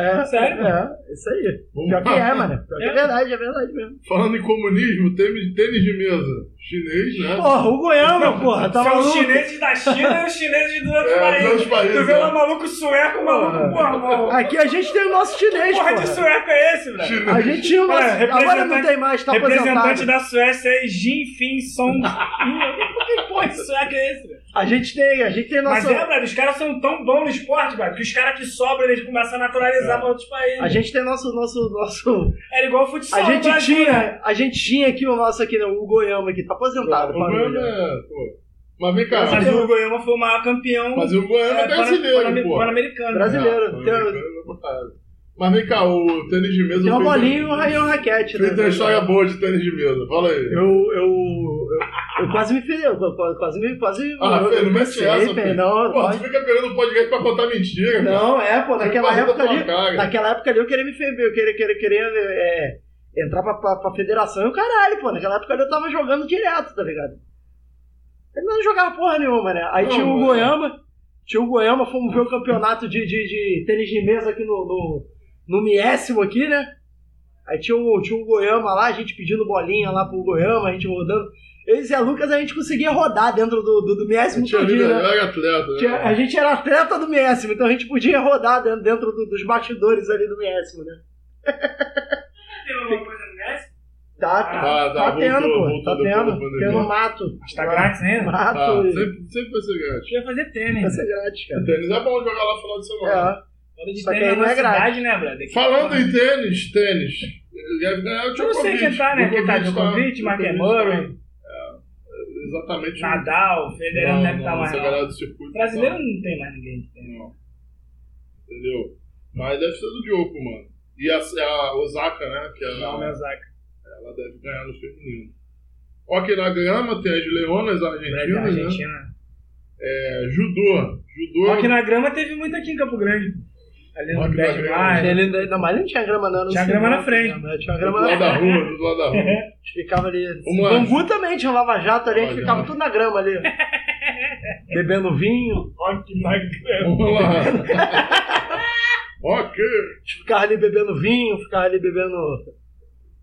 Speaker 2: É,
Speaker 4: Sério?
Speaker 2: é, isso aí.
Speaker 3: Vamos
Speaker 2: Pior que
Speaker 3: lá.
Speaker 2: é, mano. Pior que é
Speaker 4: É.
Speaker 2: verdade, é verdade mesmo.
Speaker 3: Falando em comunismo, tênis, tênis de mesa. Chinês, né?
Speaker 2: Porra, o Goiânia, porra, tá
Speaker 4: São é os
Speaker 2: maluco?
Speaker 4: chineses da China e os chineses de outros
Speaker 3: É, de
Speaker 4: países.
Speaker 3: outros países,
Speaker 4: Tu vê
Speaker 3: é.
Speaker 4: lá maluco sueco, maluco, porra, mano.
Speaker 2: Aqui a gente tem o nosso chinês,
Speaker 4: porra de
Speaker 2: porra.
Speaker 4: sueco é esse, velho?
Speaker 3: Chinês.
Speaker 2: A gente tinha o nosso.
Speaker 4: Olha,
Speaker 2: Agora não
Speaker 4: representante-
Speaker 2: tem mais, tá
Speaker 4: Representante
Speaker 2: aposentado.
Speaker 4: da Suécia é Jinfin Song. que porra de sueco é esse, velho?
Speaker 2: A gente tem, a gente tem
Speaker 4: Mas
Speaker 2: nosso.
Speaker 4: é, velho, os caras são tão bons no esporte, velho, que os caras que sobram, eles começam a naturalizar pra outros países.
Speaker 2: A gente tem nosso, nosso, nosso.
Speaker 4: Era igual o futsal
Speaker 2: A
Speaker 4: no
Speaker 2: gente
Speaker 4: Brasil, né?
Speaker 2: tinha, a gente tinha aqui o nosso aqui, né, o Goiama aqui, tá aposentado.
Speaker 3: O Goiânia
Speaker 2: parou, né?
Speaker 3: é, pô. Mas vem cá,
Speaker 4: Mas o Goiama foi o maior campeão
Speaker 3: mas o Goiânia é
Speaker 4: pan-
Speaker 3: brasileiro,
Speaker 4: pan-
Speaker 3: pô.
Speaker 4: pan-americano.
Speaker 2: Brasileiro.
Speaker 3: Não,
Speaker 2: Tem-
Speaker 3: pan-americano é botado. Mas vem cá, o tênis de mesa.
Speaker 2: Tem uma
Speaker 3: fez um-
Speaker 2: bolinha e um raio raquete, né?
Speaker 3: Fez uma história boa de tênis de mesa. Fala aí.
Speaker 2: Eu, eu, eu, eu quase me feri, eu quase, quase me. Quase,
Speaker 3: Ah,
Speaker 2: eu,
Speaker 3: Fê, não
Speaker 2: eu
Speaker 3: mete essa,
Speaker 2: Fê,
Speaker 3: Fê.
Speaker 2: Não,
Speaker 3: Pô, tu
Speaker 2: pode-
Speaker 3: fica pegando o podcast pra contar mentira. cara.
Speaker 2: não, é, pô, naquela
Speaker 3: Fazendo
Speaker 2: época ali.
Speaker 3: placar, cara.
Speaker 2: Naquela época ali eu queria me ferver, eu queria, queria, queria é, entrar pra, pra, pra federação e o caralho, pô. Naquela época ali eu tava jogando direto, tá ligado? Eu não jogava porra nenhuma, né? Aí
Speaker 3: Não,
Speaker 2: tinha o
Speaker 3: mano.
Speaker 2: Goiama, tinha o Goiama, fomos ver o campeonato de, de, de tênis de mesa aqui no, no, no Miésimo aqui, né? Aí tinha o, tinha o Goiama lá, a gente pedindo bolinha lá pro Goiama, a gente rodando. Eu e Zé Lucas, a gente conseguia rodar dentro do, do, do
Speaker 3: Eu
Speaker 2: Miésimo
Speaker 3: tinha
Speaker 2: todinho,
Speaker 3: lido,
Speaker 2: né?
Speaker 3: eu era atleta. né?
Speaker 2: Tinha- a gente era atleta do Miésimo, então a gente podia rodar dentro, dentro do- dos bastidores ali do Miésimo, né?
Speaker 4: Tem alguma coisa no Messi?
Speaker 2: Tá,
Speaker 3: Ah,
Speaker 2: tá,
Speaker 3: tá,
Speaker 2: tá
Speaker 3: voltou,
Speaker 2: tendo, pô.
Speaker 3: voltou
Speaker 2: Tá
Speaker 3: depois da
Speaker 2: tendo.
Speaker 3: pandemia.
Speaker 2: Tendo mato. Um
Speaker 4: Mas tá grátis ainda?
Speaker 2: Mato.
Speaker 3: Ah,
Speaker 2: e-
Speaker 3: sempre, sempre vai ser
Speaker 4: Eu
Speaker 3: grande.
Speaker 4: queria fazer
Speaker 2: Vai
Speaker 4: tênis.
Speaker 2: ser grátis,
Speaker 3: O
Speaker 2: cara.
Speaker 3: tênis é bom jogar lá no final de semana.
Speaker 2: É.
Speaker 4: Bola de
Speaker 2: Só que aí
Speaker 4: tênis na
Speaker 2: não é
Speaker 4: nossa
Speaker 2: grátis.
Speaker 4: cidade, né, brother?
Speaker 3: Falando em tênis, tênis. Ele deve ganhar o
Speaker 4: Eu não sei
Speaker 3: Djokovic.
Speaker 4: quem tá, né? Quem tá
Speaker 3: Djokovic tá- é,
Speaker 4: Djokovic, Mark Murray,
Speaker 3: Exatamente.
Speaker 4: Nadal, Federer não
Speaker 3: Não,
Speaker 4: deve estar
Speaker 3: não,
Speaker 4: tá mais.
Speaker 3: essa
Speaker 4: não.
Speaker 3: galera do circuito.
Speaker 4: Brasileiro não tem mais ninguém que tem.
Speaker 3: Não. Entendeu? Mas deve ser do Diogo, mano. E a, a Osaka, né? Que ela,
Speaker 4: Não, Miyazaki.
Speaker 3: ela deve ganhar no feminino. Ok, na grama tem as leonas argentinas,
Speaker 4: Brasil,
Speaker 3: né?
Speaker 4: Argentina.
Speaker 3: É, judô. Judô.
Speaker 4: Rock na grama teve muito aqui em Campo Grande. Ali
Speaker 3: Rock
Speaker 4: no
Speaker 3: na
Speaker 4: 10 de
Speaker 3: grama.
Speaker 4: maio.
Speaker 2: Ele, ainda- não, mas ele não tinha grama, não. não
Speaker 4: Tinha
Speaker 2: sei
Speaker 4: grama
Speaker 2: não,
Speaker 4: na frente.
Speaker 2: né? Tinha
Speaker 3: é do
Speaker 2: grama na
Speaker 3: lado da
Speaker 2: frente.
Speaker 3: rua, do lado da rua.
Speaker 2: Ficava ali.
Speaker 3: Vamos lá.
Speaker 2: Bangu também tinha um lava-jato ali, a gente
Speaker 3: Lava-jato.
Speaker 2: ficava tudo na grama ali. Bebendo vinho,
Speaker 4: Rock na grama.
Speaker 3: Vamos lá. ok.
Speaker 2: a gente ficava ali bebendo vinho, ficava ali bebendo.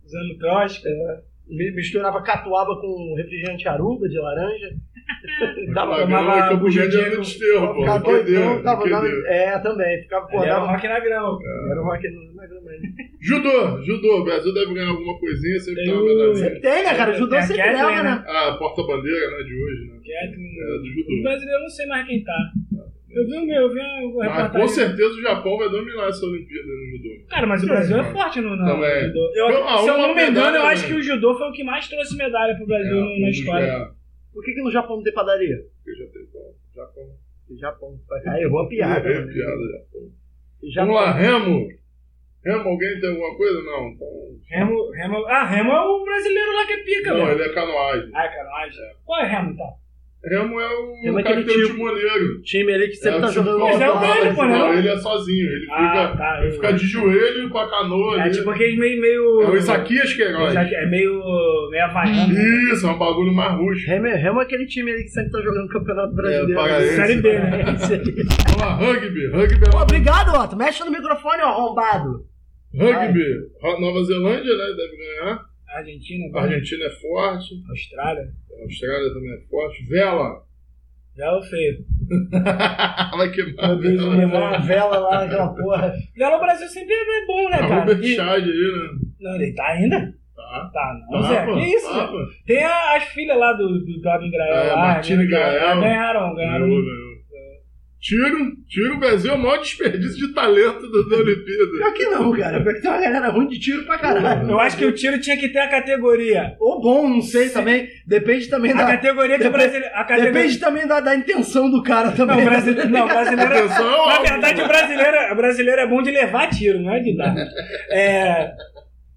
Speaker 4: Usando tóxica.
Speaker 3: É.
Speaker 2: mi- Misturava catuaba com refrigerante aruba de laranja.
Speaker 3: Lá ganhou o Campo Grande era no desterro, pô.
Speaker 2: Ficava doidão, tava dando-
Speaker 3: Entendeu?
Speaker 2: É, também. Ficava
Speaker 4: Ali Era
Speaker 3: um
Speaker 2: acordado.
Speaker 4: o rock na
Speaker 3: É.
Speaker 4: grama.
Speaker 2: Era o rock no- na grama né? ainda.
Speaker 3: Judô, judô. O Brasil deve ganhar alguma coisinha, sempre tem uma
Speaker 4: Tem o-
Speaker 3: medalhinha.
Speaker 2: Sempre tem, né, cara?
Speaker 4: Tem
Speaker 2: Judô
Speaker 4: a
Speaker 2: sempre
Speaker 4: Kathleen,
Speaker 2: leva, né?
Speaker 4: né?
Speaker 3: Ah, porta-bandeira, né, de hoje, né?
Speaker 4: Kathleen.
Speaker 3: É, do
Speaker 4: O
Speaker 3: judô.
Speaker 4: brasileiro eu não sei mais quem tá. Eu vi um, eu vi um
Speaker 3: Mas Ah, com
Speaker 4: reportagem.
Speaker 3: certeza o Japão vai dominar essa Olimpíada no judô.
Speaker 4: Cara, mas o Brasil é forte no, no
Speaker 3: Também.
Speaker 4: judô. Eu-
Speaker 3: Foi uma-
Speaker 4: se eu
Speaker 3: uma
Speaker 4: não me engano,
Speaker 3: medalha,
Speaker 4: eu acho
Speaker 3: né?
Speaker 4: que o judô foi o que mais trouxe medalha pro Brasil
Speaker 3: É,
Speaker 4: na
Speaker 3: um
Speaker 4: história.
Speaker 3: dos-
Speaker 2: Por que, que no Japão não tem padaria?
Speaker 3: é, eu já tenho falado. Japão.
Speaker 2: No Japão. Ah, errou a piada.
Speaker 3: É,
Speaker 2: né?
Speaker 3: piada, Japão.
Speaker 2: Japão.
Speaker 3: Vamos lá, Remo. Remo, alguém tem alguma coisa? Não. Então,
Speaker 4: Remo, Remo, ah, Remo é o brasileiro lá que é pica,
Speaker 3: não,
Speaker 4: velho.
Speaker 3: ele é canoagem.
Speaker 4: Ah, canoagem. Qual é Remo, então?
Speaker 3: Remo é o
Speaker 2: Remo é
Speaker 3: cara que
Speaker 2: aquele
Speaker 3: tem o
Speaker 2: tipo.
Speaker 3: timoneiro.
Speaker 2: Time ali que sempre
Speaker 3: É,
Speaker 2: tá
Speaker 3: tipo,
Speaker 2: jogando
Speaker 3: não,
Speaker 4: Mas é o
Speaker 3: não,
Speaker 4: dele, pô, né?
Speaker 3: Não, ele é sozinho. Ele
Speaker 4: Ah,
Speaker 3: fica,
Speaker 4: tá.
Speaker 3: ele fica de joelho com a canoa
Speaker 4: É
Speaker 3: ali.
Speaker 4: tipo aquele meio. meio
Speaker 3: É o Isaquias Queiroz.
Speaker 4: Sabe, É meio. meio havaiano.
Speaker 3: Isso, é um bagulho mais rústico.
Speaker 2: Remo, Remo é aquele time ali que sempre tá jogando Campeonato
Speaker 3: É,
Speaker 2: Brasileiro.
Speaker 3: paraense.
Speaker 4: Série B, né?
Speaker 2: É isso aí.
Speaker 3: Vamos lá, rugby. Rugby, é
Speaker 2: Pô,
Speaker 3: Nova-
Speaker 2: obrigado, Otto. Mexe no microfone, ó, arrombado.
Speaker 3: rugby. Ro- Nova Zelândia, né? Deve ganhar.
Speaker 4: Argentina,
Speaker 3: A Argentina é forte.
Speaker 4: Austrália. é
Speaker 3: A Austrália também é forte. Vela.
Speaker 4: Velo feio.
Speaker 3: Vai queimar.
Speaker 2: Meu Deus,
Speaker 3: vela.
Speaker 2: levou uma vela lá naquela porra.
Speaker 4: Velo Brasil sempre é bom, né,
Speaker 3: A
Speaker 4: cara?
Speaker 3: Robert
Speaker 4: E-
Speaker 3: Schade Tá aí, né?
Speaker 4: Não, ele tá ainda?
Speaker 3: Tá.
Speaker 4: Tá, não,
Speaker 3: Tá,
Speaker 4: Zé.
Speaker 3: pô.
Speaker 4: Que isso,
Speaker 3: Tá,
Speaker 4: Zé?
Speaker 3: pô.
Speaker 4: Tem a- as filhas lá do, do Gabi Grael
Speaker 3: É,
Speaker 4: lá.
Speaker 3: Martina
Speaker 4: né?
Speaker 3: Grael.
Speaker 4: Ganharam, ganharam.
Speaker 3: Ganhou, ganhou. Tiro, tiro, o Brasil é o maior desperdício de talento do- da Olimpíada.
Speaker 2: Pior que não, cara. Pior que tem uma galera ruim de tiro pra caralho.
Speaker 4: Eu acho que o tiro tinha que ter a categoria.
Speaker 2: Ou bom, não sei também. Depende também
Speaker 4: A
Speaker 2: da.
Speaker 4: categoria que o
Speaker 2: Depe-
Speaker 4: brasileiro. A categoria...
Speaker 2: Depende também da, da intenção do cara também.
Speaker 4: Não, é brasileiro. Não, brasileiro.
Speaker 3: Atenção, ó,
Speaker 4: Na verdade, o brasileiro, o brasileiro é bom de levar tiro, não é de dar. É,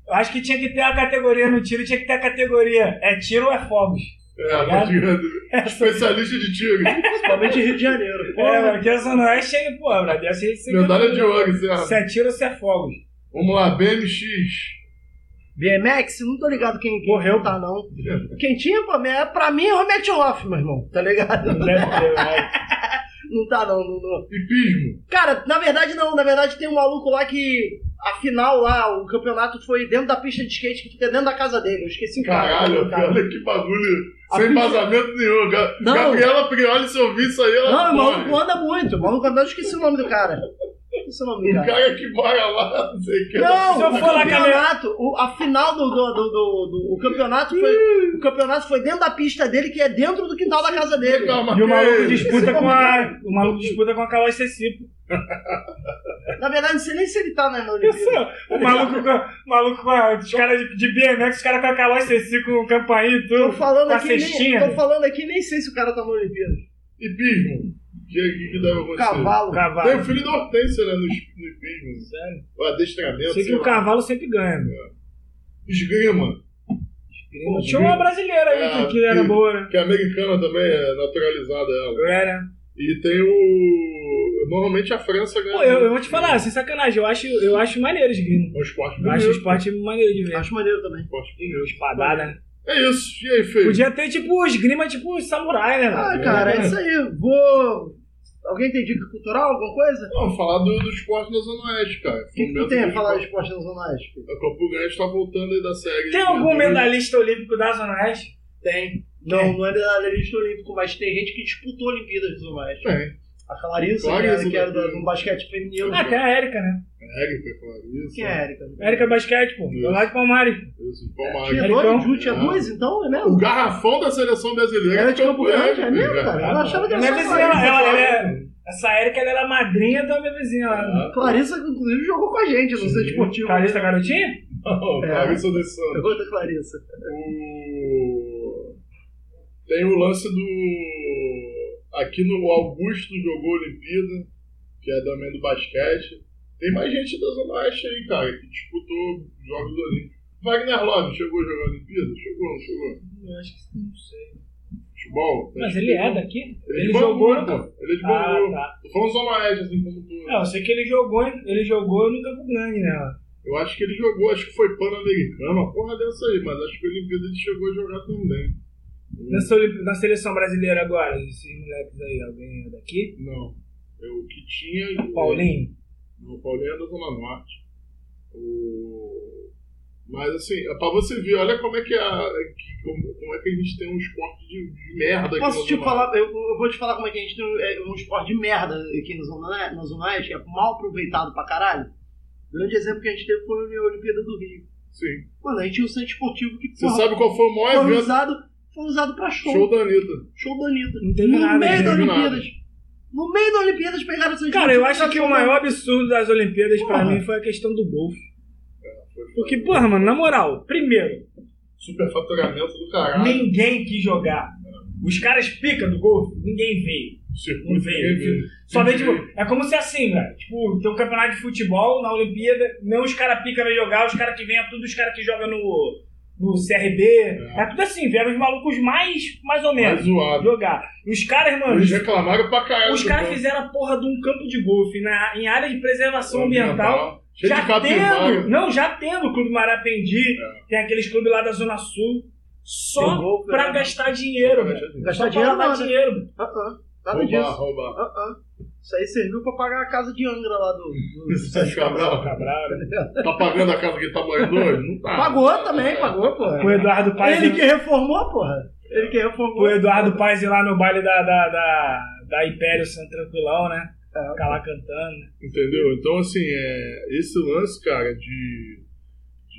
Speaker 4: eu acho que tinha que ter a categoria no tiro, tinha que ter a categoria é tiro ou é fogos.
Speaker 3: É,
Speaker 4: tá
Speaker 3: mas
Speaker 4: É,
Speaker 3: especialista de tiro.
Speaker 2: Principalmente Rio de Janeiro.
Speaker 4: Pô, é, porque essa não é cheia, pô, Brad, essa aí você-
Speaker 3: Medalha de ouro, assim,
Speaker 4: Se
Speaker 3: Zé.
Speaker 4: é tiro ou se é fogos.
Speaker 3: Vamos lá, BMX.
Speaker 2: BMX, não tô ligado quem, quem Morreu. tá, não. Quem tinha, pô, é- pra mim é o Matt Hoff, meu irmão. Tá ligado?
Speaker 4: Não deve ter, vai.
Speaker 2: Não tá, não, não, não.
Speaker 3: Hipismo.
Speaker 2: Cara, na verdade não, na verdade tem um maluco lá que a final lá, o campeonato foi dentro da pista de skate que fica dentro da casa dele. Eu esqueci o cara.
Speaker 3: Caralho,
Speaker 2: cara.
Speaker 3: olha que bagulho.
Speaker 2: A
Speaker 3: Sem
Speaker 2: pista-
Speaker 3: vazamento nenhum. Ga-
Speaker 2: Não.
Speaker 3: Gabriela Prioli, se ouvir isso aí, ela
Speaker 4: é
Speaker 2: Não, o
Speaker 3: morre.
Speaker 2: maluco anda muito. O maluco anda, eu esqueci o nome do cara. Esqueci o nome
Speaker 3: O
Speaker 2: do cara.
Speaker 3: cara que mora lá, não sei o que.
Speaker 2: Não,
Speaker 4: Se eu
Speaker 2: o
Speaker 4: for lá,
Speaker 2: campeonato, o- a final do, do, do, do- do- o campeonato foi. O campeonato foi dentro da pista dele, que é dentro do quintal da casa dele.
Speaker 3: Calma,
Speaker 4: E o maluco
Speaker 3: que-
Speaker 4: disputa com a. O maluco disputa com a Calói Cecipo.
Speaker 2: Na verdade, não sei nem se ele tá né, na Olimpíada.
Speaker 4: Isso, O maluco com, a- o maluco com a, os caras de, de BMX, os caras com a Calói Cecipo, com o campainho e
Speaker 2: Tô
Speaker 4: tudo.
Speaker 2: falando,
Speaker 4: com a
Speaker 2: aqui, nem,
Speaker 4: cestinha.
Speaker 2: tô falando aqui, nem sei se o cara tá na Olimpíada.
Speaker 3: Hipismo. O que, que, que deve acontecer?
Speaker 2: Cavalo.
Speaker 3: Tem o
Speaker 4: Cavalo.
Speaker 3: filho da Hortência, né? No, hip- no hipismo.
Speaker 4: Sério?
Speaker 3: O adestramento.
Speaker 4: Sei que
Speaker 3: sei
Speaker 4: o
Speaker 3: lá.
Speaker 4: cavalo sempre ganha, meu.
Speaker 3: Esgrima.
Speaker 4: Pô, Tinha uma brasileira aí que, que
Speaker 3: É,
Speaker 4: era
Speaker 3: que-
Speaker 4: boa, né?
Speaker 3: Que é americana também, é naturalizada ela.
Speaker 4: Era.
Speaker 3: E tem o. Normalmente a França ganha.
Speaker 4: Pô, eu, eu vou te falar, sem sacanagem, eu acho, eu acho maneiro esgrima.
Speaker 3: É um esporte
Speaker 4: Eu
Speaker 3: bonito.
Speaker 4: acho o esporte maneiro de ver.
Speaker 2: Acho maneiro também.
Speaker 3: Esporte bonito.
Speaker 4: Espadada. né?
Speaker 3: É isso. E aí, Fê?
Speaker 4: Podia ter, tipo, esgrima, tipo, samurai, né?
Speaker 2: Ah,
Speaker 4: mano?
Speaker 2: cara, é isso aí. Vou. Alguém tem dica cultural, alguma coisa?
Speaker 3: Não, falar do, do esporte na Zona Oeste, cara.
Speaker 2: O que, que tu tem a falar de esporte na Zona Oeste?
Speaker 3: A Campo Grande tá voltando aí da série.
Speaker 4: Tem algum medalhista olímpico da Zona Oeste?
Speaker 2: Tem. Não, não é medalhista olímpico, mas tem gente que disputou Olimpíadas do Zona Oeste.
Speaker 3: Tem.
Speaker 2: A Clarissa, né,
Speaker 3: Clarissa
Speaker 2: que era, que era
Speaker 3: É. daqui. É.
Speaker 2: do, do basquete feminino.
Speaker 4: Ah, tem a Érica, né?
Speaker 3: Érica, Clarissa.
Speaker 2: Quem é a Erika?
Speaker 4: Érica Basquete, pô. Do lado de Palmares.
Speaker 3: Isso, Palmares.
Speaker 2: é? Tinha
Speaker 4: Ericão.
Speaker 2: dois, Ju tinha
Speaker 3: É.
Speaker 2: duas, então, é
Speaker 3: O né?
Speaker 2: mesmo?
Speaker 3: garrafão da seleção brasileira.
Speaker 2: Era de Campo Grande, é mesmo,
Speaker 3: filho.
Speaker 2: cara? Eu achava que
Speaker 4: Minha
Speaker 2: era só
Speaker 4: vizinha, assim, ela,
Speaker 2: Clarissa.
Speaker 4: ela, ela é... Essa Érica, ela era a madrinha da minha vizinha lá. né?
Speaker 3: Ah,
Speaker 2: Clarissa, inclusive, jogou com a gente no centro esportivo.
Speaker 4: Carlista Garotinha?
Speaker 3: não,
Speaker 2: É.
Speaker 3: Clarissa dos Santos.
Speaker 2: Jogou da Clarissa.
Speaker 3: O- Tem o lance do. Aqui no o Augusto jogou Olimpíada, que é também do basquete. Tem mais gente da Zona Oeste aí, cara, que disputou Jogos Olímpicos. Wagner Love chegou a jogar Olimpíada? Chegou, não chegou?
Speaker 4: Eu acho que não sei.
Speaker 3: Futebol?
Speaker 4: Mas ele é daqui?
Speaker 3: Ele, jogou,
Speaker 4: no Campo-
Speaker 3: pô. Ele é de
Speaker 4: Ah,
Speaker 3: Bangu.
Speaker 4: tá.
Speaker 3: Tô falando Zona Oeste, assim como tu.
Speaker 4: Não, eu sei que ele jogou, em- ele jogou no Campo Grande, né?
Speaker 3: Eu acho que ele jogou, acho que foi Pan-Americano, uma porra dessa aí, mas acho que a Olimpíada ele chegou a jogar também.
Speaker 4: Na, sele- na seleção brasileira agora, esses moleques aí, alguém é daqui?
Speaker 3: Não. É O que tinha.
Speaker 4: Paulinho?
Speaker 3: O Paulinho é da Zona Norte. O... Mas assim, é pra você ver, olha como é que a. que- Como, como é que a gente tem um esporte de, de merda aqui
Speaker 2: Posso
Speaker 3: na
Speaker 2: te
Speaker 3: Zona Norte.
Speaker 2: falar, eu, eu vou te falar como é que a gente tem um- é, um esporte de merda aqui na Zona, na Zona Oeste, que é mal aproveitado pra caralho. Grande exemplo que a gente teve foi a Olimpíada do Rio.
Speaker 3: Sim.
Speaker 2: Mano, a gente tinha um centro esportivo que
Speaker 3: Você
Speaker 2: porra,
Speaker 3: sabe qual foi o maior
Speaker 2: foi,
Speaker 3: evento?
Speaker 2: usado, foi usado pra show.
Speaker 3: Show da Anitta.
Speaker 2: Show da Anitta.
Speaker 4: Não teve
Speaker 2: no
Speaker 4: nada,
Speaker 2: meio
Speaker 4: não
Speaker 2: da
Speaker 3: teve
Speaker 2: Olimpíadas. No meio da Olimpíadas pegaram o
Speaker 3: É.
Speaker 2: centro
Speaker 4: Cara,
Speaker 2: esportivo
Speaker 4: eu acho
Speaker 2: pra
Speaker 4: que
Speaker 2: show
Speaker 4: o
Speaker 2: da
Speaker 4: maior absurdo das Olimpíadas pra
Speaker 2: Porra.
Speaker 4: mim foi a questão do golfe.
Speaker 3: É,
Speaker 4: Porque, porra, mano, na moral, primeiro,
Speaker 3: Superfaturamento do caralho.
Speaker 4: ninguém quis jogar. Os caras pica do golfe, ninguém veio.
Speaker 3: Circuito,
Speaker 4: Não veio. Só veio, tipo, é como se assim, velho. Tipo, tem um campeonato de futebol na Olimpíada, não os caras pica vêm jogar, os caras que vêm é tudo os caras que jogam no, no CRB. É. tudo assim, vieram os malucos mais, mais ou
Speaker 3: mais Tá
Speaker 4: menos.
Speaker 3: zoado.
Speaker 4: jogar. E os caras, mano,
Speaker 3: Eles reclamaram pra caralho.
Speaker 4: os
Speaker 3: do
Speaker 4: caras
Speaker 3: campo
Speaker 4: fizeram a porra de um campo de golfe na, em área de preservação ambiental.
Speaker 3: Cheio
Speaker 4: Já
Speaker 3: de capivara.
Speaker 4: tendo, não, já tendo o Clube Marapendi, tem aqueles clubes lá da Zona Sul,
Speaker 2: Tem
Speaker 4: só
Speaker 2: golfe,
Speaker 4: pra
Speaker 2: né?
Speaker 4: gastar dinheiro,
Speaker 3: Pra
Speaker 4: velho.
Speaker 3: gastar
Speaker 2: Gastar
Speaker 4: Só
Speaker 2: dinheiro
Speaker 4: pra
Speaker 2: não,
Speaker 4: lavar
Speaker 2: né?
Speaker 4: dinheiro.
Speaker 2: Ah, ah, nada
Speaker 3: É, Roubar,
Speaker 2: disso.
Speaker 3: roubar.
Speaker 2: Ah, ah. Isso aí serviu pra pagar a casa de Angra lá do. do-
Speaker 3: Isso é Cabral.
Speaker 4: Cabral.
Speaker 2: né?
Speaker 3: Tá pagando a casa que ele tá morando hoje? Não tá.
Speaker 2: Pagou também, pagou, porra.
Speaker 4: O Eduardo Paes,
Speaker 2: Ele que é reformou, porra. Ele que reformou.
Speaker 4: o Eduardo Paes ir lá no baile da, da, da, da Império Santo Tranquilão, né?
Speaker 2: É,
Speaker 4: Ficar lá cantando. né?
Speaker 3: Entendeu? Então, assim, é, esse lance, cara, de.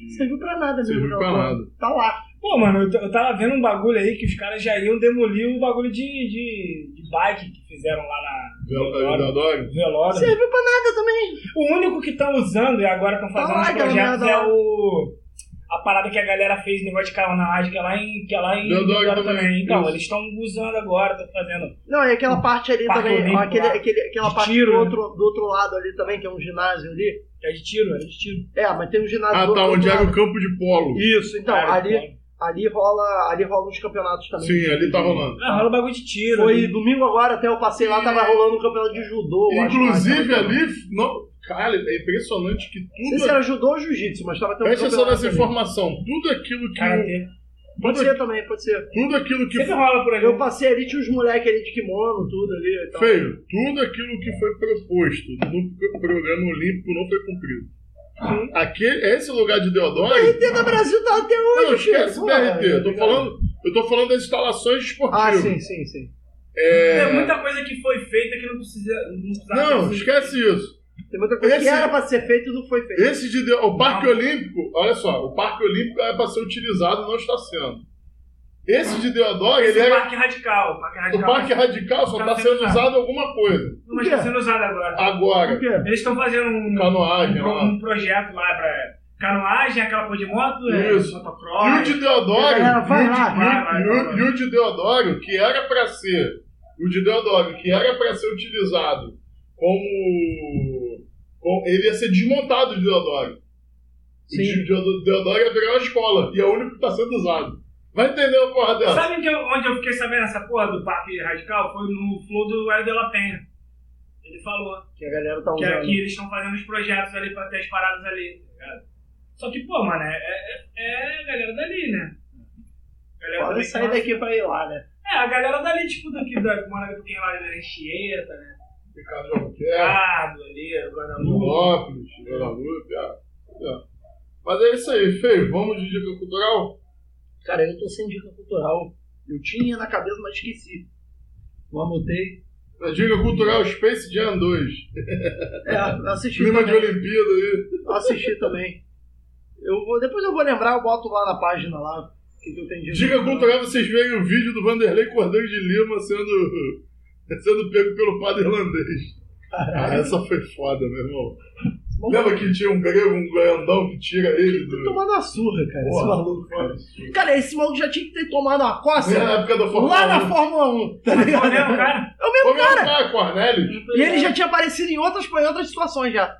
Speaker 2: Não
Speaker 3: de...
Speaker 2: serviu pra nada,
Speaker 3: Serviu
Speaker 2: meu
Speaker 3: pra
Speaker 2: irmão.
Speaker 3: nada.
Speaker 2: Tá lá.
Speaker 4: Pô, mano, eu, t- eu tava vendo um bagulho aí que os caras já iam demolir o bagulho de, de, de bike que fizeram lá na,
Speaker 3: Vel- é, Velodório.
Speaker 4: Velório.
Speaker 2: Serviu pra nada também.
Speaker 4: O único que estão usando e agora estão fazendo
Speaker 2: Tá lá,
Speaker 4: os
Speaker 2: aquela
Speaker 4: projetos
Speaker 2: merda
Speaker 4: é
Speaker 2: lá.
Speaker 4: o. A parada que a galera fez, negócio de carnagem, que é lá em. Que é lá em
Speaker 3: Meu dog
Speaker 4: Vitória
Speaker 3: também,
Speaker 4: Então,
Speaker 3: isso.
Speaker 4: eles estão usando agora, estão fazendo.
Speaker 2: Não, e aquela parte ali
Speaker 4: Parque
Speaker 2: também,
Speaker 4: Olímpico
Speaker 2: aquele,
Speaker 4: lá.
Speaker 2: aquele- aquela
Speaker 4: De
Speaker 2: parte
Speaker 4: tiro,
Speaker 2: do,
Speaker 4: né?
Speaker 2: outro, do outro lado ali também, que é um ginásio ali.
Speaker 4: É de tiro, é de tiro.
Speaker 2: É, mas tem um ginásio
Speaker 3: Ah,
Speaker 2: do
Speaker 3: tá,
Speaker 2: outro
Speaker 3: onde era
Speaker 2: lado.
Speaker 3: o campo de polo.
Speaker 2: Isso, então,
Speaker 4: Cara,
Speaker 2: ali,
Speaker 4: pô.
Speaker 2: ali, rola, ali rola uns campeonatos também.
Speaker 3: Sim, ali tá rolando.
Speaker 4: Ah, rola bagulho de tiro.
Speaker 2: Foi
Speaker 4: né?
Speaker 2: domingo agora, até eu passei lá, tava rolando um campeonato de judô. eu acho,
Speaker 3: Inclusive
Speaker 2: lá, tava-
Speaker 3: ali, não, cara, é impressionante que
Speaker 2: Não sei
Speaker 3: tudo.
Speaker 2: se era judô ou jiu-jitsu, mas tava tendo
Speaker 3: Presta atenção
Speaker 2: campeonato
Speaker 3: nessa
Speaker 2: também.
Speaker 3: informação. Tudo aquilo que. o-
Speaker 4: Karatê.
Speaker 2: Pode ser também, pode ser.
Speaker 3: Tudo aquilo que.
Speaker 4: Sempre rola por ali.
Speaker 2: Eu passei ali, tinha uns moleques ali de kimono, tudo ali e tal.
Speaker 3: Feio, tudo aquilo que foi proposto no pro- programa olímpico não foi cumprido.
Speaker 2: Ah.
Speaker 3: Aqui, esse lugar de Deodoro.
Speaker 2: BRT do Brasil tá até hoje,
Speaker 3: Não, esquece
Speaker 2: filho.
Speaker 3: BRT. Eu tô
Speaker 2: Porra. tá é.
Speaker 3: falando, eu tô falando das instalações
Speaker 2: Ah,
Speaker 3: esportivas. É,
Speaker 2: sim, sim, sim.
Speaker 4: Tem É muita coisa que foi feita que não precisa. Não, precisava ter
Speaker 3: Não,
Speaker 4: sido.
Speaker 3: esquece isso.
Speaker 2: Tem muita coisa que
Speaker 3: Esse-
Speaker 2: era pra ser feito e não foi feito.
Speaker 3: Esse de Deu- o Parque Olímpico, olha só, o Parque Olímpico é para ser utilizado, não está sendo. Esse de Deodoro, ele
Speaker 4: Esse
Speaker 3: é
Speaker 4: parque radical. O parque
Speaker 3: o
Speaker 4: radical
Speaker 3: Parque é.
Speaker 4: mas-
Speaker 3: Radical, só
Speaker 4: tá
Speaker 3: está
Speaker 4: sendo
Speaker 3: sendo usado alguma coisa.
Speaker 4: mas está sendo usado agora.
Speaker 2: Por
Speaker 3: Agora,
Speaker 2: quê?
Speaker 4: Eles estão fazendo um,
Speaker 3: canoagem
Speaker 4: um,
Speaker 3: lá.
Speaker 4: um projeto lá pra canoagem, aquela coisa de moto, é,
Speaker 3: Isso. E o
Speaker 4: motocross.
Speaker 3: de Deodoro,
Speaker 2: Galera, vai
Speaker 3: e o de-
Speaker 2: lá,
Speaker 4: vai, vai,
Speaker 3: e o-
Speaker 4: vai.
Speaker 3: e o de Deodoro, que era para ser, o de Deodoro, que era para ser utilizado como, como- ele ia ser desmontado de Deodoro. O
Speaker 2: Sim.
Speaker 3: de Deodoro- Deodoro ia virar uma escola, e é o único que está sendo usado. Vai entender uma porra dessa?
Speaker 4: Sabe onde eu, onde eu fiquei sabendo essa porra do Parque Radical? Foi no flow do Hélio de La Penha. Ele falou
Speaker 2: Que a galera tá
Speaker 4: que,
Speaker 2: usando.
Speaker 4: é, que eles estão fazendo os projetos ali pra ter as paradas ali, tá ligado? Só que, pô, mano, é, é, é a galera dali, né? A Galera
Speaker 2: Pode
Speaker 4: dali né, que
Speaker 2: sair
Speaker 4: mora-
Speaker 2: daqui pra ir lá, né?
Speaker 4: É, a galera dali, tipo, daqui da Moraga do Quem lá da Anchieta, né?
Speaker 3: Ricardo Albuquerque,
Speaker 4: Ricardo ali, o Guadalupe.
Speaker 3: Lopes, Guadalupe, ah, é. Mas é isso aí, feio. Vamos de dica cultural?
Speaker 2: Cara, eu tô sem dica cultural. Eu tinha na cabeça, mas esqueci. Não anotei.
Speaker 3: A É, dica cultural Space Jam 2.
Speaker 2: É, assisti
Speaker 3: Clima de
Speaker 2: também.
Speaker 3: Olimpíada aí.
Speaker 2: Assisti também. Eu vou, depois eu vou lembrar, eu boto lá na página lá. o Que que eu tenho de
Speaker 3: Dica cultural, vocês veem o vídeo do Vanderlei Cordeiro de Lima sendo, sendo pego pelo padre irlandês. Ah, essa foi foda, meu irmão.
Speaker 2: Bom,
Speaker 3: Lembra que tinha um grego, um goiandão que tira ele do.
Speaker 2: Tomando a surra, cara, esse
Speaker 3: Porra.
Speaker 2: maluco. Cara, esse maluco já tinha que ter tomado uma coça
Speaker 3: Na época da É, Fórmula
Speaker 2: lá na
Speaker 3: 1.
Speaker 2: Fórmula 1, tá
Speaker 4: Tá
Speaker 2: ligado?
Speaker 4: vendo, cara?
Speaker 2: É o mesmo
Speaker 3: Como é que
Speaker 2: cara!
Speaker 3: tá, Cornélio?
Speaker 2: E ele já tinha aparecido em outras, em outras situações já.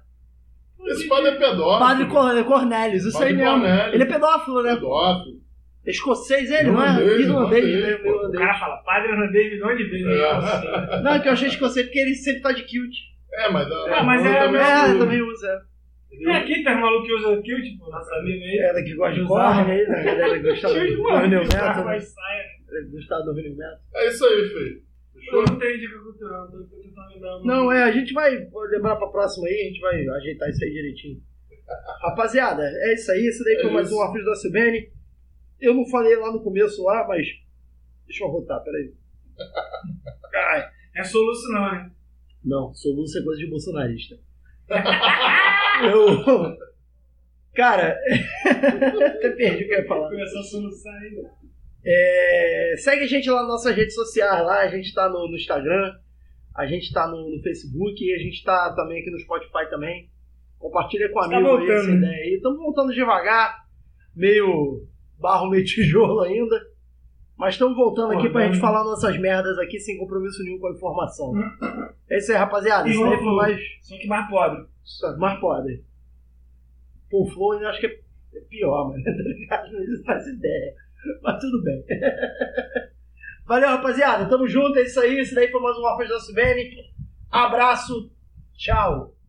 Speaker 3: Esse padre é pedófilo.
Speaker 2: Padre Cor- Cornelius, isso aí
Speaker 3: Padre
Speaker 2: mesmo.
Speaker 3: Cornélio.
Speaker 2: Ele é pedófilo, né?
Speaker 3: Pedófilo.
Speaker 2: É Escocês ele, não é?
Speaker 3: Irlandês,
Speaker 2: Irlandês,
Speaker 3: irlandês,
Speaker 2: mesmo,
Speaker 4: O
Speaker 2: irlandês.
Speaker 4: cara fala, padre Andrei milhões de né?" vezes.
Speaker 3: É.
Speaker 4: Nossa.
Speaker 2: Não, é que eu achei escocês porque ele sempre tá de kilt.
Speaker 3: É, mas. a-
Speaker 4: Ah, mas
Speaker 3: a-
Speaker 4: é-
Speaker 3: também- assim.
Speaker 2: É, também usa.
Speaker 4: Tem aqui, tem um maluco que usa kill, tipo, nossa amiga aí.
Speaker 2: Era que gosta de
Speaker 4: Usava.
Speaker 2: corne aí, né? Galera que gostava
Speaker 4: Cheio de
Speaker 2: do Ronil
Speaker 4: maluco que
Speaker 2: Neto,
Speaker 4: usava
Speaker 2: né?
Speaker 4: as saias.
Speaker 2: Gostava do Ronil Neto.
Speaker 3: É isso aí, feio.
Speaker 4: Eu não tenho dica cultural, tô tentando lembrar. alguma
Speaker 2: Não,
Speaker 4: coisa.
Speaker 2: é, a gente vai vou lembrar pra próxima aí, a gente vai ajeitar isso aí direitinho. Rapaziada, é isso aí, isso daí foi
Speaker 3: É
Speaker 2: mais
Speaker 3: isso.
Speaker 2: um Arfiz da CBN. Eu não falei lá no começo lá, mas. Deixa eu arrotar, peraí. Ai,
Speaker 4: É soluço não, né?
Speaker 2: não, soluço é coisa de bolsonarista. Eu. Cara, até perdi o que eu ia falar.
Speaker 4: Começou a soluçar ainda.
Speaker 2: É, segue a gente lá nas nossas redes sociais, lá a gente tá no, no Instagram, a gente tá no, no Facebook e a gente tá também aqui no Spotify também. Compartilha com um
Speaker 4: Tá
Speaker 2: amigo aí essa
Speaker 4: voltando, né?
Speaker 2: ideia aí. Estamos voltando devagar, meio barro, meio tijolo ainda. Mas estamos voltando aqui pra
Speaker 4: Voltando.
Speaker 2: gente falar nossas merdas aqui sem compromisso nenhum com a informação. É isso aí, rapaziada.
Speaker 4: E
Speaker 2: Isso daí
Speaker 4: o
Speaker 2: foi
Speaker 4: Flow?
Speaker 2: mais.
Speaker 4: Só que mais pobre.
Speaker 2: Mais pobre. Pô, o Flow eu acho que é é pior, mano. Tá ligado? Não faz ideia. Mas tudo bem. Valeu, rapaziada. Tamo junto. É isso aí. Isso daí foi mais um Arroz da Sibene. Abraço. Tchau.